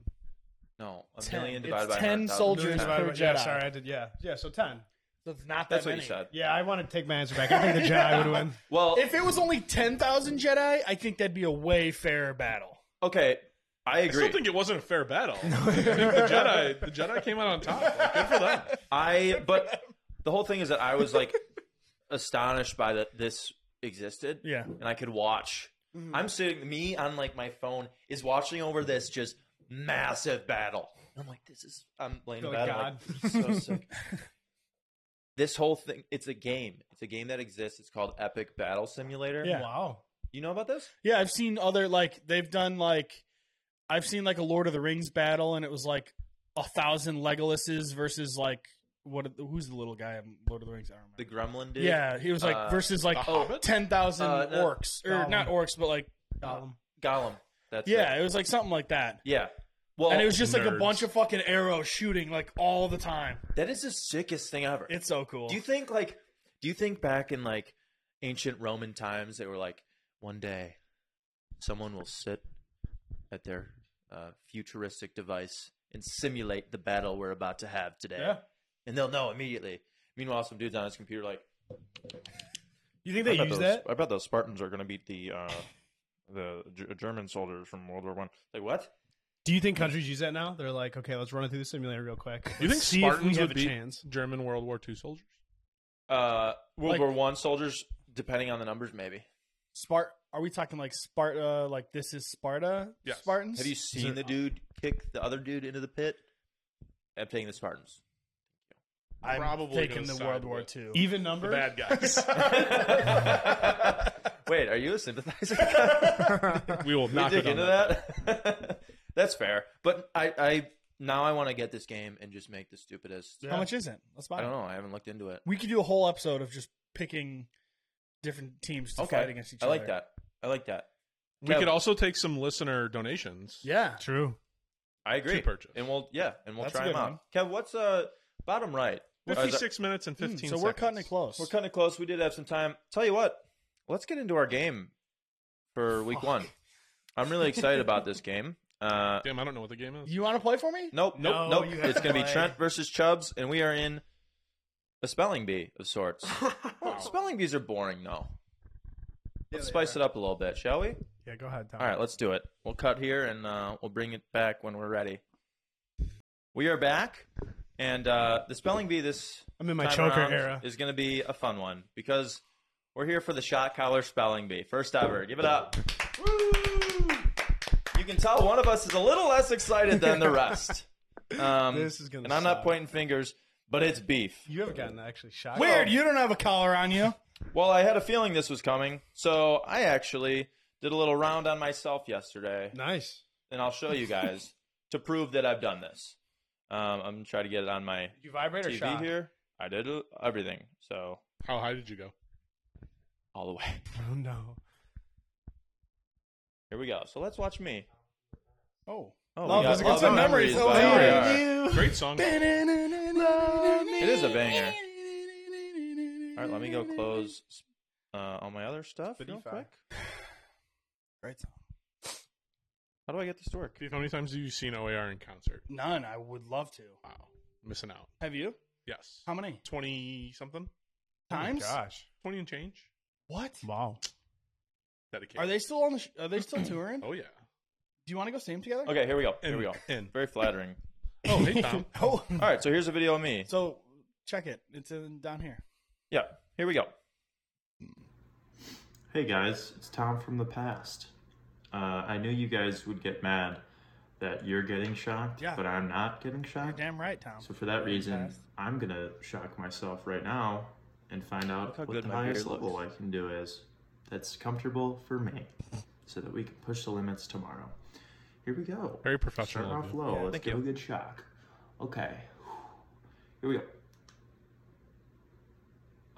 Speaker 2: No. A
Speaker 4: Ten.
Speaker 2: million
Speaker 4: It's
Speaker 2: divided by
Speaker 4: ten
Speaker 2: 100,000.
Speaker 4: soldiers
Speaker 2: Ten.
Speaker 4: by-
Speaker 3: divided by,
Speaker 4: per
Speaker 3: yeah,
Speaker 4: Jedi.
Speaker 3: sorry, I did. Yeah, yeah. So 10.
Speaker 4: That's not that
Speaker 2: That's what
Speaker 4: many.
Speaker 2: you
Speaker 4: <laughs>
Speaker 2: said.
Speaker 3: Yeah, I want to take my answer back. I think the Jedi would win.
Speaker 2: Well,
Speaker 4: If it was only ten thousand Jedi, I think that'd be a way fairer battle.
Speaker 2: okay. I
Speaker 5: I still
Speaker 2: agree.
Speaker 5: think it wasn't a fair
Speaker 4: <laughs>
Speaker 5: battle. I think the Jedi, the Jedi came out on top. Like, good for them.
Speaker 2: I but the whole thing is that I was like <laughs> astonished by that this existed.
Speaker 4: Yeah.
Speaker 2: And I could watch.
Speaker 4: Mm-hmm.
Speaker 2: I'm sitting me on like my phone is watching over this just
Speaker 4: Oh,
Speaker 2: massive battle. And I'm like, this is I'm laying in
Speaker 3: Feel
Speaker 2: bed.
Speaker 4: <laughs>
Speaker 3: like
Speaker 2: I'm like, so sick. this whole thing, it's a game. It's a game that exists. It's called Epic Battle Simulator.
Speaker 4: Yeah.
Speaker 3: Wow.
Speaker 2: You know about this?
Speaker 4: Yeah, I've seen other like they've done like I've seen like a Lord of the Rings battle, and it was like a thousand Legolas's versus like what? Who's the little guy in Lord of the Rings? I don't remember.
Speaker 2: The Gremlin dude?
Speaker 4: yeah, he was like
Speaker 2: uh,
Speaker 4: versus like
Speaker 5: a
Speaker 4: <gasps>
Speaker 5: hobbit?
Speaker 4: ten thousand
Speaker 2: Uh, no,
Speaker 4: orcs or
Speaker 3: Gollum.
Speaker 4: not orcs, but like
Speaker 3: Gollum.
Speaker 2: Gollum. That's
Speaker 4: yeah,
Speaker 2: it.
Speaker 4: it was like something like that.
Speaker 2: Yeah. <laughs> Well,
Speaker 4: and it was just like a
Speaker 5: nerds.
Speaker 4: bunch of fucking arrows shooting like all the time.
Speaker 2: that is the sickest thing ever.
Speaker 4: It's so cool.
Speaker 2: Do you think like do you think back in like ancient Roman times they were like one day someone will sit at their uh, futuristic device and simulate the battle we're about to have today
Speaker 3: Yeah.
Speaker 2: and they'll know immediately. Meanwhile, some dude's on his computer like
Speaker 3: You think they
Speaker 2: I bet those,
Speaker 3: use that?
Speaker 2: I bet those Spartans are going to beat the uh,
Speaker 3: <laughs>
Speaker 2: the G- German soldiers from World War One. Like what?
Speaker 3: Do you think countries use that now? They're like, okay, let's run it through the simulator real quick.
Speaker 5: You
Speaker 3: Let's
Speaker 5: think
Speaker 3: see if
Speaker 5: Spartans
Speaker 3: we have
Speaker 5: would
Speaker 3: a
Speaker 5: beat-
Speaker 3: chance?
Speaker 5: German World War II soldiers.
Speaker 2: Uh, World
Speaker 4: Like-
Speaker 2: War One soldiers, depending on the numbers, maybe.
Speaker 4: Spart? Are we talking like Sparta? Like this is Sparta?
Speaker 5: Yes.
Speaker 4: Spartans?
Speaker 2: Have you seen the dude kick the other dude into the pit? I'm taking the Spartans.
Speaker 4: I'm
Speaker 5: Probably
Speaker 4: taking
Speaker 5: gonna
Speaker 4: the
Speaker 5: side
Speaker 4: World War
Speaker 5: with
Speaker 4: II.
Speaker 3: Even
Speaker 5: The
Speaker 3: number.
Speaker 4: <laughs>
Speaker 5: bad guys.
Speaker 2: <laughs> Wait, are you a <laughs> sympathizer?
Speaker 5: we will
Speaker 2: We
Speaker 5: not
Speaker 2: dig
Speaker 5: get
Speaker 2: into
Speaker 5: into that.
Speaker 2: that. <laughs> That's fair, but I, I now I want to get this game and just make the stupidest.
Speaker 4: How much is it? Let's buy.
Speaker 2: I
Speaker 4: it.
Speaker 2: don't know. I haven't looked into it.
Speaker 4: We could do a whole episode of just picking different teams to
Speaker 2: Okay,
Speaker 4: fight against each
Speaker 2: I
Speaker 4: other.
Speaker 2: like that. I like that.
Speaker 5: We
Speaker 2: Kev,
Speaker 5: could also take some listener donations.
Speaker 4: Yeah.
Speaker 3: True.
Speaker 2: I agree.
Speaker 5: to purchase.
Speaker 2: and we'll yeah, and we'll
Speaker 4: That's
Speaker 2: try
Speaker 4: a
Speaker 2: them
Speaker 4: good
Speaker 2: out. Kev, what's uh bottom right? Or is that-
Speaker 5: Fifty-six minutes and
Speaker 4: Mm,
Speaker 5: fifteen.
Speaker 4: so we're
Speaker 5: seconds.
Speaker 4: cutting it close.
Speaker 2: We're kind of close. We did have some time. Tell you what, let's get into our game for week one. I'm really excited about
Speaker 4: <laughs>
Speaker 2: this game. Uh,
Speaker 5: Damn, I don't know what the game is.
Speaker 4: You want to play for me?
Speaker 2: nope, nope,
Speaker 3: No,
Speaker 2: nope.
Speaker 3: you have
Speaker 2: It's
Speaker 3: to
Speaker 2: going to be
Speaker 3: play.
Speaker 2: Trent versus Chubbs, and we are in a spelling bee of
Speaker 3: <laughs>
Speaker 2: sorts. Well, spelling bees are boring, though. Let's spice it up a little bit, shall we?
Speaker 3: Yeah, go ahead, Tom.
Speaker 2: All right, let's do it. We'll cut here and uh, we'll bring it back when we're ready. We are back, and uh, the spelling bee this
Speaker 3: I'm in my
Speaker 2: time
Speaker 3: choker
Speaker 2: around
Speaker 3: era.
Speaker 2: is going to be a fun one because we're here for the shot collar spelling bee. First ever. Give it up. You can tell one of us is a little less excited than the
Speaker 3: <laughs>
Speaker 2: rest. Um,
Speaker 3: This is gonna
Speaker 2: and I'm not
Speaker 3: suck.
Speaker 2: pointing fingers, but it's beef.
Speaker 3: You have gotten actually shot.
Speaker 4: Weird. You don't have a collar on you.
Speaker 2: Well, I had a feeling this was coming, so I actually did a little round on myself yesterday,
Speaker 3: Nice.
Speaker 2: and I'll show you guys to prove that I've done this. Um, I'm gonna try to get it on my
Speaker 3: Did you vibrate or
Speaker 2: TV
Speaker 3: shot?
Speaker 2: here. I did uh, everything, so
Speaker 5: How high did
Speaker 4: <laughs>
Speaker 5: you go?
Speaker 2: all the way.
Speaker 3: Oh no.
Speaker 2: Here we go. So let's watch me.
Speaker 4: Oh.
Speaker 2: Oh,
Speaker 4: Love
Speaker 2: we got
Speaker 4: is a good
Speaker 2: Love
Speaker 4: song.
Speaker 2: and
Speaker 4: Memories,
Speaker 2: Memories
Speaker 4: oh,
Speaker 2: by
Speaker 4: yeah.
Speaker 2: RER.
Speaker 5: Great song.
Speaker 2: It
Speaker 4: It
Speaker 2: is a banger. All right, let me go close uh, all my other stuff real
Speaker 3: Spotify.
Speaker 2: quick.
Speaker 4: Great song.
Speaker 2: How do I get this to work?
Speaker 5: Steve, how many times have you seen OAR in concert?
Speaker 4: None. I would love to.
Speaker 5: Wow, missing out.
Speaker 4: Have you?
Speaker 5: Yes,
Speaker 4: How many
Speaker 5: twenty something,
Speaker 4: times?
Speaker 3: Oh, my gosh.
Speaker 5: twenty and change.
Speaker 4: What?
Speaker 3: Wow.
Speaker 5: Dedicated.
Speaker 4: Are they still on the? Sh- are they still <clears throat> touring? Do
Speaker 5: Oh yeah.
Speaker 4: you want to go see them together?
Speaker 2: Okay, here we go.
Speaker 5: In,
Speaker 2: Here we go.
Speaker 5: In.
Speaker 2: Very flattering.
Speaker 5: Oh hey Tom.
Speaker 4: <laughs> Oh.
Speaker 2: All right, so here's a video of me.
Speaker 4: So check it. It's in, down here.
Speaker 2: Yeah, here we go.
Speaker 6: Hey guys, it's Tom from the past. Uh, I knew you guys would get mad that you're getting shocked,
Speaker 4: Yeah.
Speaker 6: but I'm not getting shocked.
Speaker 4: Damn right, Tom.
Speaker 6: So for that reason,
Speaker 4: Past.
Speaker 6: I'm gonna shock myself right now and find out
Speaker 2: how
Speaker 6: what
Speaker 2: good
Speaker 6: the
Speaker 2: my beard
Speaker 6: highest level I
Speaker 2: looks.
Speaker 6: can do is. That's comfortable for me, so that we can push the limits tomorrow. Here we go.
Speaker 5: Very
Speaker 6: Start
Speaker 5: professional. of
Speaker 6: off
Speaker 5: you.
Speaker 6: low. Let's
Speaker 2: thank
Speaker 6: give
Speaker 2: you.
Speaker 6: a good shock. Okay. Here we go.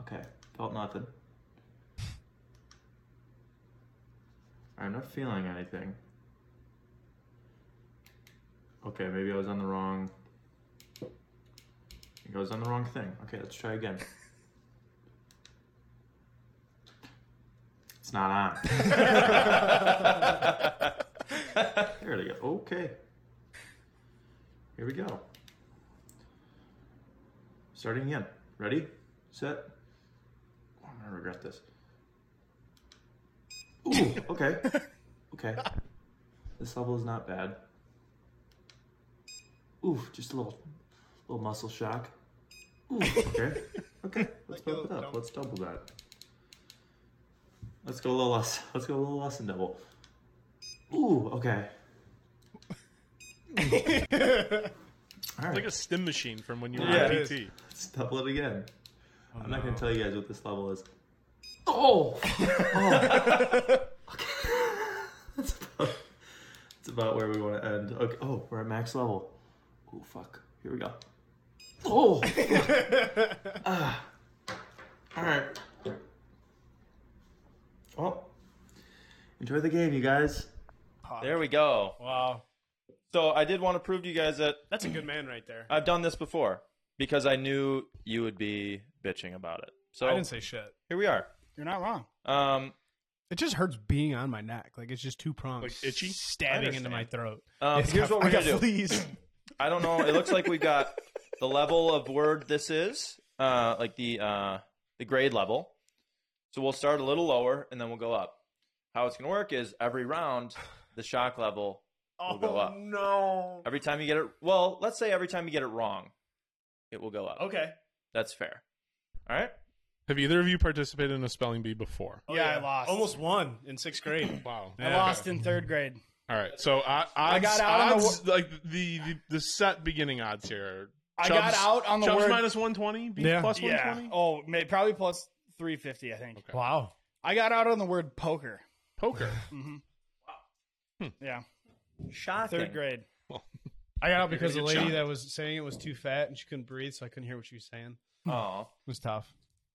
Speaker 6: Okay. Felt nothing. I'm not feeling anything. Okay, maybe I was on the wrong. I think I was on the wrong thing. Okay, let's try again. It's not on.
Speaker 2: <laughs>
Speaker 6: there we go. Okay. Here we go. Starting again. Ready? Set. Oh, I'm gonna regret this. Ooh, okay. Okay. This level is not bad. Oof, just a little little muscle shock. Ooh, okay. Okay. Let's bump it up. Let's double that. Let's go a little less. Let's go a little less than double. Ooh, okay. All
Speaker 5: It's like
Speaker 6: right,
Speaker 5: a stim machine from when you were
Speaker 2: Yeah,
Speaker 5: in
Speaker 3: it
Speaker 5: PT.
Speaker 6: let's double it again. I'm not gonna tell you guys what this level is. <laughs>
Speaker 7: Oh,
Speaker 6: It's about, it's about where we want to end. Okay. Oh, we're at max level. Oh fuck. Here we go. <laughs>
Speaker 7: oh,
Speaker 6: All right. Well, Oh. enjoy the game, you guys.
Speaker 2: There we go.
Speaker 3: Wow,
Speaker 2: So I did want to prove to you guys that
Speaker 3: that's a good man right there.
Speaker 2: I've done this before because I knew you would be bitching about it. So
Speaker 3: I didn't say shit.
Speaker 2: here we are.
Speaker 4: You're not wrong.
Speaker 2: Um,
Speaker 3: It just hurts being on my neck. Like it's just two prongs,
Speaker 5: Like itchy?
Speaker 3: stabbing
Speaker 5: I
Speaker 3: into
Speaker 5: understand.
Speaker 3: my throat.
Speaker 2: um,
Speaker 3: It's
Speaker 2: here's
Speaker 3: got-
Speaker 2: what we're
Speaker 3: I
Speaker 2: gonna
Speaker 3: got
Speaker 2: do.
Speaker 3: Fleas.
Speaker 2: I don't know. It looks like we got the level of word this is, uh, like the uh, the grade level. So we'll start a little lower and then we'll go up. How it's gonna work is every round the shock level will go up.
Speaker 3: Oh, no.
Speaker 2: Every time you get it, well, let's say every time you get it wrong, it will go up.
Speaker 3: Okay.
Speaker 2: That's fair. All right.
Speaker 5: Have either of you participated in a spelling bee before?
Speaker 4: Oh, yeah, I lost.
Speaker 3: Almost won in sixth grade.
Speaker 5: <clears throat> Wow.
Speaker 4: I lost in third grade.
Speaker 5: All right. So I, I
Speaker 4: got
Speaker 5: got
Speaker 4: out on the
Speaker 5: odds, like the, the the set beginning odds here.
Speaker 4: I got out on the
Speaker 5: Chubbs
Speaker 4: word-
Speaker 5: minus one twenty. B
Speaker 3: Yeah.
Speaker 5: plus one
Speaker 4: Yeah.
Speaker 5: twenty.
Speaker 4: Oh, may, probably plus 350, I think.
Speaker 3: wow.
Speaker 4: I got out on the word poker. <laughs>
Speaker 5: Poker.
Speaker 4: Yeah.
Speaker 2: Shocking.
Speaker 4: Third grade.
Speaker 3: I got out because the
Speaker 5: You're
Speaker 3: lady
Speaker 5: gonna get
Speaker 3: that was saying it was too fat and she couldn't breathe, so I couldn't hear what she was saying.
Speaker 2: Oh,
Speaker 3: It was tough.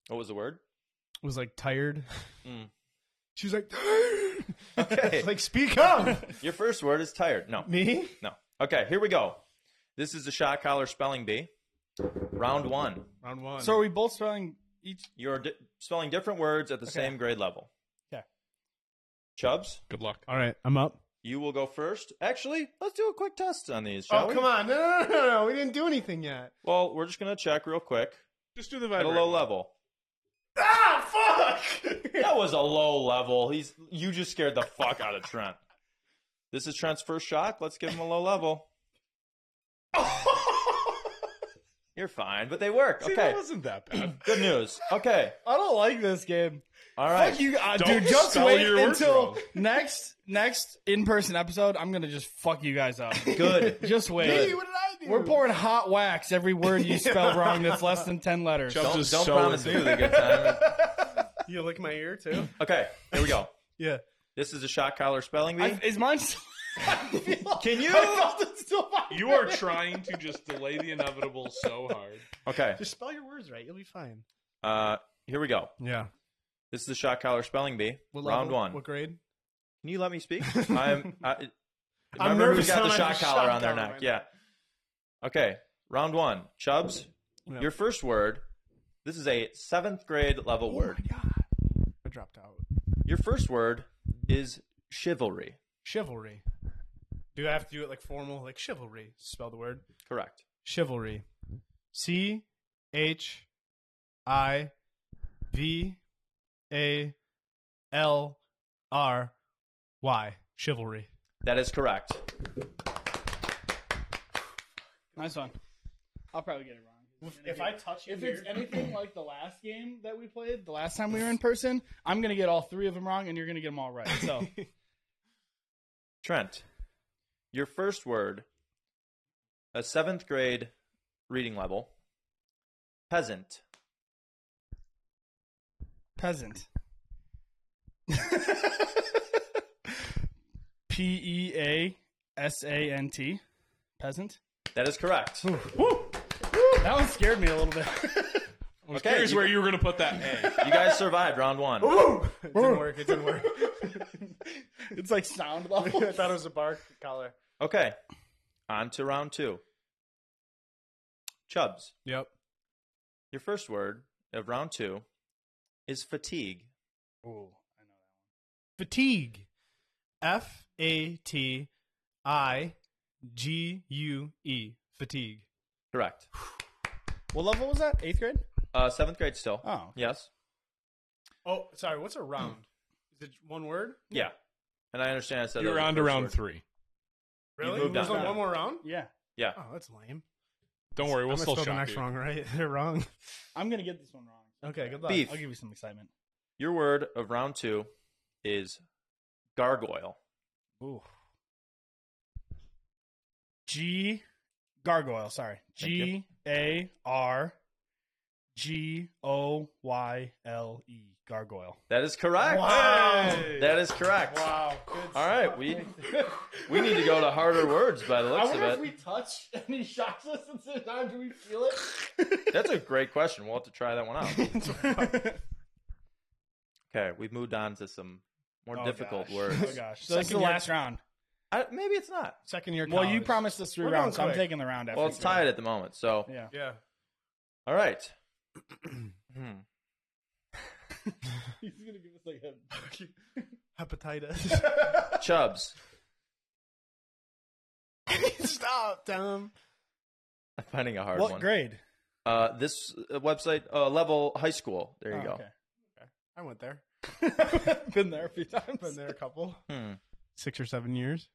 Speaker 2: what was the word?
Speaker 3: It was like tired.
Speaker 2: Mm.
Speaker 3: <laughs> She was like, <laughs> tired.
Speaker 2: Okay.
Speaker 3: like speak up. <laughs>
Speaker 2: Your first word is tired. No.
Speaker 3: Me?
Speaker 2: No. Okay, here we go. This is the shot collar spelling bee. Round one.
Speaker 3: Round one.
Speaker 4: So are we both spelling each?
Speaker 2: You're di- spelling different words at the same grade level.
Speaker 4: Okay.
Speaker 2: Chubbs,
Speaker 5: Good luck.
Speaker 3: all right, I'm up.
Speaker 2: you will go first. Actually, let's do a quick test on these, shall
Speaker 3: Oh
Speaker 2: we?
Speaker 3: come on! No, no, no, no, no! We didn't do anything yet.
Speaker 2: Well, we're just going to check real quick
Speaker 5: Just do the
Speaker 2: at a
Speaker 5: vibrate.
Speaker 2: low level.
Speaker 3: Ah, fuck!
Speaker 2: <laughs> That was a low level. He's You just scared the fuck out of Trent. This is Trent's first shot. Let's give him a low level.
Speaker 3: <laughs>
Speaker 2: You're fine, but they work.
Speaker 5: See,
Speaker 2: Okay.
Speaker 5: that wasn't that
Speaker 4: <clears throat>
Speaker 5: bad.
Speaker 2: Good news. Okay.
Speaker 4: I don't like this game.
Speaker 2: All right.
Speaker 4: Fuck you, uh,
Speaker 5: Don't
Speaker 4: dude. Just
Speaker 5: spell
Speaker 4: wait
Speaker 5: your words
Speaker 4: until
Speaker 5: wrong.
Speaker 4: <laughs> next next in person episode. I'm gonna just fuck you guys
Speaker 5: <laughs>
Speaker 4: up.
Speaker 2: Good.
Speaker 3: <laughs>
Speaker 4: just wait.
Speaker 2: Good.
Speaker 3: what did I do?
Speaker 4: We're pouring hot wax every word you
Speaker 5: <laughs>
Speaker 4: spell wrong that's less than ten letters.
Speaker 5: Chubbs
Speaker 2: Don't,
Speaker 5: is
Speaker 2: don't
Speaker 5: so
Speaker 2: promise me
Speaker 5: into
Speaker 2: it was a good time.
Speaker 3: You lick my ear too.
Speaker 2: Okay, here we go.
Speaker 3: yeah.
Speaker 2: This is a shot collar spelling bee.
Speaker 4: I, is mine? Still, <laughs>
Speaker 2: Can you?
Speaker 5: You are trying to just delay the inevitable so hard.
Speaker 2: Okay,
Speaker 3: <laughs> Just spell your words right. You'll be fine.
Speaker 2: uh, here we go.
Speaker 3: Yeah.
Speaker 2: This is the shot collar spelling bee. round one.
Speaker 3: What grade?
Speaker 2: Can you let me
Speaker 3: <laughs>
Speaker 2: speak? I'm. I, remember
Speaker 3: I'm
Speaker 2: who
Speaker 3: nervous
Speaker 2: got
Speaker 3: now
Speaker 2: the
Speaker 3: I
Speaker 2: shot
Speaker 3: have a shot
Speaker 2: collar on their
Speaker 3: collar
Speaker 2: neck?
Speaker 3: right
Speaker 2: yeah. Okay, round one. Chubbs,
Speaker 3: Yeah.
Speaker 2: your first word. This is a seventh grade level word.
Speaker 3: Oh, I dropped out.
Speaker 2: Your first word is chivalry.
Speaker 3: Chivalry. Do I have to do it like formal? Like chivalry. Spell the word.
Speaker 2: Correct.
Speaker 3: Chivalry. C H I V A L R Y. Chivalry.
Speaker 2: That is correct.
Speaker 4: nice one. I'll probably get it wrong.
Speaker 3: If I touch you,
Speaker 4: If it's
Speaker 3: <clears throat>
Speaker 4: anything like the last game that we played, the last time we were in person, I'm gonna get all three of them wrong, and you're gonna get them all right.
Speaker 3: <laughs>
Speaker 4: So
Speaker 2: Trent, your first word, a seventh grade reading level, peasant.
Speaker 3: <laughs>
Speaker 4: peasant. P E A S A N T, peasant.
Speaker 2: That is correct.
Speaker 4: That one scared me
Speaker 2: <laughs>
Speaker 4: a little bit.
Speaker 5: I was
Speaker 2: Okay,
Speaker 5: curious
Speaker 2: you-
Speaker 5: where you were going to put that A.
Speaker 2: You guys survived round one.
Speaker 3: it didn't work. It didn't work.
Speaker 4: <laughs> it's like sound level.
Speaker 3: I thought it was a bark collar.
Speaker 2: Okay, on to round two. Chubbs,
Speaker 3: Yep.
Speaker 2: your first word of round two is fatigue.
Speaker 3: Fatigue. F A T I G U E. Fatigue.
Speaker 2: Correct.
Speaker 4: What level was that? Eighth grade?
Speaker 2: Uh, seventh grade still.
Speaker 4: Oh, okay.
Speaker 2: Yes.
Speaker 3: Oh, sorry. What's a round? Is it one word?
Speaker 2: Yeah. And I understand I said that
Speaker 5: You're
Speaker 2: was
Speaker 5: on to
Speaker 2: your first
Speaker 5: round
Speaker 2: word.
Speaker 5: three.
Speaker 3: Really?
Speaker 2: moved
Speaker 3: There's
Speaker 2: on.
Speaker 3: only one more round?
Speaker 4: Yeah.
Speaker 2: Yeah.
Speaker 3: Oh, that's lame.
Speaker 5: Don't worry, we'll
Speaker 3: I'm gonna
Speaker 5: still
Speaker 3: spell the
Speaker 5: shock
Speaker 3: next
Speaker 5: you.
Speaker 3: wrong right. <laughs> They're wrong.
Speaker 4: I'm going to get this one wrong.
Speaker 3: Okay, good luck.
Speaker 2: Beef.
Speaker 4: I'll give you some excitement.
Speaker 2: Your word of round two is gargoyle.
Speaker 4: Ooh. G. Gargoyle, sorry.
Speaker 2: Thank you.
Speaker 4: G A R G O Y L E. Gargoyle.
Speaker 2: That is correct.
Speaker 4: <laughs>
Speaker 5: Hey!
Speaker 2: That is correct.
Speaker 5: Wow.
Speaker 2: All right, we we need to go to harder words by the looks of it.
Speaker 7: touch and he shocks us at the same time. Do we feel it?
Speaker 2: <laughs> That's a great question. We'll have to try that one out. Okay, we've moved on to some more
Speaker 4: Oh,
Speaker 2: difficult
Speaker 4: gosh.
Speaker 2: words.
Speaker 4: Oh gosh. So this is
Speaker 3: Second
Speaker 4: the
Speaker 3: year-
Speaker 4: last round.
Speaker 2: I, maybe it's not.
Speaker 3: Second year.
Speaker 4: Well, you
Speaker 3: college.
Speaker 4: promised us 3
Speaker 3: We're going
Speaker 4: rounds, so I'm
Speaker 3: quick.
Speaker 4: taking the round after.
Speaker 2: Well, it's
Speaker 4: you.
Speaker 2: tied at the moment. So,
Speaker 4: Yeah.
Speaker 3: Yeah.
Speaker 2: all right. Hmm.
Speaker 4: He's gonna give us <laughs> like
Speaker 3: Hepatitis. <laughs>
Speaker 2: Chubbs.
Speaker 3: Stop, Tom.
Speaker 2: I'm finding a hard
Speaker 4: what
Speaker 2: one.
Speaker 4: grade?
Speaker 2: Uh, this uh, website, uh, level high school. There you
Speaker 4: Oh,
Speaker 2: go.
Speaker 3: I went there.
Speaker 4: okay. Been there a few times.
Speaker 3: Been there a couple.
Speaker 2: Hmm.
Speaker 3: Six or seven years.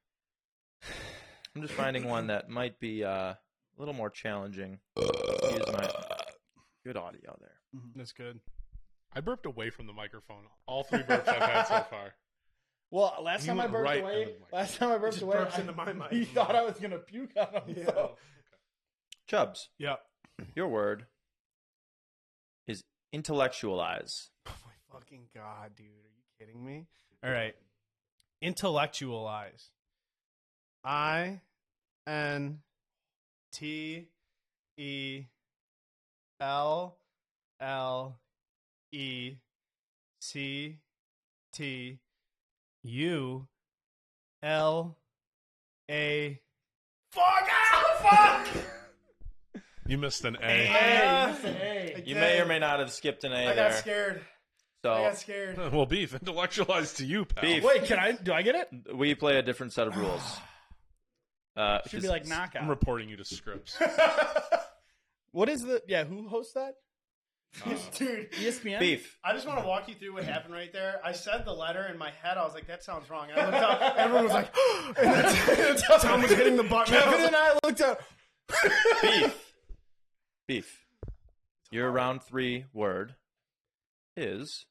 Speaker 2: I'm just finding one that might be uh, a little more challenging. Excuse my good audio there.
Speaker 3: That's good.
Speaker 5: I burped away from the microphone. All three burps I've had so far.
Speaker 4: Well, last
Speaker 5: You
Speaker 4: time I
Speaker 5: went
Speaker 4: burped
Speaker 5: right
Speaker 4: away,
Speaker 5: under the mic.
Speaker 4: last time I burped
Speaker 3: Just
Speaker 4: away,
Speaker 3: burps
Speaker 4: I-
Speaker 3: into my mic.
Speaker 4: <laughs> he thought I was gonna puke on him. So.
Speaker 2: Chubbs,
Speaker 3: Yeah.
Speaker 2: your word is intellectualize.
Speaker 3: Oh my <laughs> fucking god, dude. Are you kidding me? All right. Intellectualize. I N T E L L E C T U L A Fuck out fuck
Speaker 5: You missed an A.
Speaker 3: Yeah.
Speaker 7: Hey.
Speaker 2: You may or may not have skipped an A
Speaker 3: I
Speaker 2: there.
Speaker 3: got scared. I
Speaker 2: So
Speaker 3: got scared.
Speaker 5: <laughs> well, beef intellectualized to you, pal.
Speaker 2: Beef.
Speaker 4: Wait, can I? Do I get it?
Speaker 2: we play a different set of
Speaker 4: <sighs>
Speaker 2: rules. Uh,
Speaker 4: Should be
Speaker 2: just-
Speaker 4: like knockout.
Speaker 5: I'm reporting you to Scripps.
Speaker 4: what is the? Yeah, who hosts that?
Speaker 3: Dude,
Speaker 4: ESPN.
Speaker 2: beef.
Speaker 3: I just want to walk you through what happened right there. I said the letter in my head. I was like, that sounds wrong. And I looked <laughs> up. Everyone was like, and that's- that's- Tom was hitting the button.
Speaker 4: Kevin and I looked up.
Speaker 2: beef. Beef. Your round three word is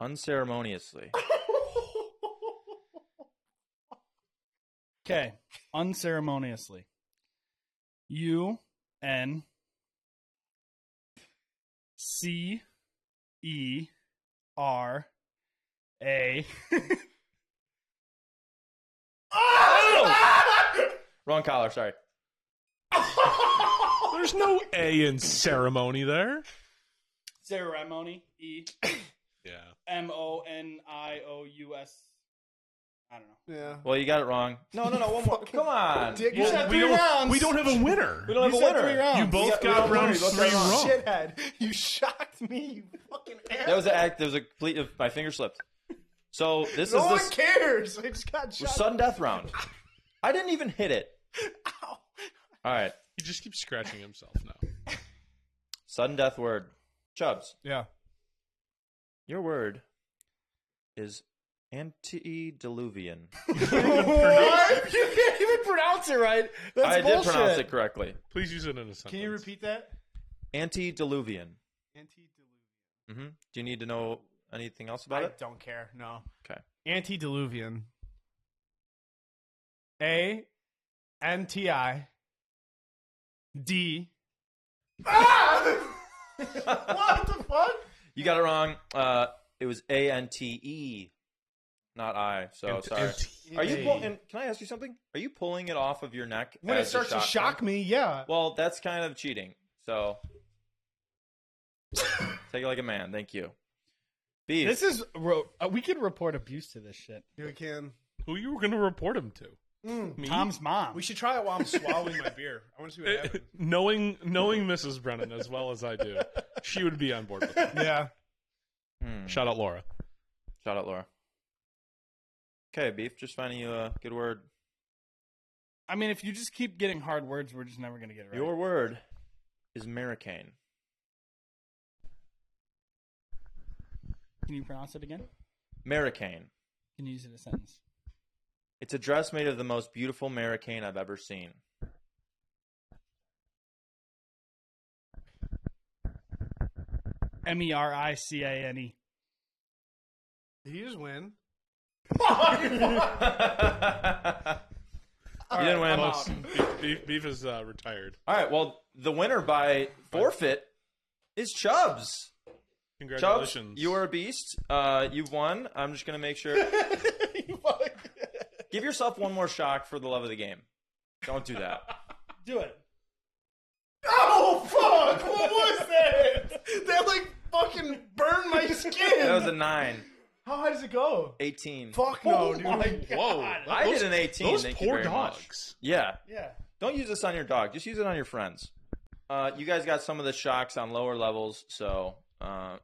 Speaker 2: unceremoniously.
Speaker 4: Okay, unceremoniously. U N C E R A. <laughs>
Speaker 2: Wrong collar, sorry.
Speaker 5: There's no A in ceremony there.
Speaker 4: Ceremony. E
Speaker 5: Yeah.
Speaker 4: M O N I O U S. I don't know.
Speaker 3: Yeah.
Speaker 2: Well, you got it wrong. No, no, no. One more. <laughs> Come on.
Speaker 3: Dick,
Speaker 5: Well,
Speaker 4: said
Speaker 5: we,
Speaker 4: three
Speaker 5: don't,
Speaker 4: rounds.
Speaker 5: we don't have a
Speaker 4: <laughs>
Speaker 5: winner.
Speaker 2: We don't have
Speaker 4: You
Speaker 2: a
Speaker 4: said
Speaker 2: winner.
Speaker 4: three rounds.
Speaker 5: You
Speaker 2: got-
Speaker 5: both
Speaker 2: we
Speaker 5: got,
Speaker 2: don't have a
Speaker 5: rounds
Speaker 2: winner. You both
Speaker 5: three
Speaker 2: got
Speaker 5: wrong.
Speaker 3: shithead. You shocked me, you fucking ass.
Speaker 2: That was an act. That was a complete. My finger slipped. So this
Speaker 3: no one
Speaker 2: is the
Speaker 3: cares. I just got
Speaker 2: s-
Speaker 3: shot.
Speaker 2: sudden death round. I didn't even hit it.
Speaker 3: Ow.
Speaker 2: All right.
Speaker 5: He just keeps scratching himself now.
Speaker 2: Sudden death word. Chubbs,
Speaker 3: Yeah.
Speaker 2: your word is
Speaker 4: <laughs>
Speaker 2: antediluvian.
Speaker 4: What? you can't even pronounce it right. That's
Speaker 2: I
Speaker 4: bullshit.
Speaker 2: did pronounce it correctly.
Speaker 5: Please use it in a sentence.
Speaker 3: Can you repeat that?
Speaker 2: Antediluvian.
Speaker 3: Antediluvian.
Speaker 2: Mm-hmm. Do you need to know anything else about
Speaker 3: I
Speaker 2: it?
Speaker 3: don't care. No.
Speaker 2: Okay.
Speaker 3: Antediluvian. A N T I D. Ah! <laughs> What the fuck?
Speaker 2: you got it wrong. Uh, it was A N T E, not I. So
Speaker 3: E.
Speaker 2: sorry. Are you? Pull- and can I ask you something? Are you pulling it off of your neck
Speaker 3: when it
Speaker 2: as a
Speaker 3: starts to
Speaker 2: shotgun?
Speaker 3: shock me? Yeah.
Speaker 2: Well, that's kind of cheating. So take it like a man. Thank you. Beef.
Speaker 4: This is ro- uh, we could report abuse to this shit.
Speaker 3: we can.
Speaker 5: Who you were going to report him to? Me?
Speaker 4: Tom's mom.
Speaker 3: We should try it while I'm swallowing my beer. I want to see what happens.
Speaker 5: <laughs> knowing knowing Mrs. Brennan as well as I do, she would be on board with that.
Speaker 3: Yeah.
Speaker 2: Hmm.
Speaker 5: <laughs> Shout out Laura.
Speaker 2: Shout out, Laura. Okay, beef. Just finding you a good word.
Speaker 4: I mean, if you just keep getting hard words, we're just never gonna get it right.
Speaker 2: Your word is American.
Speaker 4: Can you pronounce it again?
Speaker 2: American.
Speaker 4: Can you use it in a sentence?
Speaker 2: It's a dress made of the most beautiful Maricaine I've ever seen.
Speaker 4: M E R I C A N E.
Speaker 3: Did he just win?
Speaker 2: <laughs> you didn't win.
Speaker 5: Beef, beef, beef is uh, retired.
Speaker 2: All right. Well, the winner by forfeit is Chubbs. Chubbs,
Speaker 5: Congratulations.
Speaker 2: you are a beast. Uh, you won. I'm just gonna make <laughs> sure. Give yourself one more shock for the love of the game. Don't <laughs> do that.
Speaker 4: Do it.
Speaker 7: Oh
Speaker 2: <laughs>
Speaker 7: fuck! What was that? That like fucking burned
Speaker 2: <laughs>
Speaker 7: my skin.
Speaker 2: That was a nine.
Speaker 3: How high does it go?
Speaker 2: 18.
Speaker 3: Fuck
Speaker 2: Oh
Speaker 3: no, dude.
Speaker 5: Whoa!
Speaker 2: I
Speaker 5: those,
Speaker 2: did an 18.
Speaker 5: Those
Speaker 2: Thank you
Speaker 5: poor
Speaker 2: very much.
Speaker 5: dogs.
Speaker 2: Yeah.
Speaker 3: Yeah.
Speaker 2: Don't use this on your dog. Just use it on your friends. Uh, you guys got some of the shocks on lower levels, so uh,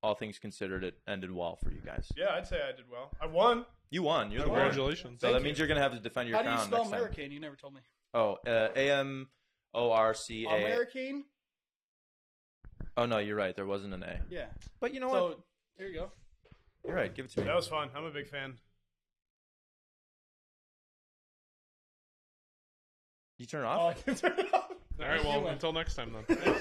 Speaker 2: all things considered, it ended well for you guys.
Speaker 3: Yeah, I'd say I did well. I won.
Speaker 2: You won. You're the winner. So
Speaker 5: Congratulations.
Speaker 2: that means you're gonna have to defend your
Speaker 4: How do you
Speaker 2: crown
Speaker 4: spell
Speaker 2: next time.
Speaker 4: hurricane? You never told me.
Speaker 2: Oh, uh, A M O R C A.
Speaker 4: American?
Speaker 2: Oh no, you're right. There wasn't an A.
Speaker 4: Yeah.
Speaker 2: But you know what?
Speaker 4: So Oh. here you go.
Speaker 2: You're right. Give it to me.
Speaker 3: That was fun. I'm a big fan.
Speaker 2: You turn it
Speaker 4: Oh, I
Speaker 2: off.
Speaker 4: can turn it off.
Speaker 5: All right.
Speaker 4: You
Speaker 5: Well,
Speaker 4: win.
Speaker 5: until next time then.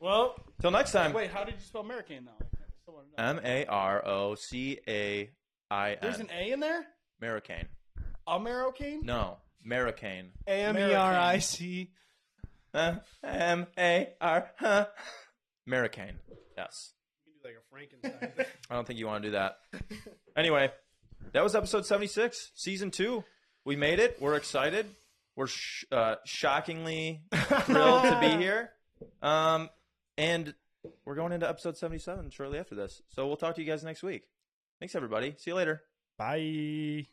Speaker 3: Well,
Speaker 2: Till next time.
Speaker 4: Oh. Wait, how did you spell American though? I still wanna know.
Speaker 2: M A R O C A I
Speaker 4: There's an
Speaker 2: N.
Speaker 4: A in there.
Speaker 2: Americane.
Speaker 4: American?
Speaker 2: No, Americane.
Speaker 3: A M
Speaker 4: E R I
Speaker 3: C.
Speaker 2: Uh, M A R. huh. Americane. Yes.
Speaker 3: You can do like a Frankenstein. thing.
Speaker 2: <laughs> I don't think you want to do that. anyway, that was episode 76, season two. We made it. We're excited. We're sh- uh, shockingly thrilled to be here. Um, and we're going into episode 77 shortly after this. So we'll talk to you guys next week. Thanks, everybody. See you later.
Speaker 4: Bye.